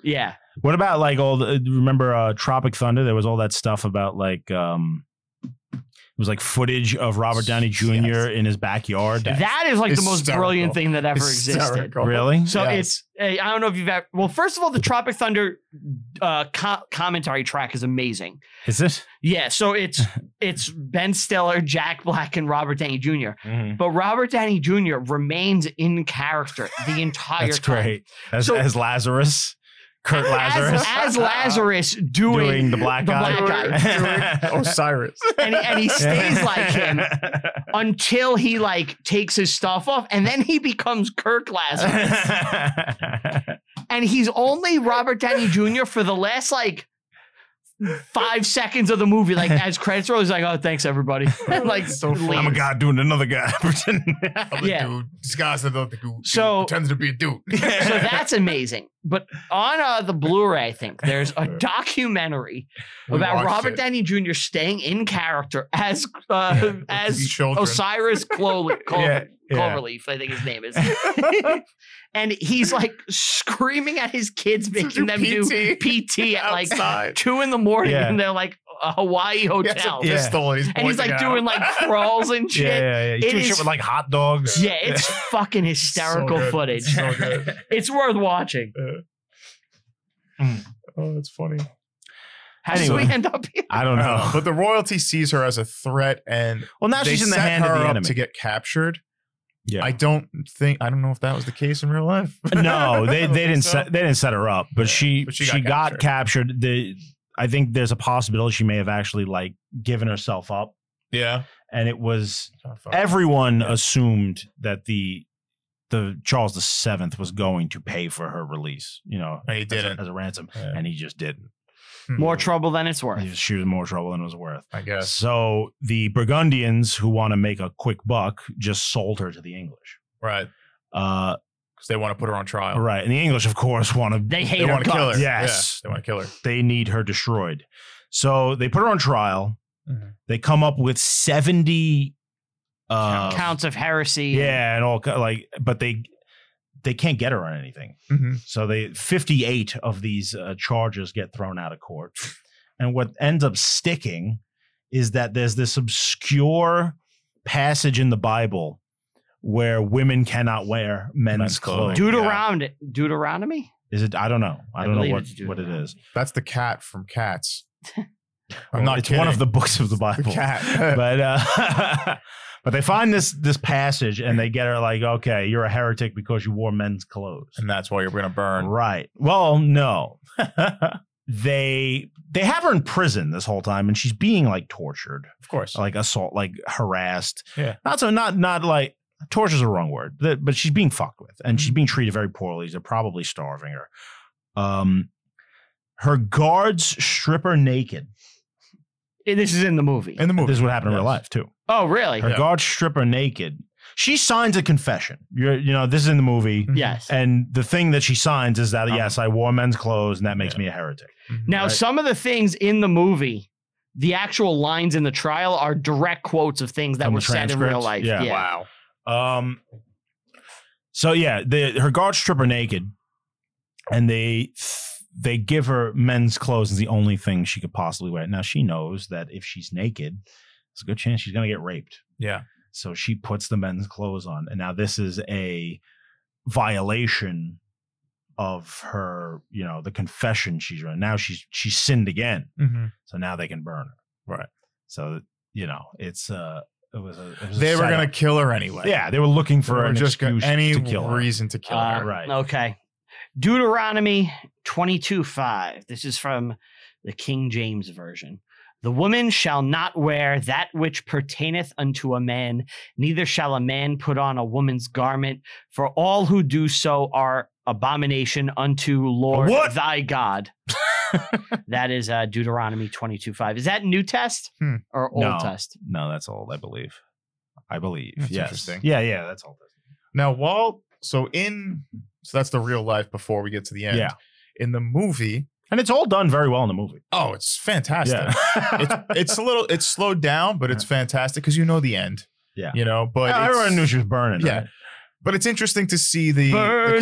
Speaker 1: Yeah.
Speaker 3: What about like all the remember uh Tropic Thunder? There was all that stuff about like um it was like footage of Robert Downey Jr.
Speaker 2: Yes.
Speaker 3: in his backyard.
Speaker 1: That is like the most
Speaker 2: Hysterical.
Speaker 1: brilliant thing that ever existed.
Speaker 2: Hysterical.
Speaker 3: really?
Speaker 1: So
Speaker 2: Yes.
Speaker 1: it's I don't know if you've ever well first of all the Tropic Thunder uh, co- commentary track is amazing.
Speaker 3: Is it?
Speaker 1: Yeah, so it's it's Ben Stiller, Jack Black, and Robert Downey Jr. But Robert Downey Jr. remains in character the entire
Speaker 3: That's
Speaker 1: time.
Speaker 3: great. As,
Speaker 1: So-
Speaker 3: as Lazarus, Kurt Lazarus,
Speaker 1: as, as Lazarus doing,
Speaker 3: doing the black
Speaker 1: the
Speaker 3: guy.
Speaker 1: black
Speaker 2: Osiris.
Speaker 1: and, he, and he stays like him until he like takes his stuff off, and then he becomes Kirk Lazarus. and he's only Robert Downey Jr. for the last like five seconds of the movie. Like as credits roll, he's like, "Oh, thanks everybody." And, like leaves.
Speaker 3: I'm a god doing another guy.
Speaker 2: Other
Speaker 1: Yeah.
Speaker 2: dude. Disguised as another dude.
Speaker 1: So-
Speaker 2: dude, pretends to be a dude.
Speaker 1: So that's amazing. But on uh, the Blu-ray, I think there's a documentary
Speaker 2: We
Speaker 1: about
Speaker 2: watched
Speaker 1: Robert
Speaker 2: it.
Speaker 1: Downey Jr. staying in character as
Speaker 2: Yeah,
Speaker 1: uh,
Speaker 2: with these
Speaker 1: as
Speaker 2: children.
Speaker 1: Osiris Clover,
Speaker 3: Yeah,
Speaker 1: Clover,
Speaker 3: yeah.
Speaker 1: Cloverleaf, I think his name is. and he's like screaming at his kids,
Speaker 2: To
Speaker 1: making
Speaker 2: do
Speaker 1: them do
Speaker 2: PT
Speaker 1: PT at like
Speaker 2: outside.
Speaker 1: two in the morning
Speaker 3: Yeah.
Speaker 1: and they're like a Hawaii
Speaker 2: He has a
Speaker 1: hotel.
Speaker 3: yeah.
Speaker 2: pistol and he's,
Speaker 1: And he's
Speaker 2: pointing
Speaker 1: like
Speaker 2: at
Speaker 1: doing
Speaker 2: him.
Speaker 1: like crawls and
Speaker 3: Yeah,
Speaker 1: shit.
Speaker 3: yeah, yeah. You
Speaker 1: It
Speaker 3: do
Speaker 1: is-
Speaker 3: shit with like hot dogs.
Speaker 1: Yeah, it's fucking hysterical
Speaker 2: So good.
Speaker 1: footage.
Speaker 2: So good.
Speaker 1: It's worth watching.
Speaker 3: Mm.
Speaker 2: Oh, that's funny.
Speaker 1: How did we
Speaker 3: Anyway.
Speaker 1: end up here?
Speaker 3: I don't know.
Speaker 2: Oh, But the royalty sees her as a threat, and
Speaker 3: Well, now
Speaker 2: they
Speaker 3: she's in the
Speaker 2: set
Speaker 3: hand
Speaker 2: her
Speaker 3: of the
Speaker 2: up
Speaker 3: enemy.
Speaker 2: to get captured.
Speaker 3: Yeah.
Speaker 2: I don't think I don't know if that was the case in real life.
Speaker 3: no,
Speaker 2: I
Speaker 3: they
Speaker 2: don't
Speaker 3: they
Speaker 2: think
Speaker 3: didn't
Speaker 2: so.
Speaker 3: set, they didn't set her up, but
Speaker 2: Yeah,
Speaker 3: she
Speaker 2: but
Speaker 3: she,
Speaker 2: she
Speaker 3: got,
Speaker 2: got
Speaker 3: captured. The I think there's a possibility she may have actually like given herself up,
Speaker 2: Yeah.
Speaker 3: and it was
Speaker 2: Oh, fuck.
Speaker 3: everyone assumed that the the Charles the Seventh was going to pay for her release, you know,
Speaker 2: And he
Speaker 3: as a,
Speaker 2: didn't.
Speaker 3: as a ransom,
Speaker 2: Yeah.
Speaker 3: and he just didn't.
Speaker 2: Hmm.
Speaker 1: More trouble than it's worth.
Speaker 3: He- She was more trouble than it was worth.
Speaker 2: I guess.
Speaker 3: So the Burgundians who want to make a quick buck just sold her to the English.
Speaker 2: Right.
Speaker 3: Uh,
Speaker 2: Because they want to put her on trial.
Speaker 3: right, and the English, of course, want to
Speaker 1: They hate
Speaker 2: They
Speaker 1: her
Speaker 2: want to kill
Speaker 1: guts.
Speaker 2: her.
Speaker 3: Yes.
Speaker 2: Yeah, they want to kill her.
Speaker 3: they need her destroyed. So they put her on trial.
Speaker 2: Mhm.
Speaker 3: They come up with 70 uh,
Speaker 1: Counts of heresy.
Speaker 3: Yeah, and all ki- like but they they can't get her on anything.
Speaker 2: Mhm.
Speaker 3: So they 58 of these uh, charges get thrown out of court. And what ends up sticking is that there's this obscure passage in the Bible where women cannot wear men's,
Speaker 2: Men's
Speaker 3: clothing.
Speaker 2: clothing.
Speaker 1: Deuteronomy. Deuteronomy?
Speaker 3: Is it I don't know. I,
Speaker 1: I
Speaker 3: don't know
Speaker 1: believe
Speaker 3: what
Speaker 1: it's
Speaker 3: what it
Speaker 1: Deuteronomy.
Speaker 3: is.
Speaker 2: That's the cat from Cats. I'm
Speaker 3: Well,
Speaker 2: not
Speaker 3: It's one of the
Speaker 2: kidding.
Speaker 3: books of the Bible.
Speaker 2: cat.
Speaker 3: but uh, but they find this this passage and they get her like, okay, you're a heretic because you wore men's clothes.
Speaker 2: and that's why you're gonna burn.
Speaker 3: Right. Well, no. they they have her in prison this whole time and she's being like tortured,
Speaker 2: Of course.
Speaker 3: like assault, like harassed.
Speaker 2: Yeah.
Speaker 3: Not so not not like torture's the wrong word, th- but she's being fucked with and
Speaker 2: Mm-hmm.
Speaker 3: she's being treated very poorly. They're probably starving her. Um her guards strip her naked.
Speaker 1: Eh, This is in the movie.
Speaker 2: in the movie.
Speaker 3: This is what happened in real
Speaker 2: Yes.
Speaker 3: life too.
Speaker 1: oh, really?
Speaker 3: Her
Speaker 2: Yeah.
Speaker 3: guards strip her naked. She signs a confession. You're, you know, this is in the movie.
Speaker 2: Mhm.
Speaker 1: Yes.
Speaker 3: And the thing that she signs is that,
Speaker 2: Um,
Speaker 3: yes, I wore men's clothes and that makes
Speaker 2: yeah.
Speaker 3: me a heretic.
Speaker 2: Mhm.
Speaker 1: Now,
Speaker 3: Right.
Speaker 1: some of the things in the movie, the actual lines in the trial are direct quotes of things that
Speaker 3: From the
Speaker 1: were said in real
Speaker 3: transcripts?
Speaker 1: life.
Speaker 3: Yeah.
Speaker 2: Wow.
Speaker 3: Um, so, yeah, the, her guards strip her naked and they they give her men's clothes as the only thing she could possibly wear. Now, she knows that if she's naked, there's a good chance she's going to get raped.
Speaker 2: Yeah.
Speaker 3: So she puts the men's clothes on. And now this is a violation of her, you know, the confession she's run. Now she's she's sinned again.
Speaker 2: Mhm.
Speaker 3: So now they can burn her.
Speaker 2: Right.
Speaker 3: So you know, it's uh it was a it was a
Speaker 2: They were
Speaker 3: setup.
Speaker 2: gonna kill her anyway.
Speaker 3: Yeah, they were looking
Speaker 2: For
Speaker 3: for an
Speaker 2: just gonna-
Speaker 3: excuse
Speaker 2: any
Speaker 3: to kill her.
Speaker 2: reason to kill
Speaker 1: Uh,
Speaker 2: her.
Speaker 3: Right.
Speaker 1: Okay. Deuteronomy 22:5. This is from the King James version. The woman shall not wear that which pertaineth unto a man, neither shall a man put on a woman's garment, for all who do so are abomination unto Lord
Speaker 3: what?
Speaker 1: thy God. that is uh, Deuteronomy 22:5. Is that New Test
Speaker 2: Hmm.
Speaker 1: or Old
Speaker 3: No.
Speaker 1: Test?
Speaker 3: No, that's old, I believe. I believe.
Speaker 2: That's
Speaker 3: yes.
Speaker 2: interesting.
Speaker 3: Yeah, yeah, that's old.
Speaker 2: Now, while So in so that's the real life before we get to the end.
Speaker 3: Yeah.
Speaker 2: In the movie,
Speaker 3: And it's all done very well in the movie.
Speaker 2: oh, it's fantastic.
Speaker 3: Yeah.
Speaker 2: it's it's a little it's slowed down, but it's fantastic because you know the end.
Speaker 3: Yeah.
Speaker 2: You know, but
Speaker 3: Yeah,
Speaker 2: it's,
Speaker 3: everyone knew she was burning.
Speaker 2: Yeah.
Speaker 3: right?
Speaker 2: but it's interesting to see the, the
Speaker 1: burn,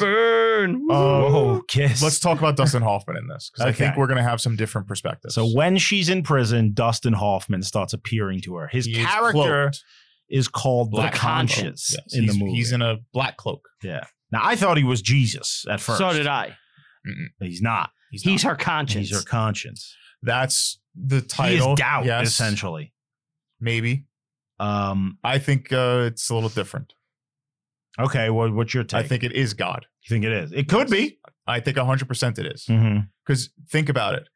Speaker 1: bitch, burn.
Speaker 2: Oh,
Speaker 1: Woo.
Speaker 3: Whoa, kiss.
Speaker 2: Let's talk about Dustin Hoffman in this because I think
Speaker 3: Okay.
Speaker 2: we're gonna have some different perspectives.
Speaker 3: so when she's in prison, Dustin Hoffman starts appearing to her. His
Speaker 2: He is
Speaker 3: character
Speaker 2: cloaked.
Speaker 3: is called
Speaker 2: Black
Speaker 3: the
Speaker 1: Convo.
Speaker 3: Conscience
Speaker 2: Yes,
Speaker 3: in
Speaker 2: he's,
Speaker 3: the movie.
Speaker 2: he's in a black cloak.
Speaker 3: yeah. Now I thought he was Jesus at first.
Speaker 1: So did I.
Speaker 3: But he's not.
Speaker 1: He's
Speaker 2: not.
Speaker 1: her conscience.
Speaker 3: He's her conscience.
Speaker 2: that's the
Speaker 3: He
Speaker 2: title.
Speaker 3: is doubt
Speaker 2: Yes,
Speaker 3: essentially.
Speaker 2: Maybe
Speaker 3: Um.
Speaker 2: I think uh, it's a little different.
Speaker 3: Okay. What, what's your take?
Speaker 2: I think it is God.
Speaker 3: you think it is. It could be.
Speaker 2: I think 100 percent it is.
Speaker 3: Mhm.
Speaker 2: Because think about it.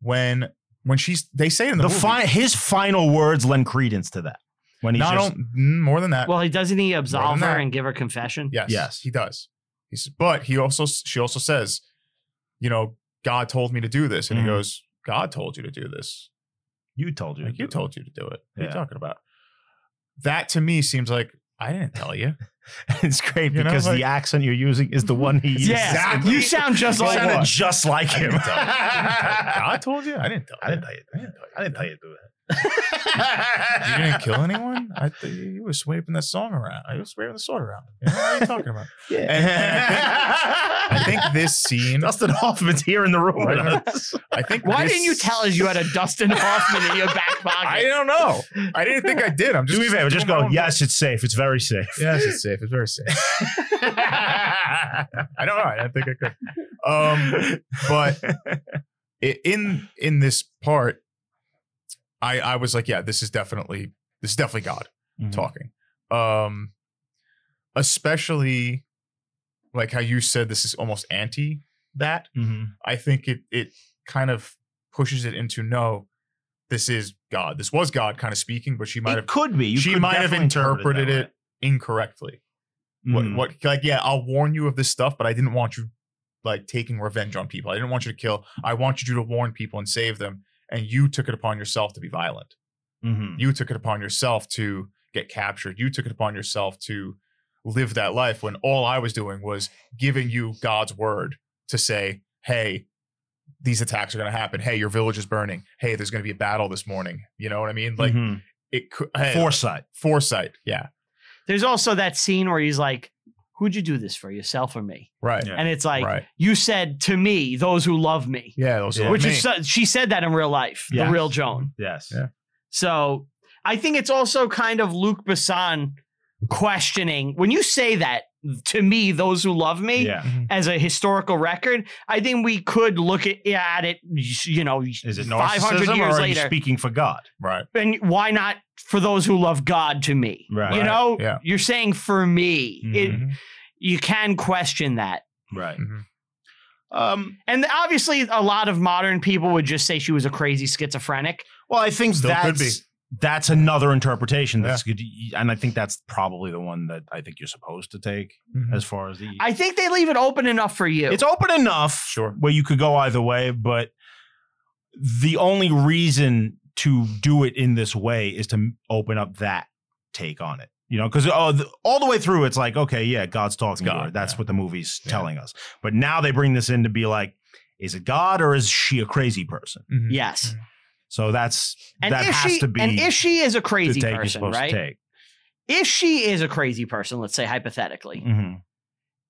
Speaker 2: When when she's they say it in the,
Speaker 3: The
Speaker 2: movie,
Speaker 3: fi- his final words lend credence to that. When he's
Speaker 2: not
Speaker 3: just,
Speaker 2: on- mm, more than that.
Speaker 1: well, he doesn't he absolve her
Speaker 2: that.
Speaker 1: and give her confession?
Speaker 2: yes,
Speaker 3: Yes.
Speaker 2: he does. He says, but he also she also says, you know, God told me to do this, and
Speaker 3: Mhm.
Speaker 2: he goes, God told you to do this.
Speaker 3: you told you.
Speaker 2: Like you told you to do it. What are
Speaker 3: Yeah.
Speaker 2: you talking about? That to me seems like I didn't tell you.
Speaker 3: It's great
Speaker 2: You know,
Speaker 3: because
Speaker 2: like-
Speaker 3: the accent you're using is the one he uses.
Speaker 1: Yeah,
Speaker 2: Exactly.
Speaker 1: you sound just
Speaker 3: It
Speaker 1: like
Speaker 2: Sounded
Speaker 3: sounded
Speaker 2: what?
Speaker 3: just like
Speaker 2: I
Speaker 3: him.
Speaker 2: didn't tell you. God told you. I didn't tell.
Speaker 3: I didn't tell you. I didn't tell you. I didn't tell you to do
Speaker 2: You
Speaker 3: that.
Speaker 2: didn't kill anyone. I th- you was waving that song around. I was waving the sword around. You know, what are you talking about? I think this scene.
Speaker 3: Dustin Hoffman's here in the room with us.
Speaker 2: I think.
Speaker 1: Why
Speaker 2: this-
Speaker 1: didn't you tell us you had a Dustin Hoffman in your back
Speaker 2: I
Speaker 1: pocket?
Speaker 2: don't know. I didn't think I did. I'm just.
Speaker 3: Do me a favor. Just
Speaker 2: doing my
Speaker 3: go.
Speaker 2: own
Speaker 3: Yes, it's safe. It's very safe.
Speaker 2: thing. Yes, it's safe. It's very safe. I don't know. I don't think I could. Um, but i- in in this part, I I was like, yeah, this is definitely this is definitely God. talking. Um, especially like how you said this is almost anti that.
Speaker 3: Mhm.
Speaker 2: I think it it kind of pushes it into no, this is God. This was God kind of speaking, but she might
Speaker 3: It
Speaker 2: have
Speaker 3: could be. You
Speaker 2: she
Speaker 3: could
Speaker 2: might have
Speaker 3: definitely interpret
Speaker 2: interpreted
Speaker 3: that
Speaker 2: it, incorrectly.
Speaker 3: way. Mm.
Speaker 2: What what like yeah, I'll warn you of this stuff, but I didn't want you like taking revenge on people. I didn't want you to kill. I wanted you to warn people and save them. And you took it upon yourself to be violent
Speaker 3: Mhm.
Speaker 2: you took it upon yourself to get captured you took it upon yourself to live that life when all i was doing was giving you god's word to say hey these attacks are going to happen hey your village is burning hey there's going to be a battle this morning you know what i mean
Speaker 1: Mm-hmm.
Speaker 2: like
Speaker 3: Mhm.
Speaker 2: it could hey,
Speaker 3: foresight.
Speaker 2: foresight yeah
Speaker 1: There's also that scene where he's like, Who'd you do this for, yourself or me?
Speaker 2: right
Speaker 3: Yeah.
Speaker 1: And it's like,
Speaker 2: right
Speaker 1: You said to me, those who love me,
Speaker 2: yeah those are
Speaker 1: which
Speaker 2: me.
Speaker 1: is, so- she said that in real life,
Speaker 3: Yes.
Speaker 1: the real Joan.
Speaker 3: Yes.
Speaker 2: Yeah.
Speaker 1: So I think it's also kind of Luke Besson questioning when you say that to me, those who love me.
Speaker 3: Yeah.
Speaker 1: As a historical record, I think we could look at, at it, you know,
Speaker 3: Is it
Speaker 1: 500
Speaker 3: narcissism or
Speaker 1: years
Speaker 3: are you
Speaker 1: later.
Speaker 3: speaking for God?
Speaker 2: right
Speaker 1: and why not for those who love God to me?
Speaker 3: Right. Mm-hmm.
Speaker 1: You
Speaker 3: Right.
Speaker 1: know,
Speaker 2: Yeah.
Speaker 1: you're saying for me. It,
Speaker 2: Mhm.
Speaker 1: you can question that.
Speaker 3: Right.
Speaker 2: Mhm.
Speaker 3: Um,
Speaker 1: And obviously, a lot of modern people would just say she was a crazy schizophrenic.
Speaker 3: well, I think
Speaker 2: Still
Speaker 3: that's
Speaker 2: could be.
Speaker 3: that's another interpretation. That's good, and I think that's probably the one that I think you're supposed to take
Speaker 1: Mm-hmm.
Speaker 2: Mhm.
Speaker 3: as far as the.
Speaker 1: I think they leave it open enough for you.
Speaker 3: it's open enough,
Speaker 2: Sure.
Speaker 3: where you could go either way. But the only reason to do it in this way is to m- open up that take on it. You know, because oh, the, all the way through, it's like, okay, yeah, God's talking to
Speaker 2: God,
Speaker 3: her. That's
Speaker 2: yeah.
Speaker 3: what the movie's
Speaker 2: Yeah.
Speaker 3: telling us. But now they bring this in to be like, is it God or is she a crazy person?
Speaker 2: Mhm.
Speaker 1: yes.
Speaker 3: So that's
Speaker 1: And
Speaker 3: Mm-hmm. that
Speaker 1: if
Speaker 3: has
Speaker 1: she
Speaker 3: to be
Speaker 1: and if she is a
Speaker 3: the
Speaker 1: crazy
Speaker 3: take you're
Speaker 1: person,
Speaker 3: supposed
Speaker 1: right?
Speaker 3: to take.
Speaker 1: If she is a crazy person, let's say hypothetically,
Speaker 3: Mhm.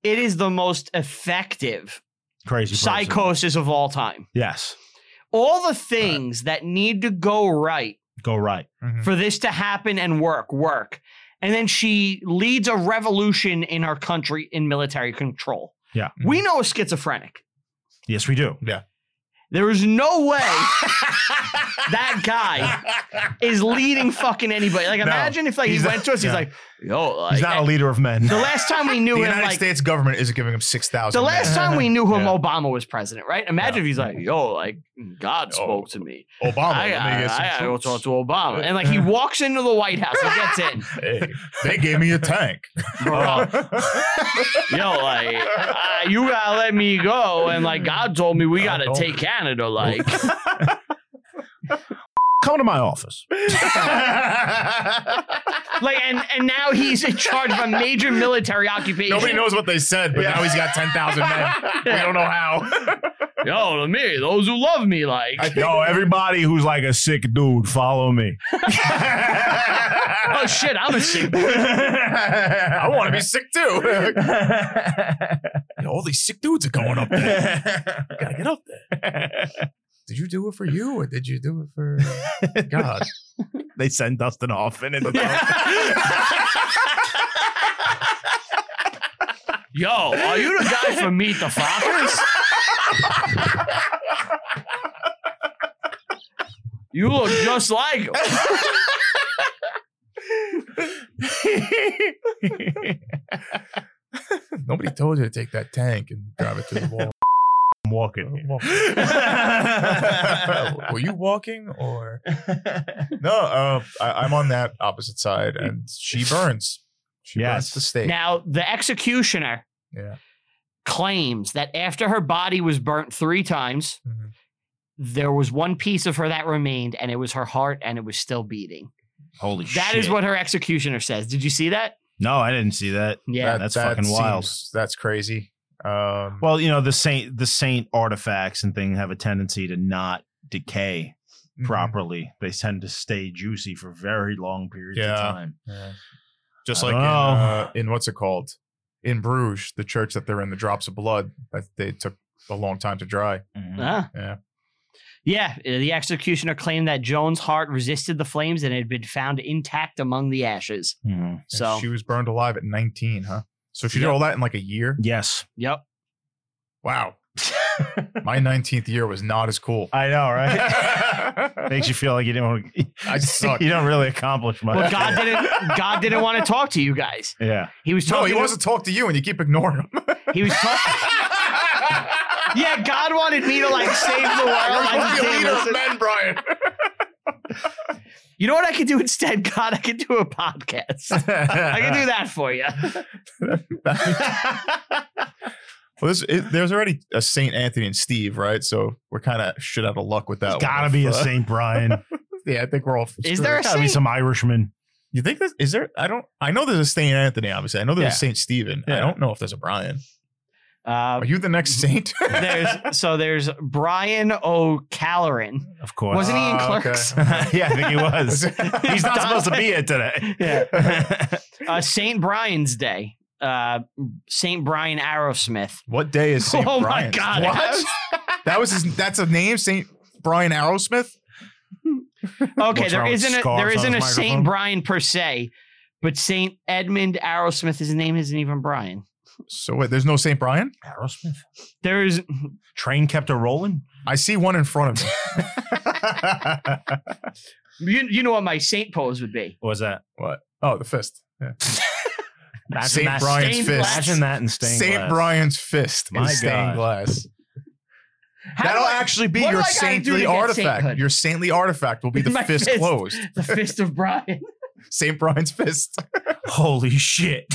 Speaker 1: it is the most effective
Speaker 3: Crazy person.
Speaker 1: psychosis of all time.
Speaker 3: Yes,
Speaker 1: All the things that need to go right
Speaker 3: go right.
Speaker 2: Mhm.
Speaker 1: for this to happen and work, work. And then she leads a revolution in our country in military control.
Speaker 3: Yeah.
Speaker 1: We know a schizophrenic.
Speaker 3: Yes, we do.
Speaker 1: There is no way that guy is leading fucking anybody. Like,
Speaker 3: No.
Speaker 1: imagine if like he
Speaker 3: He's
Speaker 1: went to us,
Speaker 3: yeah.
Speaker 1: he's like, yo, like,
Speaker 3: He's not a leader of men.
Speaker 1: the last time we knew
Speaker 2: the
Speaker 1: him,
Speaker 2: united
Speaker 1: like,
Speaker 2: states government isn't giving him 6000
Speaker 1: the last
Speaker 2: men.
Speaker 1: time we knew him,
Speaker 2: Yeah.
Speaker 1: Obama was president, right? Imagine
Speaker 2: Yeah.
Speaker 1: if he's like, yo, like, God
Speaker 2: Oh,
Speaker 1: spoke to me.
Speaker 2: obama
Speaker 1: I,
Speaker 2: let me
Speaker 1: I,
Speaker 2: get some
Speaker 1: I, I will talk
Speaker 2: troops.
Speaker 1: to Obama. And like, he walks into the White House and gets in.
Speaker 2: Hey, they gave me a tank.
Speaker 1: Bro. yo, like, uh, you gotta let me go. And like, God told me we
Speaker 2: God
Speaker 1: gotta
Speaker 2: told
Speaker 1: take Canada. Like,
Speaker 3: Come to my office.
Speaker 1: like, and and now he's in charge of a major military occupation.
Speaker 2: Nobody knows what they said, but
Speaker 3: Yeah.
Speaker 2: now he's got 10,000 men. We don't know how.
Speaker 1: Yo, to me, those who love me, like.
Speaker 3: Yo, everybody who's like a sick dude, follow me.
Speaker 1: Oh shit! I'm a sick. boy.
Speaker 2: I want to be sick too. You know, all these sick dudes are going up there. Gotta get up there. Did you do it for you or did you do it for God?
Speaker 3: they send Dustin off in it.
Speaker 1: Yo, are you the guy from Meet the Fockers? you look just like him.
Speaker 2: Nobody told you to take that tank and drive it to the wall.
Speaker 3: I'm walking.
Speaker 2: Were you walking or no? Uh, I, I'm on that opposite side, and she burns. She
Speaker 3: Yes.
Speaker 2: burns the stake.
Speaker 1: Now, the executioner
Speaker 2: Yeah.
Speaker 1: claims that after her body was burnt three times,
Speaker 2: Mhm.
Speaker 1: there was one piece of her that remained, and it was her heart, and it was still beating.
Speaker 3: Holy shit.
Speaker 1: That is what her executioner says. Did you see that?
Speaker 3: No, I didn't see that.
Speaker 1: Yeah.
Speaker 3: that's fucking wild.
Speaker 2: seems- That's crazy. Um,
Speaker 3: Well, you know, the saint the saint artifacts and thing have a tendency to not decay
Speaker 2: mhm.
Speaker 3: properly. They tend to stay juicy for very long periods
Speaker 2: Yeah.
Speaker 3: of time.
Speaker 2: Yeah. Just
Speaker 3: I
Speaker 2: like in,
Speaker 3: don't know.
Speaker 2: uh, in what's it called in Bruges, the church that they're in, the drops of blood that they took a long time to dry.
Speaker 3: Mm-hmm.
Speaker 1: Huh?
Speaker 2: Yeah.
Speaker 1: Yeah, uh, the executioner claimed that Joan's heart resisted the flames and had been found intact among the ashes.
Speaker 3: Mhm.
Speaker 2: And
Speaker 1: So,
Speaker 2: she was burned alive at 19, huh? So she did
Speaker 1: Yep.
Speaker 2: all that in like a year.
Speaker 3: Yes.
Speaker 1: yep.
Speaker 2: Wow. My 19th year was not as cool.
Speaker 3: I know, right?
Speaker 2: I
Speaker 3: Makes you feel like you don't
Speaker 2: I suck.
Speaker 3: you don't really accomplish much.
Speaker 1: Well, God didn't. God didn't want to talk to you guys.
Speaker 3: yeah.
Speaker 1: He was
Speaker 2: No,
Speaker 1: talking.
Speaker 2: he wants to talk to you, and you keep ignoring him.
Speaker 1: To, he was talking. yeah, God wanted me to like save the world. I just didn't listen.
Speaker 2: men, Brian.
Speaker 1: You know what I could do instead, God? I could do a podcast. I could do that for you.
Speaker 2: Well, this, it, there's already a Saint Anthony and Steve, right? So we're kind of shit out of luck with that.
Speaker 3: It's
Speaker 2: one.
Speaker 3: gotta be a
Speaker 2: Uh,
Speaker 3: Saint Brian.
Speaker 2: Yeah, I think we're all.
Speaker 1: Is
Speaker 2: screwed.
Speaker 1: there a
Speaker 3: gotta be
Speaker 1: saint?
Speaker 3: some Irishman.
Speaker 2: You think this is there? I don't. I know there's a Saint Anthony. Obviously, I know there's a
Speaker 3: Yeah.
Speaker 2: Saint Stephen. I
Speaker 3: Yeah.
Speaker 2: don't know if there's a Brian.
Speaker 1: Uh,
Speaker 2: Are you the next saint?
Speaker 1: there's so there's Brian O'Calloran.
Speaker 3: Of course.
Speaker 1: Wasn't he in
Speaker 2: Ah, okay.
Speaker 1: Clerks?
Speaker 3: yeah, I think he was. He's not supposed to be here today.
Speaker 1: Yeah. Uh, Saint Brian's Day. Uh, Saint Brian Arrowsmith.
Speaker 2: what day is Saint
Speaker 1: Oh my
Speaker 2: Brian's?
Speaker 1: God,
Speaker 2: What?
Speaker 1: Alex.
Speaker 2: that was his. That's a name, Saint Brian Arrowsmith.
Speaker 1: Okay,
Speaker 3: What's
Speaker 1: there
Speaker 3: wrong with
Speaker 1: isn't a,
Speaker 3: scarves
Speaker 1: there
Speaker 3: on
Speaker 1: isn't a
Speaker 3: his
Speaker 1: Saint
Speaker 3: microphone?
Speaker 1: Brian per se, but Saint Edmund Arrowsmith. His name isn't even Brian.
Speaker 2: So wait, there's no Saint Brian.
Speaker 3: Aerosmith?
Speaker 1: There is
Speaker 3: Train kept a rolling?
Speaker 2: I see one in front of me.
Speaker 1: you, you know what my Saint pose would be.
Speaker 3: What was that?
Speaker 2: what? Oh, the fist. Yeah.
Speaker 3: Imagine
Speaker 2: Saint
Speaker 3: that-
Speaker 2: Brian's
Speaker 1: stained
Speaker 2: fist.
Speaker 1: glass.
Speaker 3: Imagine that in stained
Speaker 2: Saint
Speaker 3: glass.
Speaker 2: Brian's fist
Speaker 3: My
Speaker 2: is stained
Speaker 3: God.
Speaker 2: glass.
Speaker 1: How
Speaker 2: That'll
Speaker 1: do I-
Speaker 2: actually be
Speaker 1: what do I
Speaker 2: your
Speaker 1: gotta do to
Speaker 2: saintly
Speaker 1: get
Speaker 2: artifact.
Speaker 1: sainthood?
Speaker 2: Your saintly artifact will be the
Speaker 1: My
Speaker 2: fist,
Speaker 1: fist.
Speaker 2: closed.
Speaker 1: the fist of Brian.
Speaker 2: Saint Brian's fist.
Speaker 3: Holy shit.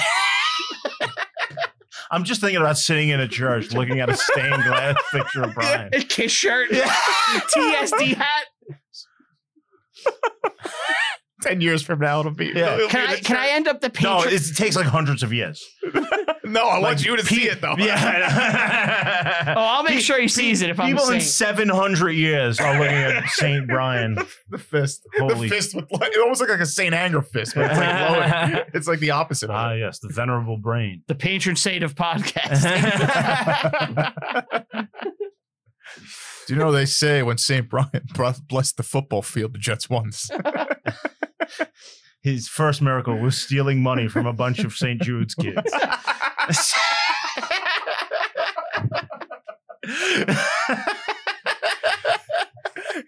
Speaker 3: I'm just thinking about sitting in a church looking at a stained glass picture of Brian.
Speaker 1: Kiss shirt. TSD hat.
Speaker 2: Ten years from now, it'll be.
Speaker 3: Yeah.
Speaker 2: it'll be
Speaker 1: Can
Speaker 2: the
Speaker 1: I can I
Speaker 2: church.
Speaker 1: end up the
Speaker 3: No,
Speaker 1: patron?
Speaker 3: it's- it takes like hundrds of years.
Speaker 2: No, I want
Speaker 3: Like,
Speaker 2: you to see it though.
Speaker 3: Yeah.
Speaker 1: oh, I'll make sure he Oh, sees it if I'm a
Speaker 3: People in
Speaker 1: saint.
Speaker 3: 700 years are looking at St. Brian.
Speaker 2: The fist.
Speaker 3: Holy
Speaker 2: the fist with like, it almost look like a Saint Anger fist, but it's like glowing. It's like the opposite.
Speaker 3: Ah,
Speaker 2: Of it.
Speaker 3: yes, the venerable brain.
Speaker 1: the patron saint of podcasting.
Speaker 2: Do you know they say when Saint Brian blessed the football field, the Jets won.
Speaker 3: His first miracle was stealing money from a bunch of St. Jude's kids.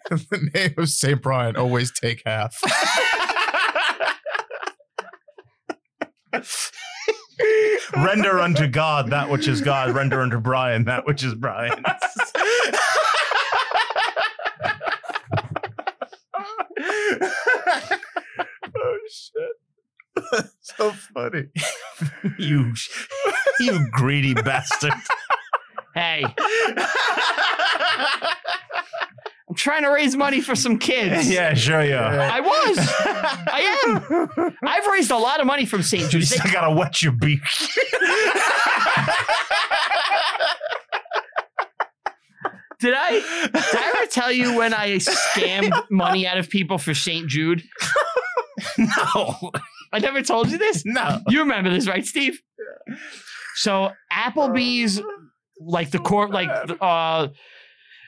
Speaker 2: the name of Saint Brian always take half.
Speaker 3: render unto God that which is God, render unto Brian that which is Brian.
Speaker 2: oh shit! so funny.
Speaker 3: you, you greedy bastard.
Speaker 1: hey, I'm trying to raise money for some kids.
Speaker 3: yeah, sure you are.
Speaker 2: Yeah.
Speaker 1: I was. I am. I've raised a lot of money from St.
Speaker 3: You
Speaker 1: Jude's.
Speaker 3: still gotta wet your beak.
Speaker 1: Did I? Did I ever tell you when I scammed money out of people for St. Jude?
Speaker 3: no,
Speaker 1: I never told you this.
Speaker 3: no.
Speaker 1: You remember this, right, Steve?
Speaker 3: Uh,
Speaker 1: So Applebee's, like the corp, like uh,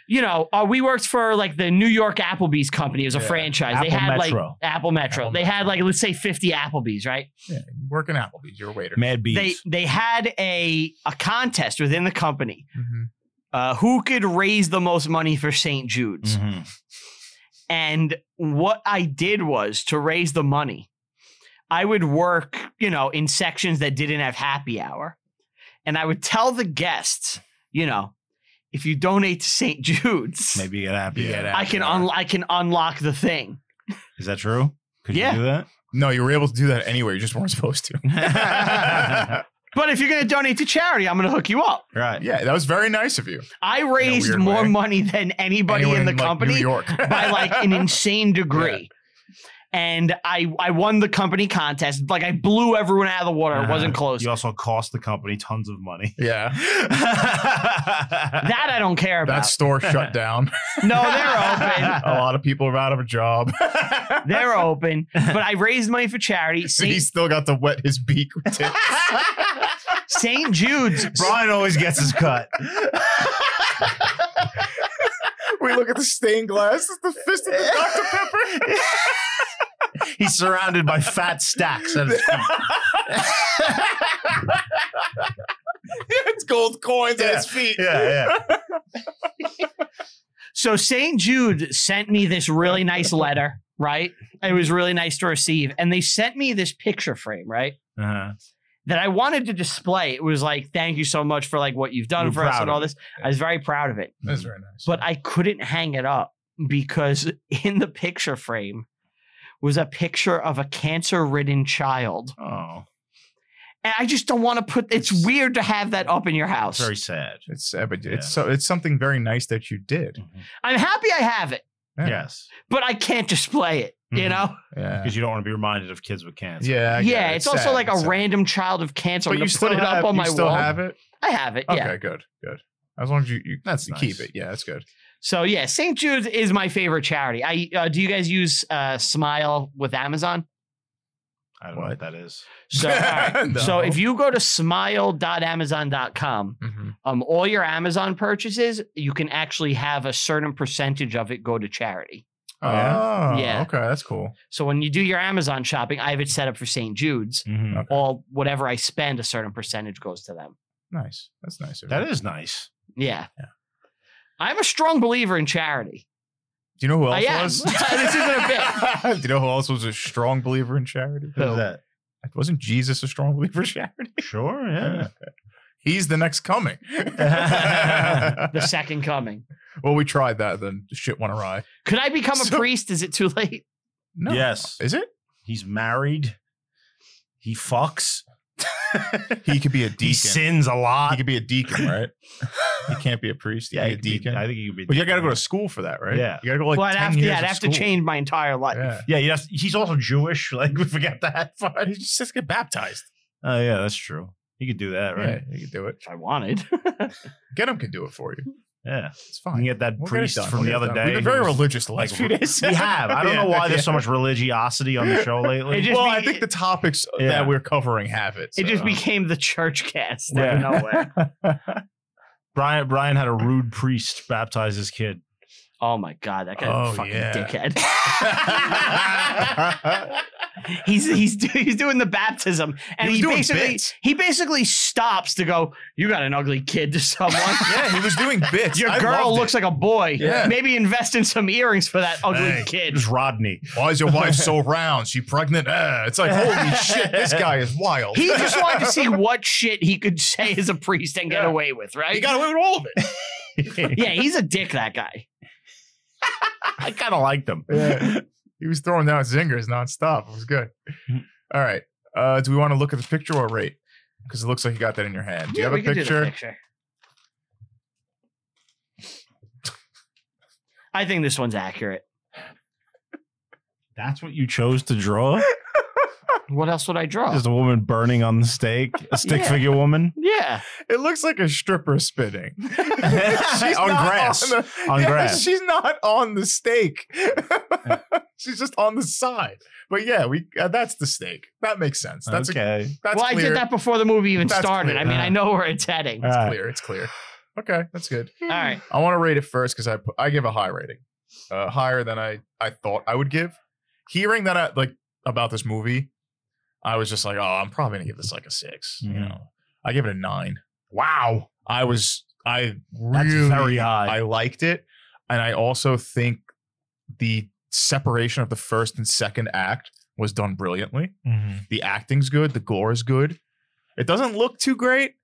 Speaker 1: you know, uh, we worked for like the New York Applebee's company. It was a
Speaker 2: Yeah.
Speaker 1: franchise. they
Speaker 3: Apple
Speaker 1: had like
Speaker 3: Metro.
Speaker 1: Apple Metro.
Speaker 2: Apple
Speaker 1: they had like let's say fifty Applebee's, right?
Speaker 2: Working Applebee's, you're a waiter.
Speaker 3: Mad bees.
Speaker 1: They they had a a contest within the company.
Speaker 2: Mhm.
Speaker 1: Uh, who could raise the most money for St. Jude's?
Speaker 3: Mhm.
Speaker 1: And what I did was to raise the money, I would work, you know, in sections that didn't have happy hour. And I would tell the guests, you know, if you donate to St. Jude's,
Speaker 3: Maybe you get happy.
Speaker 2: Yeah.
Speaker 3: you get
Speaker 1: I can
Speaker 3: happy.
Speaker 1: un- I can unlock the thing.
Speaker 3: Is that true? Could
Speaker 1: Yeah.
Speaker 3: you do that?
Speaker 2: No, you were able to do that anywhere. You just weren't supposed to. yeah,
Speaker 1: But if you're going to donate to charity, I'm going to hook you up.
Speaker 3: right.
Speaker 2: that was very nice of you.
Speaker 1: I raised
Speaker 2: weird
Speaker 1: more
Speaker 2: way.
Speaker 1: money than anybody
Speaker 2: Anywhere
Speaker 1: in the
Speaker 2: like,
Speaker 1: company
Speaker 2: New York.
Speaker 1: by like an insane degree. And I I won the company contest. Like I blew everyone out of the water. It wasn't
Speaker 3: Uh-huh.
Speaker 1: close.
Speaker 3: You also cost the company tons of money.
Speaker 2: yeah.
Speaker 3: that
Speaker 1: That I don't care about.
Speaker 2: That store shut down.
Speaker 1: No, they're open.
Speaker 2: a lot of people are out of a job.
Speaker 1: They're open. But I raised money for charity.
Speaker 2: he
Speaker 1: Saint,
Speaker 2: still got to wet his beak with tips.
Speaker 1: Saint Jude's.
Speaker 3: Brian always gets his cut.
Speaker 2: we look at the stained glass. It's the fist of the Dr. Pepper.
Speaker 3: He's surrounded by fat stacks. at his feet.
Speaker 2: it's gold coins
Speaker 3: Yeah.
Speaker 2: at his feet.
Speaker 3: yeah,
Speaker 1: So Saint Jude sent me this really nice letter. Right, it was really nice to receive, and they sent me this picture frame. Right.
Speaker 3: yeah. Uh-huh.
Speaker 1: That I wanted to display. It was like, thank you so much for like what you've done
Speaker 3: You're
Speaker 1: for us
Speaker 3: proud
Speaker 1: and
Speaker 3: of
Speaker 1: all this. I was very proud of it.
Speaker 2: That's very nice.
Speaker 1: But I couldn't hang it up because in the picture frame was a picture of a cancer-ridden child.
Speaker 3: Oh,
Speaker 1: And I just don't want to put. It's weird to have that up in your house.
Speaker 3: it's very sad.
Speaker 2: it's uh, but
Speaker 3: Yeah.
Speaker 2: it's so it's something very nice that you did.
Speaker 3: Mm-hmm.
Speaker 1: I'm happy I have it,
Speaker 2: Yeah.
Speaker 3: Yes,
Speaker 1: but I can't display it. You
Speaker 3: Mhm.
Speaker 1: know?
Speaker 2: Yeah.
Speaker 3: because you don't want to be reminded of kids with cancer.
Speaker 2: Yeah. Mm-hmm. I get
Speaker 1: yeah,
Speaker 2: it.
Speaker 1: it's, also
Speaker 2: sad.
Speaker 1: like a
Speaker 2: It's sad.
Speaker 1: random child of cancer. I'm
Speaker 2: But you
Speaker 1: gonna
Speaker 2: still
Speaker 1: put it
Speaker 2: have,
Speaker 1: up on my
Speaker 2: you still
Speaker 1: wall.
Speaker 2: have it.
Speaker 1: I have it.
Speaker 2: Okay,
Speaker 1: Yeah.
Speaker 2: good, good. As long as you, you
Speaker 3: That's
Speaker 2: you
Speaker 3: nice.
Speaker 2: keep it. Yeah, that's good.
Speaker 1: So yeah, St. Jude's is my favorite charity. I uh, do you guys use uh, Smile with Amazon?
Speaker 3: I don't know what that is.
Speaker 1: So all right.
Speaker 2: No.
Speaker 1: so if you go to smile.amazon.com,
Speaker 3: Mm-hmm.
Speaker 2: Mhm.
Speaker 1: um, all your Amazon purchases, you can actually have a certain percentage of it go to charity.
Speaker 2: Oh,
Speaker 3: Yeah.
Speaker 1: Yeah.
Speaker 2: okay, that's cool.
Speaker 1: So when you do your Amazon shopping, I have it set up for St. Jude's.
Speaker 3: Mhm.
Speaker 1: all whatever I spend, a certain percentage goes to them.
Speaker 2: Nice. That's nice. of
Speaker 3: That
Speaker 2: you.
Speaker 3: is nice.
Speaker 1: Yeah.
Speaker 2: Yeah.
Speaker 1: I'm a strong believer in charity.
Speaker 2: Do you know who
Speaker 1: I
Speaker 2: else
Speaker 1: am.
Speaker 2: was?
Speaker 1: This isn't a
Speaker 2: bit. Do you know who else was a strong believer in charity?
Speaker 1: Who?
Speaker 3: that?
Speaker 2: Wasn't Jesus a strong believer in charity?
Speaker 3: Sure. Yeah.
Speaker 2: He's the next coming.
Speaker 1: The second coming.
Speaker 2: well, we tried that, then shit went awry.
Speaker 1: Could I become a
Speaker 2: So-
Speaker 1: priest? Is it too late?
Speaker 2: No.
Speaker 3: Yes.
Speaker 2: Is it?
Speaker 3: He's married. He fucks.
Speaker 2: He could be a
Speaker 3: He
Speaker 2: deacon.
Speaker 3: sins a lot.
Speaker 2: He could be a deacon, right? he can't be a priest. He
Speaker 3: yeah,
Speaker 2: yeah,
Speaker 3: he
Speaker 2: a
Speaker 3: could be-
Speaker 2: deacon.
Speaker 3: I think he could be. a
Speaker 2: but you got to
Speaker 3: deacon.
Speaker 2: go to school for that, right?
Speaker 3: Yeah.
Speaker 2: You got to go like
Speaker 1: well, I'd
Speaker 2: 10
Speaker 1: have to,
Speaker 2: years
Speaker 1: yeah, I'd
Speaker 2: of
Speaker 1: have
Speaker 2: school.
Speaker 1: to change my entire life.
Speaker 2: Yeah.
Speaker 3: Yeah, he has, he's also Jewish. Like we forget that. Oh
Speaker 2: He just has to get baptized.
Speaker 3: yeah, that's true. He could do that,
Speaker 2: Right.
Speaker 3: right?
Speaker 2: You can do it.
Speaker 1: If I wanted.
Speaker 2: Get him can do it for you.
Speaker 3: Yeah,
Speaker 2: It's
Speaker 3: you
Speaker 2: fine.
Speaker 3: can get that
Speaker 2: We'll get it
Speaker 3: priest
Speaker 2: done.
Speaker 3: from
Speaker 2: We'll
Speaker 3: the
Speaker 2: get it
Speaker 3: other
Speaker 2: done.
Speaker 3: day.
Speaker 2: We've been very religious the last
Speaker 3: like,
Speaker 2: few days.
Speaker 3: We have. I don't know
Speaker 2: Yeah,
Speaker 3: why there's so
Speaker 2: yeah.
Speaker 3: much religiosity on the show
Speaker 1: It
Speaker 3: lately.
Speaker 1: just
Speaker 2: well,
Speaker 1: be-
Speaker 2: I think the topics
Speaker 3: Yeah.
Speaker 2: that we're covering have it.
Speaker 1: It just
Speaker 2: so. uh,
Speaker 1: became the church cast. out of
Speaker 3: Yeah.
Speaker 1: nowhere.
Speaker 3: Brian Brian had a rude priest baptize his kid.
Speaker 1: Oh my God. That guy's
Speaker 2: Oh,
Speaker 1: a fucking
Speaker 2: yeah.
Speaker 1: dickhead. he's, he's, do- he's doing the baptism and
Speaker 2: was
Speaker 1: he,
Speaker 2: doing
Speaker 1: basically
Speaker 2: bits.
Speaker 1: he basically stops to go, You got an ugly kid to someone.
Speaker 2: yeah, he was doing bits.
Speaker 1: Your
Speaker 2: I
Speaker 1: girl
Speaker 2: loved
Speaker 1: looks
Speaker 2: it.
Speaker 1: like a boy.
Speaker 2: Yeah.
Speaker 1: Maybe invest in some earrings for that ugly
Speaker 2: Hey.
Speaker 3: It
Speaker 1: kid.
Speaker 3: was Rodney.
Speaker 2: Why is your wife so round? She pregnant? Eh, it's like, holy shit, this guy is wild.
Speaker 1: He just wanted to see what shit he could say as a priest and get
Speaker 2: Yeah.
Speaker 1: away with, right?
Speaker 2: He got away with all of it.
Speaker 1: yeah, he's a dick, that guy.
Speaker 3: I kind of liked him.
Speaker 2: Yeah. He was throwing down zingers nonstop. It was good. All right. Uh, do we want to look at the picture or rate? Because it looks like you got that in your hand. Do you
Speaker 1: Yeah,
Speaker 2: have a
Speaker 1: we can do the
Speaker 2: picture?
Speaker 1: picture? I think this one's accurate.
Speaker 3: That's what you chose to draw?
Speaker 1: What else would I draw?
Speaker 3: Just a woman burning on the stake, a stick
Speaker 1: Yeah.
Speaker 3: figure woman
Speaker 1: yeah.
Speaker 2: It looks like a stripper spinning. She's
Speaker 3: On
Speaker 2: not
Speaker 3: grass.
Speaker 2: the-
Speaker 3: on
Speaker 2: Yeah,
Speaker 3: grass.
Speaker 2: She's not on the stake. she's just on the side. But yeah, we uh, that's the stake. That makes sense. That's a,
Speaker 3: okay.
Speaker 2: that's
Speaker 1: well, I
Speaker 2: clear.
Speaker 1: did that before the movie even
Speaker 2: That's
Speaker 1: started.
Speaker 2: clear.
Speaker 1: I mean,
Speaker 3: Yeah.
Speaker 1: I know where it's heading.
Speaker 3: All
Speaker 1: All
Speaker 3: right.
Speaker 2: Clear. It's clear. Okay, that's good.
Speaker 1: right.
Speaker 2: I want to rate it first because I pu- I give a high rating, uh, higher than I I thought I would give. Hearing that I, like about this movie, I was just like, oh, I'm probably gonna give this like a 6 You
Speaker 3: Mhm.
Speaker 2: know, I give it a nine. Wow, I was I really
Speaker 3: very high.
Speaker 2: I liked it, and I also think the separation of the first and second act was done brilliantly.
Speaker 3: Mhm.
Speaker 2: The acting's good, the gore is good. It doesn't look too great,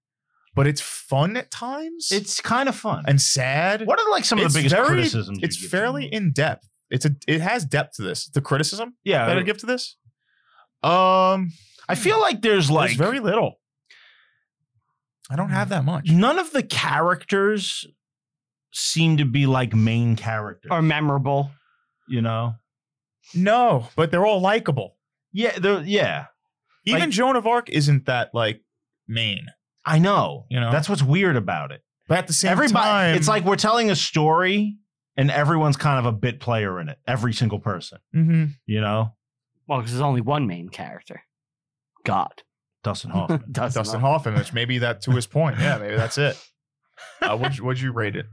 Speaker 2: but it's fun at times.
Speaker 3: It's kind of fun.
Speaker 2: and sad
Speaker 3: what are like some of
Speaker 2: It's
Speaker 3: the biggest
Speaker 2: very-
Speaker 3: criticisms?
Speaker 2: it's
Speaker 3: you give
Speaker 2: fairly
Speaker 3: to it?
Speaker 2: in depth. It's a it has depth to this. The criticism
Speaker 3: yeah.
Speaker 2: that I give to this, um,
Speaker 3: I feel like there's
Speaker 2: like
Speaker 3: like
Speaker 2: very little. I don't have that much.
Speaker 3: none of the characters seem to be like main characters.
Speaker 1: Or memorable.
Speaker 3: you know?
Speaker 2: No, but they're all likable.
Speaker 3: Yeah, they're yeah.
Speaker 2: Even
Speaker 3: Like-
Speaker 2: Joan of Arc isn't that like main,
Speaker 3: I know.
Speaker 2: you know.
Speaker 3: That's what's weird about it.
Speaker 2: but at the same
Speaker 3: Everybody
Speaker 2: time,
Speaker 3: it's like we're telling a story and everyone's kind of a bit player in it. Every single person,
Speaker 2: Mhm.
Speaker 3: you know?
Speaker 1: Well, because there's only one main character. God.
Speaker 3: Dustin Hoffman.
Speaker 1: Dustin
Speaker 2: Dustin
Speaker 1: Hoffman.
Speaker 2: Hoffman, which maybe that to his point. Yeah, maybe that's it. Uh, would would you rate it?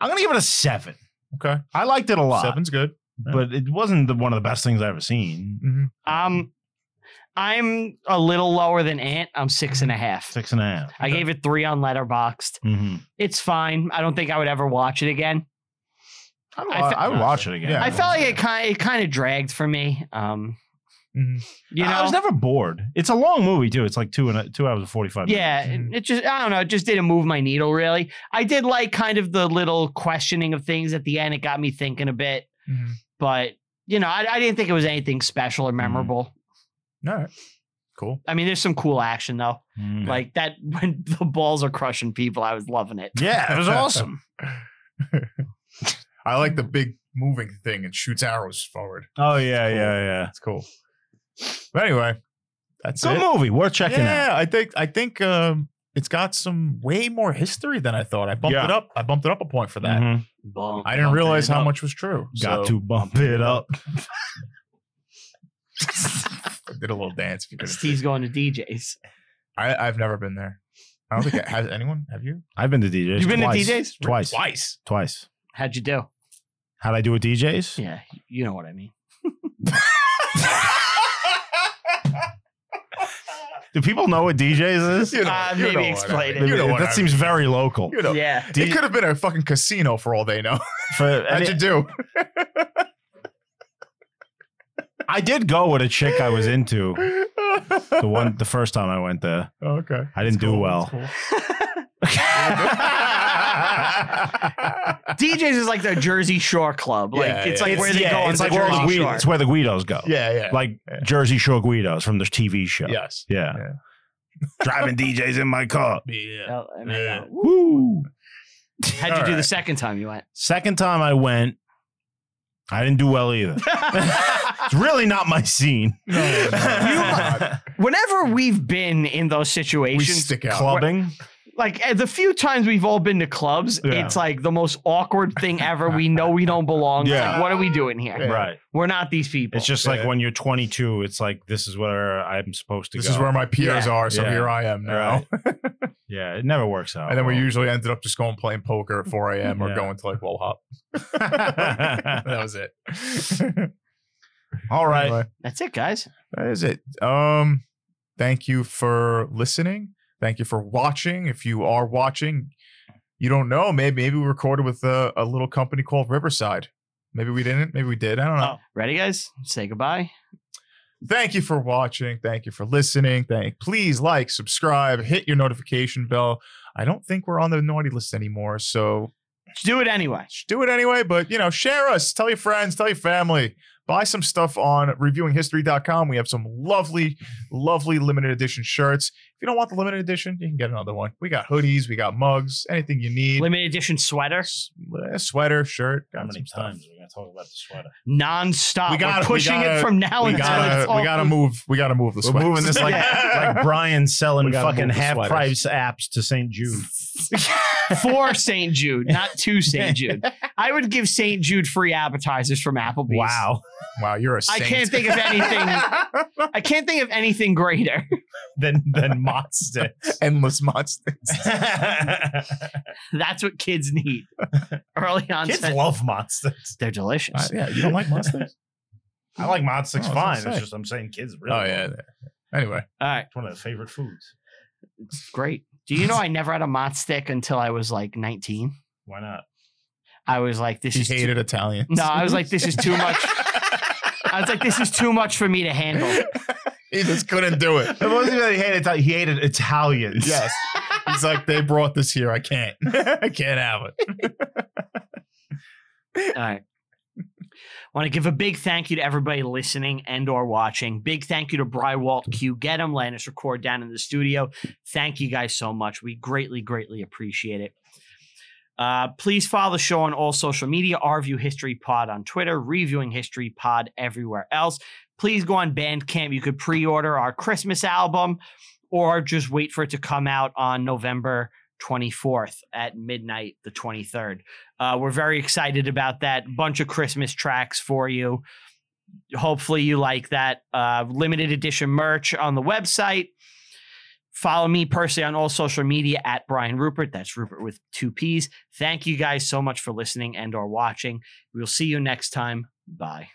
Speaker 3: I'm going to give it a 7.
Speaker 2: Okay,
Speaker 3: I liked it a lot,
Speaker 2: seven's good.
Speaker 3: but it wasn't the, one of the best things I've ever seen.
Speaker 2: Mhm.
Speaker 1: Um, I'm a little lower than Ant. I'm six and a half.
Speaker 3: Six and a half.
Speaker 1: I gave it three on Letterboxd.
Speaker 3: Mm-hmm.
Speaker 1: It's fine. I don't think I would ever watch it again.
Speaker 2: I'd
Speaker 1: I
Speaker 2: wa-
Speaker 1: fe-
Speaker 3: I would watch it again.
Speaker 2: Yeah.
Speaker 1: I felt like it kind it kind of dragged for me. Um,
Speaker 2: Mhm.
Speaker 1: you know,
Speaker 3: I was never bored. It's a long movie too. It's like two and a, two hours and forty five.
Speaker 1: yeah,
Speaker 2: Mhm.
Speaker 1: it, it just I don't know. It just didn't move my needle really. I did like kind of the little questioning of things at the end. It got me thinking a bit,
Speaker 2: Mhm.
Speaker 1: but you know, I, I didn't think it was anything special or
Speaker 2: Mm-hmm.
Speaker 1: memorable.
Speaker 2: All right, cool.
Speaker 1: I mean, there's some cool action though,
Speaker 3: minutes. Mm-hmm.
Speaker 1: like that when the balls are crushing people. I was loving it.
Speaker 3: yeah, it was awesome.
Speaker 2: I like the big moving thing and shoots arrows forward.
Speaker 3: Oh yeah, yeah, yeah.
Speaker 2: That's cool. But anyway, that's
Speaker 3: Good
Speaker 2: it.
Speaker 3: movie, worth checking
Speaker 2: yeah, I think I think um, it's got some way more history than I thought. I bumped
Speaker 3: Yeah.
Speaker 2: it up. I bumped it up a point for
Speaker 3: out.
Speaker 2: that.
Speaker 3: Mhm.
Speaker 1: Boom.
Speaker 2: I didn't
Speaker 1: Bumping
Speaker 2: realize
Speaker 1: it
Speaker 2: how
Speaker 1: up.
Speaker 2: much was true.
Speaker 3: Got
Speaker 2: so
Speaker 3: to bump it up.
Speaker 2: I did a little dance. If you couldn't see.
Speaker 1: Steve's going to DJs.
Speaker 2: I, I've never been there. I don't think I, has anyone. Have you?
Speaker 3: I've been to DJs.
Speaker 1: You've been to
Speaker 3: twice.
Speaker 1: DJs?
Speaker 3: twice, twice,
Speaker 2: Twice.
Speaker 1: How'd you do?
Speaker 3: How'd I do with DJs?
Speaker 1: Yeah, you know what I mean.
Speaker 3: Do people know what DJs is?
Speaker 2: You know,
Speaker 1: Uh,
Speaker 2: you
Speaker 1: maybe
Speaker 2: know what I
Speaker 1: explain
Speaker 2: mean.
Speaker 1: it.
Speaker 2: You know what
Speaker 3: that
Speaker 2: I
Speaker 3: seems
Speaker 2: mean.
Speaker 3: very local.
Speaker 2: You know,
Speaker 1: Yeah.
Speaker 2: it could have been a fucking casino for all they know.
Speaker 3: For-
Speaker 2: How'd
Speaker 3: and
Speaker 2: you
Speaker 3: it-
Speaker 2: do?
Speaker 3: I did go with a chick I was into the
Speaker 2: the
Speaker 3: one the first time I went there.
Speaker 2: Okay.
Speaker 3: I didn't do well.
Speaker 1: DJs is like the Jersey Shore club. Like
Speaker 2: Yeah,
Speaker 1: it's
Speaker 2: yeah.
Speaker 1: like
Speaker 3: It's-
Speaker 1: where they
Speaker 3: yeah,
Speaker 1: go. on
Speaker 3: it's
Speaker 1: the
Speaker 3: like where
Speaker 1: Jersey
Speaker 3: the Guido-
Speaker 1: Shore.
Speaker 3: it's where the Guidos go.
Speaker 2: yeah, yeah.
Speaker 3: like
Speaker 2: Yeah.
Speaker 3: Jersey Shore Guidos from the TV show.
Speaker 2: yes.
Speaker 3: Yeah.
Speaker 2: Yeah.
Speaker 3: Driving DJs in my car.
Speaker 2: Yeah.
Speaker 1: Oh, I mean,
Speaker 2: Yeah.
Speaker 1: no.
Speaker 3: Woo.
Speaker 1: How'd you
Speaker 2: All
Speaker 1: do the
Speaker 2: right.
Speaker 1: second time you went?
Speaker 3: Second time I went, I didn't do well either. It's really not my scene.
Speaker 2: No, it's not.
Speaker 1: Whenever we've been in those
Speaker 2: we
Speaker 1: situations,
Speaker 2: stick out.
Speaker 3: Clubbing.
Speaker 1: like eh, the few times we've all been to clubs,
Speaker 3: Yeah.
Speaker 1: it's like the most awkward thing ever. We know we don't belong. It's
Speaker 3: Yeah.
Speaker 1: like, what are we doing here?
Speaker 2: Yeah.
Speaker 3: Right.
Speaker 1: We're not these people.
Speaker 3: It's just like when you're 22, it's like, this is where I'm supposed to
Speaker 2: This
Speaker 3: go.
Speaker 2: is where my peers
Speaker 1: Yeah.
Speaker 2: are, so
Speaker 3: Yeah.
Speaker 2: here I am now.
Speaker 3: Right. yeah, it never works out.
Speaker 2: And then we
Speaker 3: well.
Speaker 2: usually ended up just going playing poker at 4 a.m. or
Speaker 3: Yeah.
Speaker 2: going to like Well Hop. that was it.
Speaker 3: All right.
Speaker 2: Anyway.
Speaker 1: That's it, guys.
Speaker 2: That is it. Um, thank you for listening. Thank you for watching. If you are watching, you don't know. Maybe maybe we recorded with a, a little company called Riverside. Maybe we didn't. Maybe we did. I don't know.
Speaker 1: Ready, guys? Say goodbye.
Speaker 2: Thank you for watching. Thank you for listening. Thank. Please like, subscribe, hit your notification bell. I don't think we're on the naughty list anymore, so
Speaker 1: Do it anyway.
Speaker 2: do it anyway. But you know, share us. Tell your friends. Tell your family. Buy some stuff on reviewinghistory.com. We have some lovely, lovely limited edition shirts. If you don't want the limited edition, you can get another one. We got hoodies, we got mugs, anything you need.
Speaker 1: Limited edition sweater,
Speaker 2: S- uh, sweater, shirt, got
Speaker 3: How
Speaker 2: some
Speaker 3: many
Speaker 2: stuff.
Speaker 3: times we're gonna talk about the sweater?
Speaker 1: nonstop.
Speaker 2: We
Speaker 1: We
Speaker 2: gotta-
Speaker 1: are
Speaker 2: we
Speaker 1: pushing
Speaker 2: gotta-
Speaker 1: it from now
Speaker 2: We
Speaker 1: until
Speaker 2: gotta,
Speaker 1: Oh, it's all
Speaker 2: we gotta move. We gotta move the
Speaker 3: We're
Speaker 2: sweaters.
Speaker 3: moving this like like Brian's selling
Speaker 2: We gotta
Speaker 3: fucking
Speaker 2: move the
Speaker 3: half price apps to St. Jude.
Speaker 1: for St. Jude, not to St. Jude. I would give St. Jude free appetizers from Applebee's.
Speaker 3: Wow,
Speaker 2: wow, you're a
Speaker 1: I
Speaker 2: saint.
Speaker 1: can't think of anything. I can't think of anything greater.
Speaker 3: then then Mott's
Speaker 2: Endless monsters.
Speaker 1: That's what kids need. Early on,
Speaker 3: Kids love monsters.
Speaker 1: they're delicious.
Speaker 2: Uh, yeah, you don't like monsters?
Speaker 3: I like mod sticks
Speaker 2: Oh, I was gonna
Speaker 3: fine. It's
Speaker 2: say.
Speaker 3: just I'm saying kids really.
Speaker 2: oh
Speaker 3: love
Speaker 2: yeah.
Speaker 3: it.
Speaker 2: Anyway,
Speaker 1: All right,
Speaker 3: It's one of their favorite foods.
Speaker 1: great. Do you know I never had a mott stick until I was like 19?
Speaker 3: Why not?
Speaker 1: I was like, this
Speaker 2: he
Speaker 1: is too-
Speaker 2: hated Italians.
Speaker 1: no. I was like, this is too much. I was like, this is too much for me to handle.
Speaker 2: he just couldn't do it.
Speaker 3: It wasn't that he hated
Speaker 2: uh,
Speaker 3: Italian. He hated Italians.
Speaker 2: Yes. He's like, they brought this here. I can't. I can't have it.
Speaker 1: All right. Want to give a big thank you to everybody listening and or watching. Big thank you to Bry Walt Q. Get him, letting us record down in the studio. Thank you guys so much. We greatly, greatly appreciate it. Uh, please follow the show on all social media, Rview History Pod on Twitter, Reviewing History Pod everywhere else. Please go on Bandcamp. You could pre-order our Christmas album or just wait for it to come out on November 24th at midnight, the 23rd. Uh, we're very excited about that. Bunch of Christmas tracks for you. Hopefully, you like that. Uh, limited edition merch on the website. Follow me personally on all social media at Brian Rupert. That's Rupert with two P's. Thank you guys so much for listening and or watching. We'll see you next time. Bye.